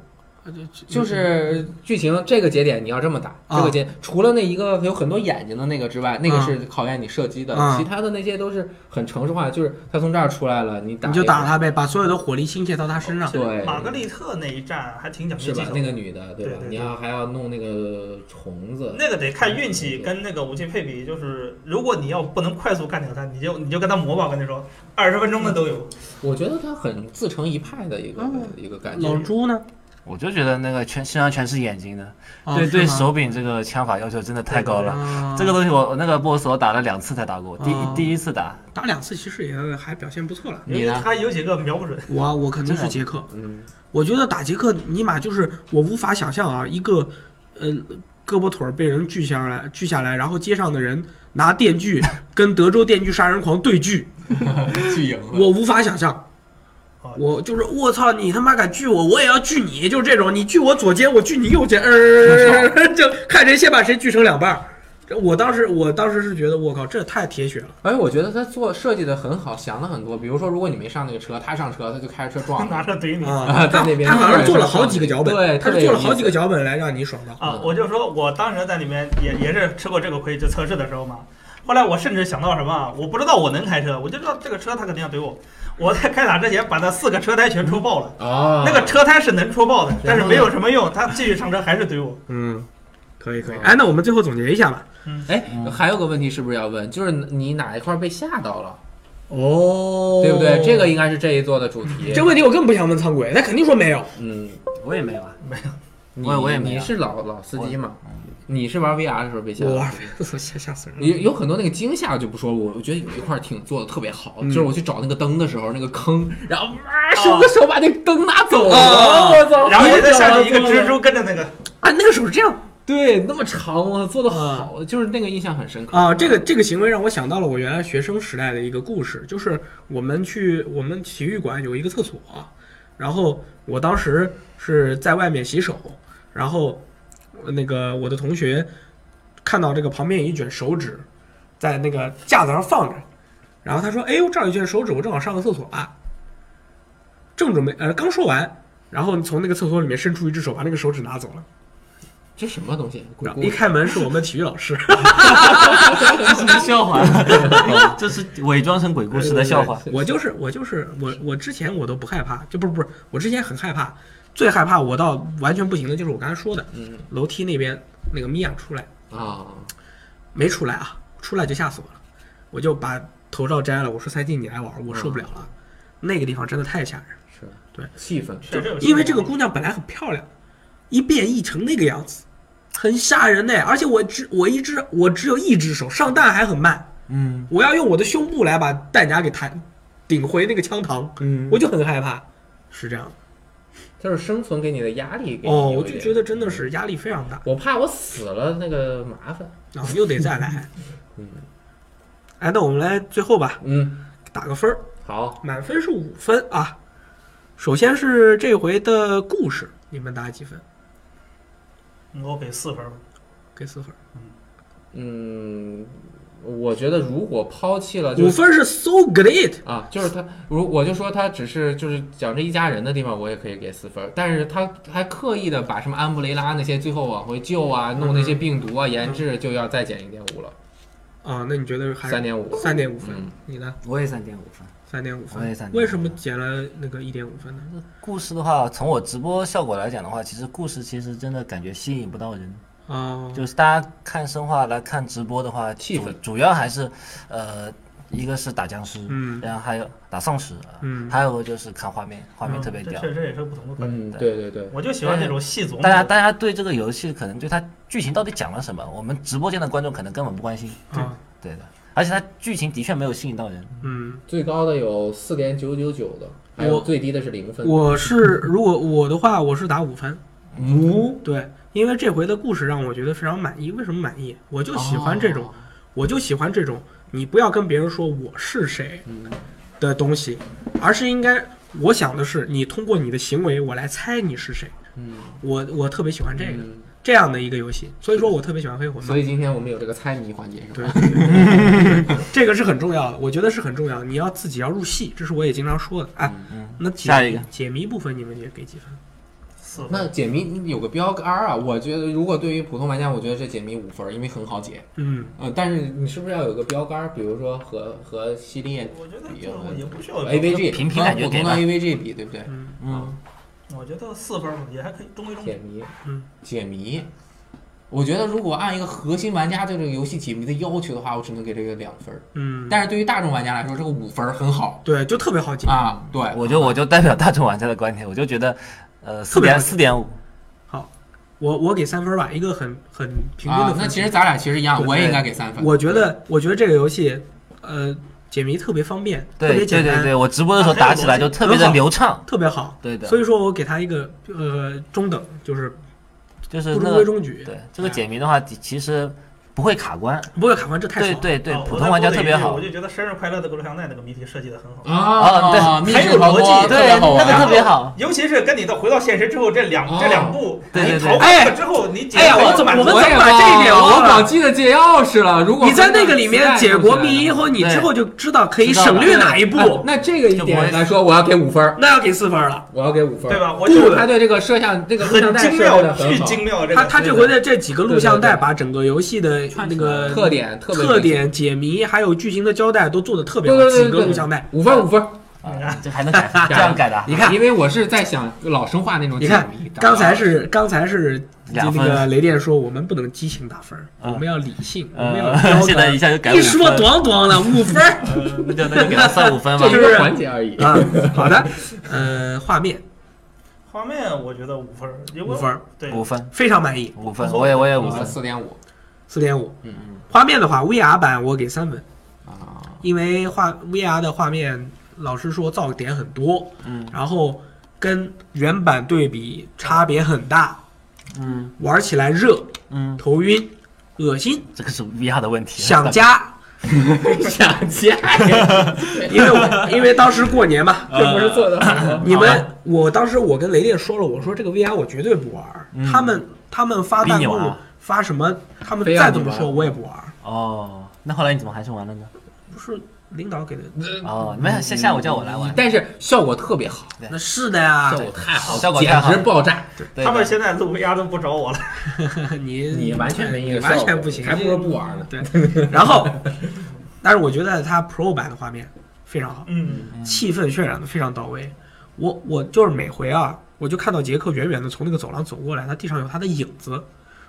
S1: 就是剧情这个节点你要这么打，
S3: 啊
S1: 这个节除了那一个有很多眼睛的那个之外，那个
S3: 啊
S1: 是考验你射击的
S3: 啊，
S1: 其他的那些都是很城市化，就是他从这儿出来了，你打
S3: 你就
S1: 一会儿
S3: 打他呗，把所有的火力倾泻到他身上。
S1: 对
S2: 玛格丽特那一战还挺讲
S1: 嗯
S2: 究
S1: 是
S2: 技
S1: 吧
S2: 巧？，
S1: 那个女的对吧？
S2: 对对对
S1: 你要还要弄那个虫子，
S2: 那个得看运气跟那个武器配比，就是如果你要不能快速干掉他，你就你就跟他磨吧，我跟你说，二十分钟的都有。
S1: 我觉得她很自成一派的一个
S3: 嗯
S1: 一个感觉
S3: 老。朱呢？
S4: 我就觉得那个全身上全是眼睛的，
S3: 啊
S4: 对对，
S3: 是吗
S4: 手柄这个枪法要求真的太高了。
S3: 啊
S4: 这个东西我我那个 boss 我打了两次才打过，第一
S3: 啊
S4: 第一次打。
S3: 打两次其实也还表现不错了。
S4: 你呢
S2: 他有几个瞄不准，
S3: 我我肯定是杰克，
S1: 嗯，
S3: 我觉得打杰克尼玛就是我无法想象啊，一个呃胳膊腿儿被人锯下来，锯下来，然后街上的人拿电锯跟德州电锯杀人狂对锯，
S1: 去赢了。
S3: 我无法想象
S2: 哦。
S3: 我就是我操，你他妈敢锯我，我也要锯你，就是这种，你锯我左肩，我锯你右肩， 呃，就看谁先把谁锯成两半儿。这我当时，我当时是觉得，我靠，这也太铁血了。
S1: 而且哎我觉得她做设计的很好，想了很多。比如说，如果你没上那个车，她上车，她就开着车撞你。
S2: 拿 着怼你。
S3: 啊
S1: 在那边
S3: 他好像是做了好几个脚本，
S1: 对
S3: 他
S1: 特
S3: 是
S1: 别
S3: 做了
S1: 有意思
S3: 好几个脚本来让你爽到。
S2: 啊
S1: 嗯，
S2: 我就说我当时在里面也也是吃过这个亏，就测试的时候嘛。后来我甚至想到什么啊，我不知道我能开车，我就知道这个车它肯定要怼我。我在开打之前把那四个车胎全戳爆了，
S1: 哦，
S2: 那个车胎是能戳爆的，但
S1: 然
S2: 是
S1: 后呢
S2: 没有什么用，他继续上车还是怼我。
S3: 嗯，可以可以。
S1: 哦
S3: 哎，那我们最后总结一下吧。
S1: 哎，
S4: 嗯
S1: 还有个问题是不是要问？就是你哪一块被吓到了，
S3: 哦
S1: 对不对？这个应该是这一座的主题。
S3: 这问题我更不想问苍鬼，他肯定说没有。
S1: 嗯，
S4: 我也没有啊，
S1: 你
S4: 我我也没
S1: 你
S4: 有
S1: 是老老司机嘛？你是玩 VR 的时候被吓到
S3: 我
S1: 的？
S3: 操，吓 吓死人
S1: 有
S3: 了！
S1: 有很多那个惊吓就不说，我我觉得有一块儿挺做的特别好，
S3: 嗯
S1: 就是我去找那个灯的时候，那个坑，然后哇，手个手把那个灯拿走了，
S3: 啊
S1: 我操！
S2: 然后也在下去一个蜘蛛跟着那个，
S3: 啊，那个手是这样
S1: 对，那么长，我做的好，就是那个印象很深刻
S3: 嗯啊，这个这个行为让我想到了我原来学生时代的一个故事，就是我们去我们体育馆有一个厕所，然后我当时是在外面洗手，然后呃那个我的同学看到这个旁边有一卷手纸在那个架子上放着，然后他说：“哎呦，这儿有一卷手纸，我正好上个厕所吧。”正准备呃刚说完，然后从那个厕所里面伸出一只手把那个手指拿走了，
S1: 这什么东西？鬼
S3: 然后
S1: 故
S3: 啊一
S1: 事
S3: 开门是我们体育老师。
S4: 这是个笑 话，这是伪装成鬼故事的笑话。
S3: 我就是我就是我我之前我都不害怕，就不是不是，我之前很害怕，最害怕我到完全不行的就是我刚才说的，
S1: 嗯
S3: 楼梯那边那个米娅出来
S1: 啊，
S3: 没出来啊？出来就吓死我了，我就把头罩摘了，我说塞进你来玩，我受不了
S4: 嗯
S3: 了，那个地方真的太吓人了，
S1: 是
S3: 对
S1: 气氛，
S2: 是这有啊
S3: 因为这个姑娘本来很漂亮，一变异成那个样子，很吓人呢、而且我只我一只我只有一只手，上弹还很慢，
S4: 嗯，
S3: 我要用我的胸部来把弹夹给弹顶回那个枪膛。
S1: 嗯
S3: 我就很害怕，是这样的。
S1: 就是生存给你的压力给你
S3: 哦，
S1: 有一
S3: 我就
S1: 点
S3: 觉得真的是压力非常大，
S1: 我怕我死了那个麻烦。
S3: 然后又得再来。
S1: 嗯，
S3: 哎，那我们来最后吧，
S1: 嗯，
S3: 打个分儿，
S1: 好，
S3: 满分是五分啊。首先是这回的故事，你们打几分？
S2: 我给四分吧。
S3: 给四分。
S1: 嗯，我觉得如果抛弃了就
S3: 五
S1: 是
S3: 分是 so great，
S1: 啊，就是他，如我就说他只是就是讲这一家人的地方，我也可以给四分儿，但是他还刻意的把什么嗯安布雷拉那些最后往回救啊，弄那些病毒啊，研制就要再减一点五了。
S3: 啊，那你觉得还
S1: 三点五，
S3: 三点五分
S1: 嗯？
S3: 你呢？
S4: 我也三点五分。
S3: 三点五
S4: 我也
S3: 分
S4: 3.5？
S3: 为什么减了那个一点五分呢？
S4: 故事的话，从我直播效果来讲的话，其实故事其实真的感觉吸引不到人。
S3: 啊，
S4: 就是大家看生化来看直播的话，
S1: 气氛
S4: 主主要还是，呃，一个是打僵尸，
S3: 嗯
S4: 然后还有打丧尸，呃
S3: 嗯
S4: 还有个就是看画面，画面特别屌。
S2: 这嗯确实也是不同的观点。
S1: 嗯，对对对，
S2: 我就喜欢那种细琢磨。
S4: 大家大家对这个游戏可能对它剧情到底讲了什么，我们直播间的观众可能根本不关心。
S3: 啊，
S4: 对的，而且它剧情的确没有吸引到人。
S3: 嗯，
S1: 最高的有四点九九九的，还有
S3: 我
S1: 最低的是零分。
S3: 我是如果我的话，我是打五分。
S1: 嗯，
S3: 对，因为这回的故事让我觉得非常满意。为什么满意？我就喜欢这种，
S1: 哦
S3: 我就喜欢这种，你不要跟别人说我是谁的东西，而是应该我想的是，你通过你的行为，我来猜你是谁。
S1: 嗯，
S3: 我我特别喜欢这个、
S1: 嗯
S3: 这样的一个游戏，所以说我特别喜欢黑魂嘛
S1: 所。以今天我们有这个猜谜环节是吧？
S3: 这个是很重要的，我觉得是很重要的。你要自己要入戏，这是我也经常说的。哎，那解
S6: 下一个
S3: 解谜部分你们也给几分？
S2: 四分
S1: 那解谜你有个标杆儿啊，我觉得如果对于普通玩家，我觉得这解谜五分儿，因为很好解。
S3: 嗯，
S1: 呃，但是你是不是要有个标杆儿？比如说和和系列
S2: 我觉得
S1: 比
S2: 就也不需要有
S1: A V G
S4: 平平感觉
S1: 普通
S4: 给
S1: 的
S4: 吧
S1: A V G 比，对不对？
S4: 嗯，
S2: 我觉得四分儿也还可以，中规中
S1: 解
S2: 矩。
S1: 谜，
S3: 嗯，
S1: 解谜。我觉得如果按一个核心玩家对这个游戏解谜的要求的话，我只能给这个两分儿。
S3: 嗯，
S1: 但是对于大众玩家来说，这个五分儿很好
S3: 对，就特别好解。
S1: 啊。对，
S3: 哎
S4: 我就我就代表大众玩家的观点，我就觉得，呃，四
S3: 特别
S4: 点
S3: 好
S4: 四点五，
S3: 我我给三分吧，一个很很平均的
S1: 啊
S3: 分、，
S1: 那其实咱俩其实一样，
S3: 对
S1: 我也应该给三分。
S3: 我觉得，我觉得这个游戏，呃，解谜特别方便，特
S4: 对
S3: 别
S4: 对
S3: 简单，
S4: 对对，我直播的时候打起来就特别的流畅，
S3: 特别好。
S4: 对的
S3: 所以说我给他一个呃中等，就是
S4: 就是
S3: 不
S4: 那
S3: 中规
S4: 个
S3: 中矩，
S4: 对这个解谜的话，其实不会卡关，
S3: 不会卡关，这太
S4: 对
S3: 爽了。
S4: 对对
S2: 啊，
S4: 普通玩家特别好
S2: 我再多说一句我。就觉得生日快乐的格鲁香奈那个谜题设计的很好。
S1: 啊，
S4: 啊
S1: 密
S2: 对还
S1: 室
S2: 有
S1: 逃
S2: 逻
S1: 脱
S2: 辑对
S1: 特别好玩
S4: 那个特别好。
S2: 尤其是跟你的回到现实之后，这两、
S1: 哦
S2: 这两步，
S4: 对对
S2: 你
S4: 对
S2: 逃过了之后，你解
S3: 哎呀
S2: 开
S3: 我
S2: 就
S3: 怎么
S2: 满
S3: 我
S2: 足
S3: 们
S1: 我
S3: 怎
S1: 也
S3: 么把这一点
S1: 忘了我
S3: 忘了
S1: 早记得解钥匙了。如果
S3: 你在那个里面解国谜以
S1: 后。
S3: 后，你
S4: 对
S3: 之后就知道可以省略哪一
S1: 哎
S3: 步，
S1: 那这个一
S4: 就不会
S1: 点来说，我要给五分儿，
S3: 那要给四分了。
S1: 我要给五分儿，
S2: 对吧？我
S3: 哎
S1: 就
S2: 就是
S1: 他对这个摄像这个录像
S2: 很
S1: 带设
S2: 精
S1: 计的
S2: 妙，
S1: 很
S2: 巨
S1: 好，
S2: 精妙，这
S3: 他
S2: 个
S3: 他这回的这几个录像带
S1: 对对对
S3: 把整个游戏的那个
S1: 特点特别
S3: 特点、解谜还有剧情的交代都做的特别
S1: 对
S3: 好，
S1: 对
S3: 几
S1: 对
S3: 个
S1: 对，
S3: 录像带。
S1: 五分儿五分儿，
S4: 啊，这还能改，这样改 的啊。
S3: 你看
S1: 因为我是在想老生化那种解
S3: 你看
S1: 谜，
S3: 刚才是刚才是那
S4: 两分
S3: 个雷电说，我们不能激情打分儿，我
S4: 嗯
S3: 们要理性，我们要
S4: 呃
S3: 标，
S4: 现在一
S3: 准。
S4: 下就改五
S3: 一
S4: 分，
S3: 说咣咣了，五分儿
S4: 那就那就给他算五分吧
S1: 啊 这。
S3: 就
S1: 一
S3: 是
S1: 个环节而已。
S3: 啊。好的，呃，画面
S2: 画面我觉得五分儿，因为
S3: 五分儿，
S2: 对
S4: 五分，
S3: 非常满意，
S4: 五分，我也我也五 分。
S1: 呃四点五
S3: 四点五
S1: 嗯。
S3: 画面的话，VR 版我给三分，
S1: 啊，
S3: 因为画 VR 的画面，老实说噪点很多，
S4: 嗯，
S3: 然后跟原版对比差别很大，
S4: 嗯
S3: 玩起来热，
S4: 嗯，
S3: 头晕，恶心，
S4: 这个是 VR 的问题。
S3: 想家。
S1: 想家，
S3: 因为我因为当时过年嘛，
S1: 这不是做的嗯好吗？
S3: 你们我当时我跟雷电说了，我说这个 VR 我绝对不玩儿，他们他们发弹
S4: 逼你玩
S3: 幕
S4: 啊
S3: 发什么，他们
S1: 非要
S3: 再
S1: 你
S3: 怎么说
S1: 玩
S3: 我也不玩儿，
S4: 哦，那后来你怎么还是玩了呢？
S3: 不是领导给的，
S4: 哦，没有，下下午叫我来玩。
S1: 但是效果特别好，
S3: 那是的呀
S1: 效，果太好，
S4: 效果
S1: 简
S4: 太好
S1: 直爆炸，
S4: 对
S2: 他们
S4: 的，
S2: 现在录 VR 都不找我了，
S3: 你
S1: 你完全没一个效
S3: 完
S1: 果
S3: 全不行，
S1: 还不如不玩呢。
S3: 对， 然后，但是我觉得它 Pro 版的画面非常好，
S2: 嗯，
S3: 气氛渲染的非常到位，我我就是每回啊，我就看到杰克远远的从那个走廊走过来，他地上有他的影子，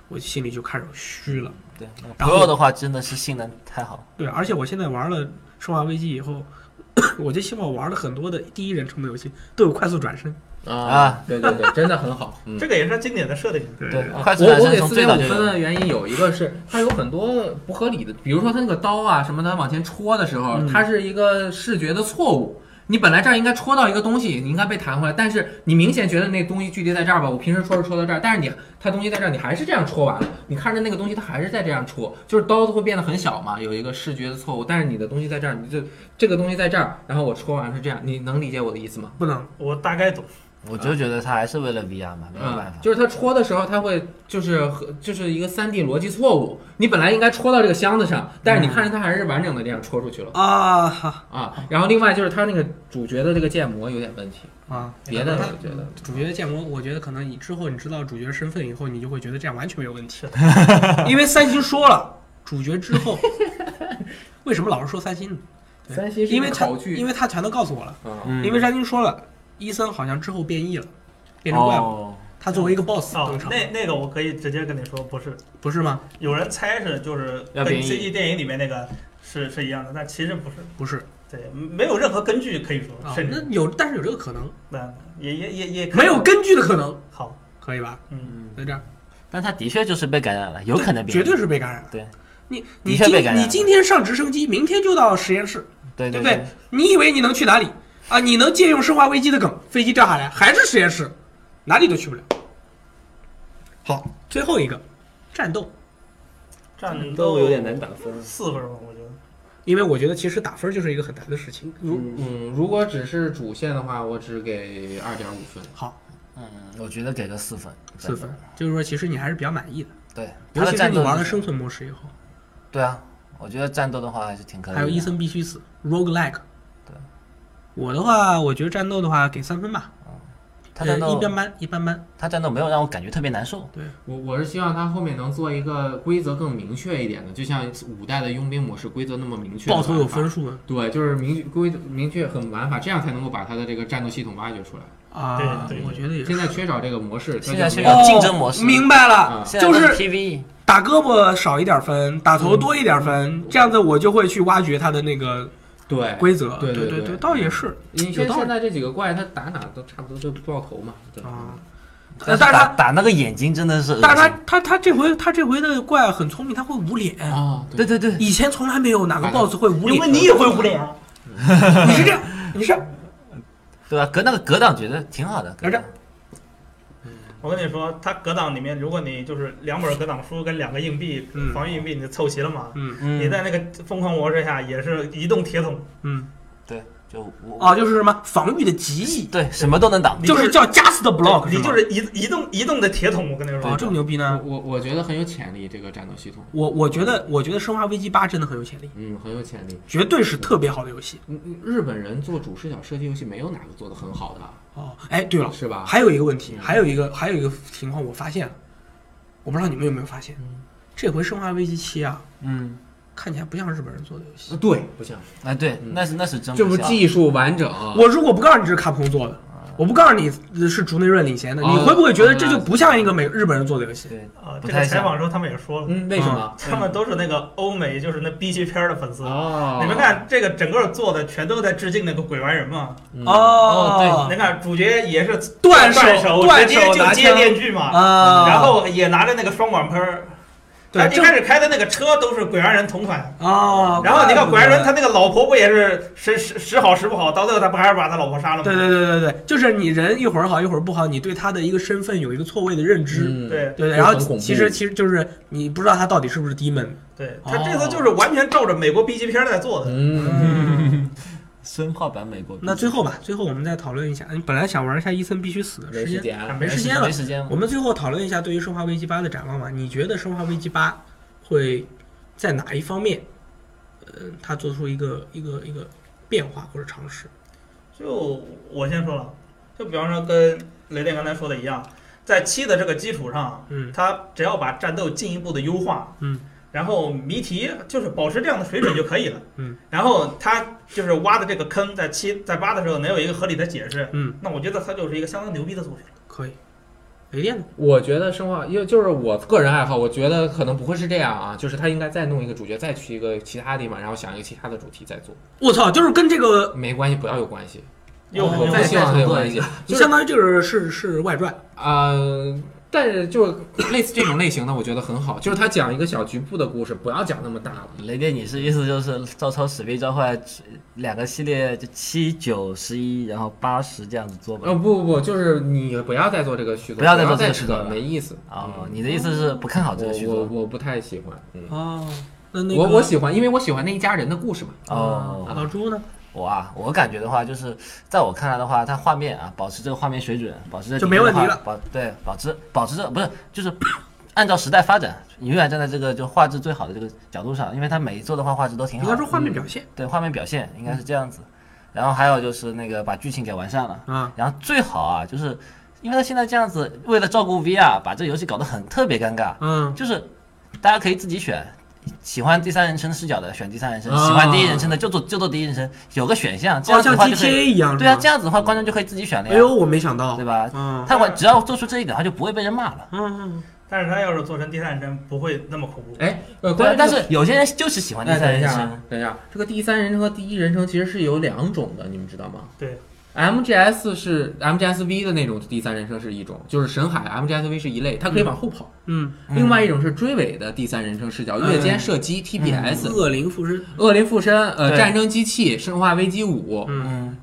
S3: 我心里就开始虚了。
S4: 对。
S3: 然
S4: Pro
S3: 后
S4: 的话真的是性能太好，
S3: 对，而且我现在玩了《生化危机》以后， 我就希望我玩了很多的第一人称的游戏都有快速转身。
S1: 啊
S4: 啊，
S1: 对对对，真的很好。嗯，
S2: 这个也是经典的设定。
S3: 对
S4: 对，
S1: 我
S4: 快速转
S1: 我
S4: 身
S1: 给
S4: 从
S1: 四
S4: 最
S1: 点
S4: 早
S1: 五
S4: 就
S1: 分的
S4: 有。
S1: 原因有一个是，它有很多不合理的，比如说它那个刀啊什么的往前戳的时候，
S3: 嗯
S1: 它是一个视觉的错误。你本来这儿应该戳到一个东西，你应该被弹回来，但是你明显觉得那东西距离在这儿吧，我平时戳是戳到这儿，但是你它东西在这儿，你还是这样戳完了，你看着那个东西它还是在这样戳，就是刀子会变得很小嘛，有一个视觉的错误，但是你的东西在这儿，你就这个东西在这儿，然后我戳完是这样，你能理解我的意思吗？
S3: 不能，
S2: 我大概懂，
S4: 我就觉得他还是为了 VR 嘛，没有办
S1: 嗯
S4: 法，。
S1: 就是它戳的时候，它会就是和就是一个三 D 逻辑错误。你本来应该戳到这个箱子上，但是你看着它还是完整的这样戳出去了
S3: 啊哈
S1: 啊。然后另外就是它那个主角的这个建模有点问题，
S3: 啊！
S1: 别的
S3: 他
S1: 我觉得
S3: 主角的建模，我觉得可能你之后你知道主角身份以后，你就会觉得这样完全没有问题。因为三星说了，主角之后为什么老是说三星呢？对
S1: 三星是
S3: 因为
S1: 一个
S3: 他
S1: 考据
S3: 因为他全都告诉我了，
S4: 啊
S1: 嗯，
S6: 嗯
S3: 因为三星说了，伊森好像之后变异了，变成怪物，
S6: 哦
S3: 他作为一个 boss
S2: 哦
S3: 登，场，
S2: 那那个我可以直接跟你说，不是，
S3: 不是吗？
S2: 有人猜是就是
S1: 要
S2: 跟
S1: 变异
S2: CG 电影里面那个是是一样的，但其实不是，
S3: 不是
S2: 对，没有任何根据可以
S4: 哦
S2: 说，
S3: 啊，
S2: 甚
S3: 那
S2: 至
S3: 有，但是有这个可能，
S2: 那也也也哦也可以
S3: 没有根据的可能，
S2: 好，
S3: 可以吧？
S2: 嗯，
S3: 在这儿，
S4: 但他的确就是被感染了，有可能变
S3: 绝
S4: 异，
S3: 对是被感染了。
S4: 对，
S3: 你你
S4: 的确
S3: 今
S4: 被感染
S3: 你
S4: 了
S3: 今天上直升机，明天就到实验室，
S4: 对
S3: 对
S4: 对
S3: 不对？你以为你能去哪里啊？你能借用《生化危机》的梗，飞机掉下来还是实验室，哪里都去不了。好，最后一个战斗，
S2: 战
S1: 都有点难打分。
S2: 四分吧，我觉得。
S3: 因为我觉得其实打分就是一个很难的事情。
S1: 如嗯，如果只是主线的话，我只给二点五分。
S3: 好，
S4: 嗯，我觉得给个四分，
S3: 四分，就是说其实你还是比较满意的，
S4: 对，他
S3: 尤
S4: 的
S3: 其是
S4: 战
S3: 你
S4: 斗
S3: 玩
S4: 力
S3: 了生存模式以后，
S4: 对啊，我觉得战斗的话还是挺可以的。
S3: 还有伊森必须死，roguelike。
S4: 对，
S3: 我的话，我觉得战斗的话给三分吧，
S4: 他战
S3: 呃一
S4: 斗，
S3: 般般，一般般。
S4: 他战斗没有让我感觉特别难受。
S1: 我我是希望它后面能做一个规则更明确一点的，就像五代的佣兵模式规则那么明确。
S3: 爆头有分。数的
S1: 对，就是明确规则明确很玩法，这样才能够把它的这个战斗系统挖掘出来。
S3: 啊
S2: 对，对
S3: 我觉得也
S1: 现
S3: 是。
S1: 在缺少这个模式，
S4: 现在
S1: 缺
S4: 缺少竞争模式
S3: 哦明白了，
S1: 嗯
S4: 现在
S3: 就
S4: 都
S3: 是
S4: PVE，
S3: 打胳膊少一点分，打头多一点分，这样子我就会去挖掘它的那个
S1: 对
S3: 规则。
S1: 对
S3: 对
S1: 对对
S3: 倒也是
S1: 因为
S3: 有
S1: 现
S3: 道
S1: 现
S3: 理
S1: 在这几个怪，它打哪都差不多就爆头嘛。对，
S3: 啊。但
S4: 但是
S3: 但是
S4: 打
S3: 他
S4: 打那个眼睛真的是恶
S3: 但是他
S4: 心。
S3: 他他这回他这回的怪很聪明，他会捂
S4: 哎
S3: 脸。
S1: 啊，
S4: 对对对，
S3: 以前从来没有哪个 boss 会捂脸，
S2: 因为你也会捂脸啊，
S3: 你是这样， 你是这样
S4: 对吧？隔那个隔挡觉得挺好的，
S3: 来
S4: 隔
S3: 这
S4: 挡
S3: 儿
S2: 我跟你说，它格挡里面，如果你就是两本格挡书跟两个硬币
S3: 嗯，
S2: 防御硬币，你凑齐了嘛？
S3: 嗯
S2: 你
S4: 嗯
S2: 在那个疯狂模式下也是移动铁桶，
S3: 嗯，
S4: 对，就我
S3: 哦，就是什么防御的极意，
S4: 对什么都能挡
S2: 你，
S3: 就是叫 just block，
S2: 你就是是移移动移动的铁桶。我跟你
S3: 吗哦
S2: 说，
S3: 这么牛逼
S1: 我
S3: 呢？
S1: 我我觉得很有潜力，这个战斗系统，
S3: 我我觉得我觉得《生化危机八》真的很有潜力，
S1: 嗯，很有潜力。
S3: 绝对是特别好的游戏
S1: 嗯嗯日本人做主视角射击游戏没有哪个做的很好的，啊
S3: 哦。哎，对了，
S1: 是吧？
S3: 还有一个问题，
S1: 嗯
S3: 还有一个还有一个情况，我发现了，我不知道你们有没有发现
S1: 嗯，
S3: 这回《生化危机七》啊，
S4: 嗯，
S3: 看起来不像日本人做的游戏
S1: 呃。对，不像，
S4: 啊对，
S1: 嗯
S4: 那是那是真
S1: 这不
S4: 像
S1: 技术完整，啊
S3: 我如果不告诉你这是卡普空做的，我不告诉你是竹内润领衔的，
S1: 嗯哦
S3: 你会不会觉得这
S1: 哦
S3: 就不像一个美日本人做的游戏？
S4: 对，
S2: 啊，
S4: 不
S2: 这
S4: 太
S2: 个采
S4: 像
S2: 访的时候他们也说了，
S1: 嗯，为什么？
S2: 他们都是那个欧美就是那 B 级片儿的粉丝。
S1: 哦，
S2: 你们看这个整个做的全都在致敬那个鬼玩人嘛？
S1: 嗯，
S3: 哦
S2: 你看主角也是
S3: 断手
S2: 手
S3: 断
S2: 直接
S3: 手
S2: 就
S3: 拿
S2: 接
S3: 枪
S2: 电锯嘛，
S1: 嗯
S3: 啊，
S2: 然后也拿着那个双管喷儿。他
S3: 对
S2: 一
S3: 这
S2: 开始开的那个车都是鬼玩人同款，
S3: 哦，
S2: 然后你看
S3: 怪不
S2: 鬼玩
S3: 得
S2: 人他那个老婆不也是时时时好时不好，到最后他不还是把他老婆杀了吗？
S3: 对对对对对，就是你人一会儿好一会儿不好，你对他的一个身份有一个错位的认知。
S1: 嗯，
S2: 对
S3: 对，
S1: 就
S3: 然后
S1: 很恐怖
S3: 其实其实就是你不知道他到底是不是 demon，
S2: 对，他这次就是完全照着美国 B 级片儿在做的。
S1: 嗯，
S4: 生化版美国。
S3: 那最后吧，最后我们再讨论一下。你本来想玩一下伊森必须死的
S1: 没
S3: 时
S1: 时
S3: 间，
S1: 间
S3: 啊
S1: 啊，
S3: 没时间了
S4: 没。时间了
S3: 我。们最后讨论一下对于《生化危机八》的展望吧。你觉得《生化危机八》会在哪一方面，呃，它做出一个一个一个变化或者尝试？
S2: 就我先说了，就比方说跟雷电刚才说的一样，在七的这个基础上，
S3: 嗯
S2: 他只要把战斗进一步的优化，
S3: 嗯，
S2: 然后谜题就是保持这样的水准就可以了，
S3: 嗯，
S2: 然后他就是挖的这个坑，在七在八的时候能有一个合理的解释，
S3: 嗯，
S2: 那我觉得它就是一个相当牛逼的作品。
S3: 可以。雷电呢？
S1: 我觉得生化，因为就是我个人爱好，我觉得可能不会是这样啊，就是他应该再弄一个主角，再去一个其他地方，然后想一个其他的主题再做，
S3: 我操，就是跟这个，
S1: 没关系，不要有关系，
S2: 又
S1: 我不
S4: 再
S1: 希望它有
S4: 做
S1: 关
S4: 一
S1: 系
S4: 个，
S1: 就是
S3: 相当于这个是是外传。
S1: 呃，但是就类似这种类型的，我觉得很好，就是他讲一个小局部的故事，不要讲那么大了。
S4: 雷电，你是意思就是照抄《使命召唤》两个系列，就七、九、十一，然后八十这样子做吧？
S3: 哦
S1: 呃，不不不，就是你不要再做这个续作，
S4: 不要再
S1: 做
S4: 做这个
S1: 扯
S4: 续作了
S1: 没意思。
S4: 哦，
S1: 嗯
S4: 你的意思是不看好这个续
S1: 我我
S4: 作？
S1: 我不太喜欢，嗯，
S3: 哦，那那个
S1: 我我喜欢，因为我喜欢那一家人的故事嘛。
S4: 哦，
S3: 老朱呢？
S4: 我啊，我感觉的话，就是在我看来的话，它画面啊，保持这个画面水准，保持这
S3: 就
S4: 底
S3: 没
S4: 的话
S3: 问题了
S4: 保对，保持保持这不是就是按照时代发展，永远站在这个就画质最好的这个角度上，因为它每一座的话画质都挺
S3: 应
S4: 好
S3: 该
S4: 的，嗯
S3: 说画面表现
S4: 对画面表现应该是这样子。然后还有就是那个把剧情给完善了，
S3: 啊，
S4: 然后最好啊，就是因为他现在这样子，为了照顾 VR，把这游戏搞得很特别尴尬，
S3: 嗯
S4: 就是大家可以自己选。喜欢第三人称视角的选第三人称，
S1: 啊
S4: 喜欢第一人称的就做就做第一人称，有个选项，这样
S3: 哦，
S4: 子
S3: 像
S4: 的话就可以。
S3: GTA 一样，
S4: 对啊，
S3: 是
S4: 这样子的话观众就可以自己选了
S3: 吧
S4: 呀
S3: 哎，呦，我没想到，
S4: 对吧？
S3: 嗯
S4: 他管只要做出这一点，他就不会被人骂了。
S3: 嗯嗯，
S2: 但是他要是做成第三人称，不会那么恐怖。
S1: 哎，呃，关
S4: 对，啊
S1: 于
S4: 但
S1: 这个
S4: 是有些人就是喜欢第
S1: 哎，
S4: 三
S1: 等一
S4: 人
S1: 下
S4: 称
S1: 啊，，等一下，这个第三人称和第一人称其实是有两种的，你们知道吗？
S2: 对
S1: ，MGS 是 MGSV 的那种第三人称是一种，就是神海 MGSV 是一类，它可以往后跑；
S3: 嗯，
S1: 另外一种是追尾的第三人称视角，
S3: 嗯
S1: 夜间射击 TPS、
S3: 恶灵附身，
S1: 恶灵附身、呃，
S4: 对
S1: 战争机器、生化危机五。
S3: 嗯
S4: 嗯，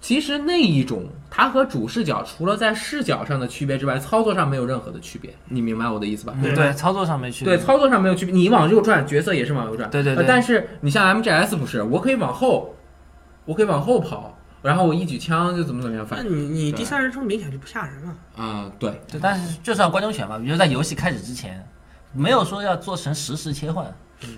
S1: 其实那一种，它和主视角除了在视角上的区别之外，操作上没有任何的区别。你明白我的意思吧？
S4: 嗯对，操作上没区别。
S1: 对，操作上没有区别，你往右转，角色也是往右转。
S4: 对对
S1: 呃
S4: 对
S1: 但是你像 MGS 不是，我可以往后，我可以往后跑，然后我一举枪就怎么怎么样，
S3: 那
S1: 反正
S3: 你你
S1: 对
S3: 第三人称明显就不吓人了，
S1: 啊、对，
S4: 对，但是就是要观众选嘛，比如在游戏开始之前，没有说要做成实时切换，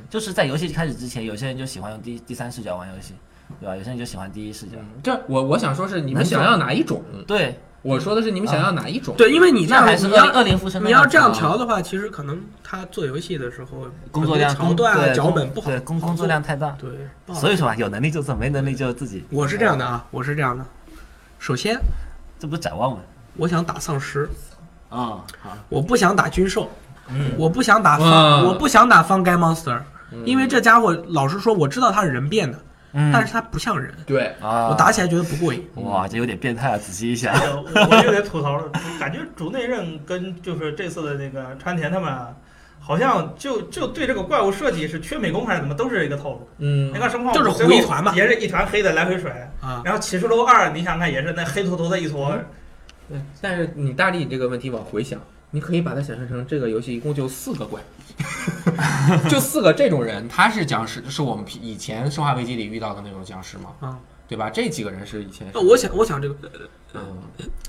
S4: 就是在游戏开始之前，有些人就喜欢用第第三视角玩游戏，对吧？有些人就喜欢第一视角。
S1: 这我我想说是你们
S4: 能
S1: 想
S4: 懂
S1: 要哪一种？
S4: 对，
S1: 我说的是你们想要哪一种？
S3: 对，因为你这
S4: 那
S3: 样
S4: 还是
S3: 你
S4: 恶
S3: 要
S4: 恶灵附身的
S3: 你要
S4: 样子
S3: 这
S4: 啊
S3: 样调的话，其实可能他做游戏的时候
S4: 工作量
S3: 很多桥段啊
S4: 对
S3: 脚
S4: 工
S3: 本不好
S4: 对，工工作量太大。
S3: 对，不好
S4: 所以说嘛，有能力就做，没能力就自己。
S3: 我是这样的啊，我是这样的。首先，
S4: 这不是展望吗？
S3: 我想打丧尸，
S4: 啊，好，
S3: 我不想打军兽，
S2: 嗯
S3: 我不想打方，
S1: 啊
S3: 我不想打方 g monster，
S1: 嗯
S3: 因为这家伙老实说，我知道他是人变的，
S4: 嗯
S3: 但是他不像人，
S1: 对，
S4: 啊，
S3: 我打起来觉得不过瘾。
S4: 哇，这有点变态啊！仔细 一想，
S2: 我我又得吐槽了，感觉竹内任跟就是这次的那个川田他们啊，好像就就对这个怪物设计是缺美工还是怎么，都是一个套路。
S1: 嗯
S2: 你，看生化
S3: 就是
S2: 五最
S3: 糊一
S2: 后
S3: 团嘛
S2: 也是一团黑的来回甩。
S3: 啊，嗯
S2: 然后启示录二，你想看也是那黑坨坨的一坨，
S1: 对。但是你大力这个问题往回想，你可以把它想象成这个游戏一共就四个 怪， 就四个这种人，他是僵尸，是我们以前《生化危机》里遇到的那种僵尸吗？
S3: 啊，
S1: 对吧？这几个人是以前是
S3: 那我想，我想这个，
S1: 嗯。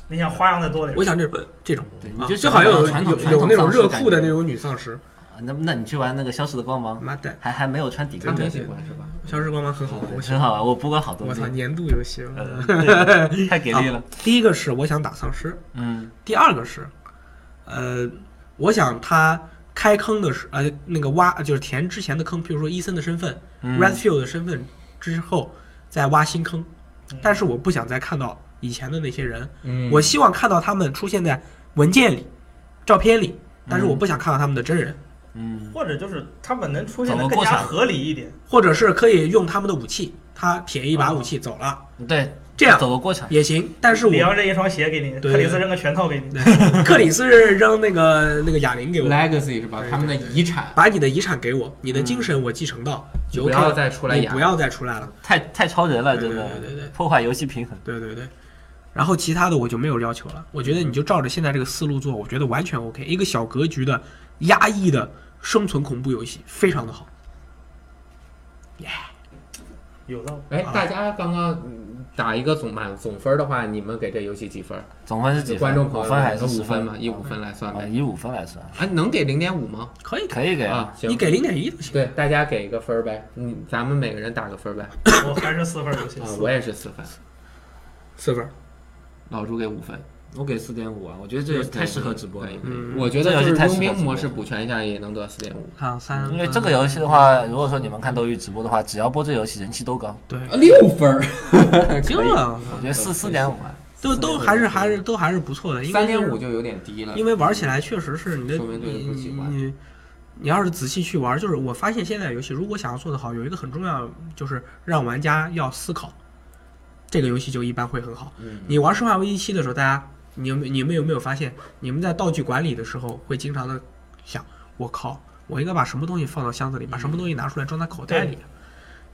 S2: 你想花样再多点。
S3: 我想这这种，
S4: 对，
S3: 啊
S4: 你就
S3: 就好像有
S1: 传统
S3: 有
S1: 传统
S3: 有那种
S1: 丧尸
S3: 热
S1: 感
S3: 酷的
S1: 觉
S3: 那种女丧尸，
S4: 啊那那你去玩那个消失的光芒，
S3: 妈蛋，
S4: 还还没有穿底
S1: 他
S4: 裤，
S1: 很喜欢是吧？
S3: 消失光芒很好玩，我喜
S4: 很
S3: 欢。
S4: 好玩，啊我播过好多
S3: 我操，
S4: 遍，
S3: 年度游戏。
S4: 呃，对太给力了，
S3: 第一个是我想打丧尸，
S4: 嗯
S3: 第二个是，呃，我想他开坑的时，呃，那个挖就是填之前的坑，比如说伊森的身份、
S4: 嗯
S3: Redfield 的身份之后再挖新坑，但是我不想再看到以前的那些人，
S1: 嗯
S3: 我希望看到他们出现在文件里、照片里，
S1: 嗯
S3: 但是我不想看到他们的真人，
S4: 嗯，
S2: 或者就是他们能出现
S4: 走
S2: 的
S4: 个
S2: 更加
S4: 过场
S2: 合理一点。
S3: 或者是可以用他们的武器，他铁一把武器走了，
S4: 对，
S3: 这样
S4: 走个过场，
S1: 嗯
S3: 也行，但是
S2: 里
S3: 我。
S2: 昂扔一双鞋给你，
S3: 对
S2: 克里斯扔个拳头给你。
S3: 克里斯是扔那个那个哑铃给我，
S1: legacy 是吧？他们的遗产，
S3: 把你的遗产给我，你的精神我继承到，
S1: 嗯
S3: 就
S1: 不
S3: OK
S1: 要
S3: 了
S1: 再出来
S3: 你
S1: 演
S3: 不。要再出来了。
S4: 太太超人了，
S3: 对
S4: 真的
S3: 对对对对
S4: 破坏游戏平衡。
S3: 对对对。然后其他的我就没有要求了，我觉得你就照着现在这个思路做，我觉得完全 OK。一个小格局的压抑的生存恐怖游戏非常的好。
S2: 有道理。
S1: 哎，大家刚刚嗯打一个总满总分的话，你们给这游戏几分？
S4: 总分是几分？
S1: 观众朋
S4: 五
S1: 友
S4: 分
S1: 们
S4: 还是
S1: 五
S4: 十
S1: 分嘛？以五分来算
S4: 啊，
S1: 呗。
S4: 以五分来算，
S1: 啊，能给零点五吗？
S3: 可以的，
S4: 可以给
S1: 啊，，行，
S3: 你给零点一就行。
S1: 对大家给一个分儿呗。嗯，咱们每个人打个分儿呗。
S2: 我还是四分游戏
S1: 啊，，我也是四分，
S3: 四分。
S1: 老朱给五分。
S6: 我给四点五啊，我觉得这个太适合直播了
S1: 可以。可以
S3: 嗯，
S1: 我觉得就是
S4: 这游戏太适
S1: 佣
S4: 合
S1: 兵
S4: 直播
S1: 模式补全一下也能得四点五。
S3: 看三
S1: 嗯
S4: 因为这个游戏的话，如果说你们看斗鱼直播的话，只要播这游戏，人气都高。
S3: 对，
S1: 六分儿，
S3: 行了，
S4: 我觉得四四点五啊，
S3: 都都还是还是都还是不错的。因为
S1: 三点五，就有点低了。
S3: 因为玩起来确实是你的
S1: 嗯说明对
S3: 你
S1: 人不喜欢
S3: 你你要是仔细去玩，就是我发现现在游戏如果想要做得好，有一个很重要就是让玩家要思考，这个游戏就一般会很好。
S1: 嗯
S3: 你玩《生化危机七》的时候，大家你有没你们有没有发现，你们在道具管理的时候会经常的想，我靠，我应该把什么东西放到箱子里，把什么东西拿出来装在口袋里。
S1: 嗯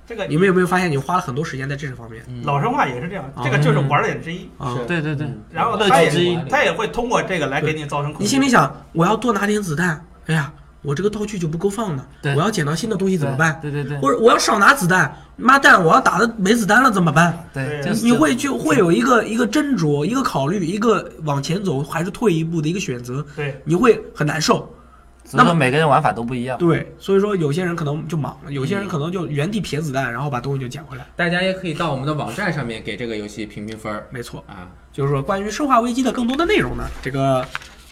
S2: 这个
S3: 你们有没有发现，你花了很多时间在这方面？
S1: 嗯
S2: 老生化也是这样
S3: 啊，
S2: 这个就是玩儿点之一。
S3: 啊
S1: 是
S4: 对对对，
S2: 然后
S4: 乐
S2: 他
S4: 趣之一
S2: 也他也会通过这个来给你造成恐
S3: 你
S2: 惧
S3: 心。里想，我要多拿点子弹，哎呀，我这个道具就不够放了，
S4: 对
S3: 我要捡到新的东西怎么办？
S4: 对对对
S3: 或者我要少拿子弹，妈蛋，我要打的没子弹了怎么办？
S4: 对，
S2: 对
S4: 就是
S3: 你会就会有一个一个斟酌，一个考虑，一个往前走还是退一步的一个选择，
S2: 对，
S3: 你会很难受。
S4: 所以说每个人玩法都不一样。
S3: 对，嗯所以说有些人可能就莽了，有些人可能就原地撇子弹，然后把东西就捡回来。
S1: 大家也可以到我们的网站上面给这个游戏评评分儿
S3: 没错，
S1: 啊。
S3: 就是说关于《生化危机》的更多的内容呢，这个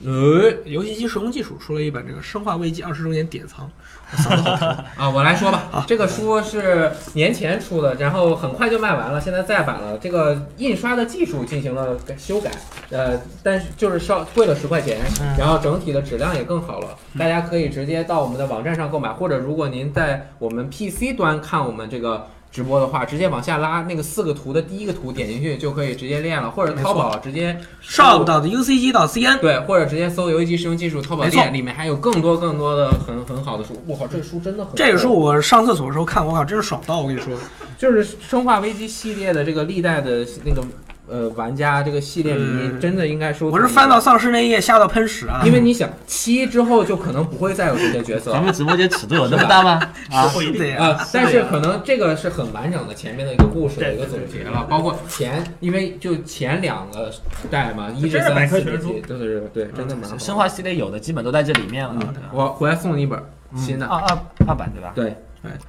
S1: 呃
S3: 游戏机时空技术出了一本这个《生化危机二十周年典藏》，我嗓子好疼。
S1: 啊，我来说吧，这个书是年前出的，然后很快就卖完了，现在再版了。这个印刷的技术进行了修改，呃，但是就是稍贵了十块钱，
S3: 嗯
S1: 然后整体的质量也更好了。大家可以直接到我们的网站上购买，或者如果您在我们 PC 端看我们这个。直播的话，直接往下拉那个四个图的第一个图点进去就可以直接练了，或者
S3: 没
S1: 淘
S3: 错
S1: 宝直接
S3: shop 到的 UCG 到 CN，
S1: 对，或者直接搜游戏机使用技术淘宝
S3: 没错
S1: 店，里面还有更多更多的很很好的书。我靠，这书真的很
S3: 这个
S1: 厚
S3: 是我上厕所的时候看，我靠，真是爽到！我跟你说，
S1: 就是《生化危机》系列的这个历代的那个呃玩家这个系列迷，
S3: 嗯
S1: 真的应该收。
S3: 我是翻到，丧尸那一页吓到喷屎啊！
S1: 因为你想七之后就可能不会再有这些角色
S4: 咱
S1: 了。
S4: 们直播间尺度有那么大吗？啊，
S2: 不一定
S3: 对呀、
S1: 呃，但是可能这个是很完整的前面的一个故事的一个总结了，包括前，因为就前两个代嘛，一至
S2: 真是
S1: 三
S2: 百科
S1: 四
S2: 全
S1: 集，对对对对，
S3: 嗯
S1: 真的蛮好。
S4: 啊生化系列有的基本都在这里面了。
S1: 嗯，我回来送你一本
S3: 嗯
S1: 新的，
S3: 啊
S4: 嗯二二二版对吧？
S1: 对，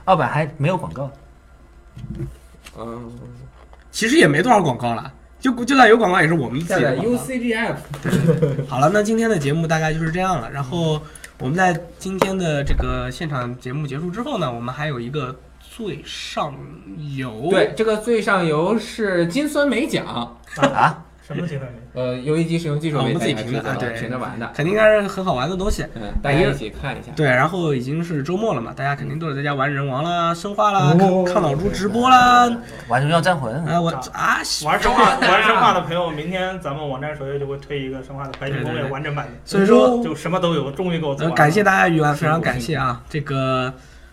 S4: 二版还没有广告，
S1: 嗯，
S3: 其实也没多少广告了，就就算有广告也是我们自
S1: 下
S3: 己的
S1: 载
S3: 广告。
S1: UCG app，
S3: 好了，那今天的节目大概就是这样了。然后我们在今天的这个现场节目结束之后呢，我们还有一个最上游，
S1: 对，，这个最上游是金酸梅奖，
S4: 啊，
S2: 什么 情况？
S1: 呃，游戏机使用技术
S3: 啊我
S1: 比
S3: 们
S1: 赛
S3: 自己
S1: 还
S3: 评
S1: 是
S3: 的啊对
S1: 评着玩的，
S3: 肯定应该是很好玩的东西。
S1: 嗯，大
S3: 哎
S1: 家一起看一下。
S3: 对，然后已经是周末了嘛，大家肯定都是在家玩人王啦、生化啦、
S1: 哦
S3: 看看老朱直播啦，
S4: 玩荣耀战魂，
S3: 啊我啊喜
S2: 玩生化玩生化的朋友，明天咱们网站首页就会推一个生化的白金攻略完整版的，
S3: 所以说
S2: 就什么都有，终于给我做
S3: 呃
S2: 完了。
S3: 感谢大家鱼丸，非常感谢啊！这个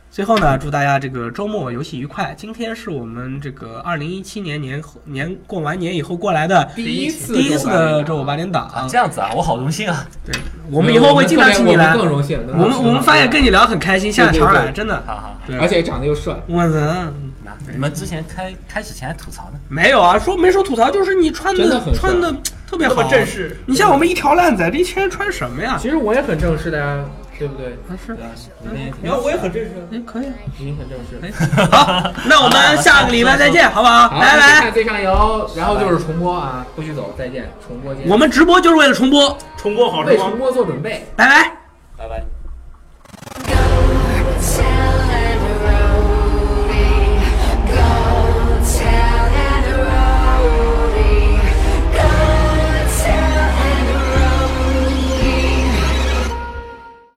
S3: 最后呢，祝大家这个周末游戏愉快。今天是我们这个二零一七年年后年过完年以后过来的
S1: 第一次
S3: 第一次的周
S1: 周
S3: 五
S1: 五
S3: 八
S1: 八
S3: 点档
S4: 啊，这，样子啊，我好荣幸啊！
S3: 对我们以后会经常请你来
S1: 嗯我们特别我们。更荣幸。能够嗯
S3: 我们我们发现跟你聊很开心，下场来真的。
S4: 好好，
S3: 对，
S1: 啊而且长得又帅，
S3: 我操，
S4: 那你们之前开开始前还吐槽呢，
S3: 没有啊，说没说吐槽，就是你穿
S1: 真的
S3: 的
S1: 很帅
S3: 穿的特别
S2: 那
S3: 好
S2: 么，正式，
S3: 你像我们一条烂仔，这一群人穿什么呀？
S1: 其实我也很正式的呀，对不嗯对？
S3: 啊是，
S1: 你们也挺
S2: 你看我也很正式啊。
S3: 哎可以。
S1: 你很正式。
S3: 好，那我们下个礼拜再见，好不好？
S1: 好，那
S3: 拜
S1: 就
S3: 拜
S1: 看。最上游，然后就是重播啊，不许走，再见，重播见。
S3: 我们直播就是为了重播，
S2: 重播好
S1: 为
S2: 时光
S1: 重。播做准备。
S3: 拜拜。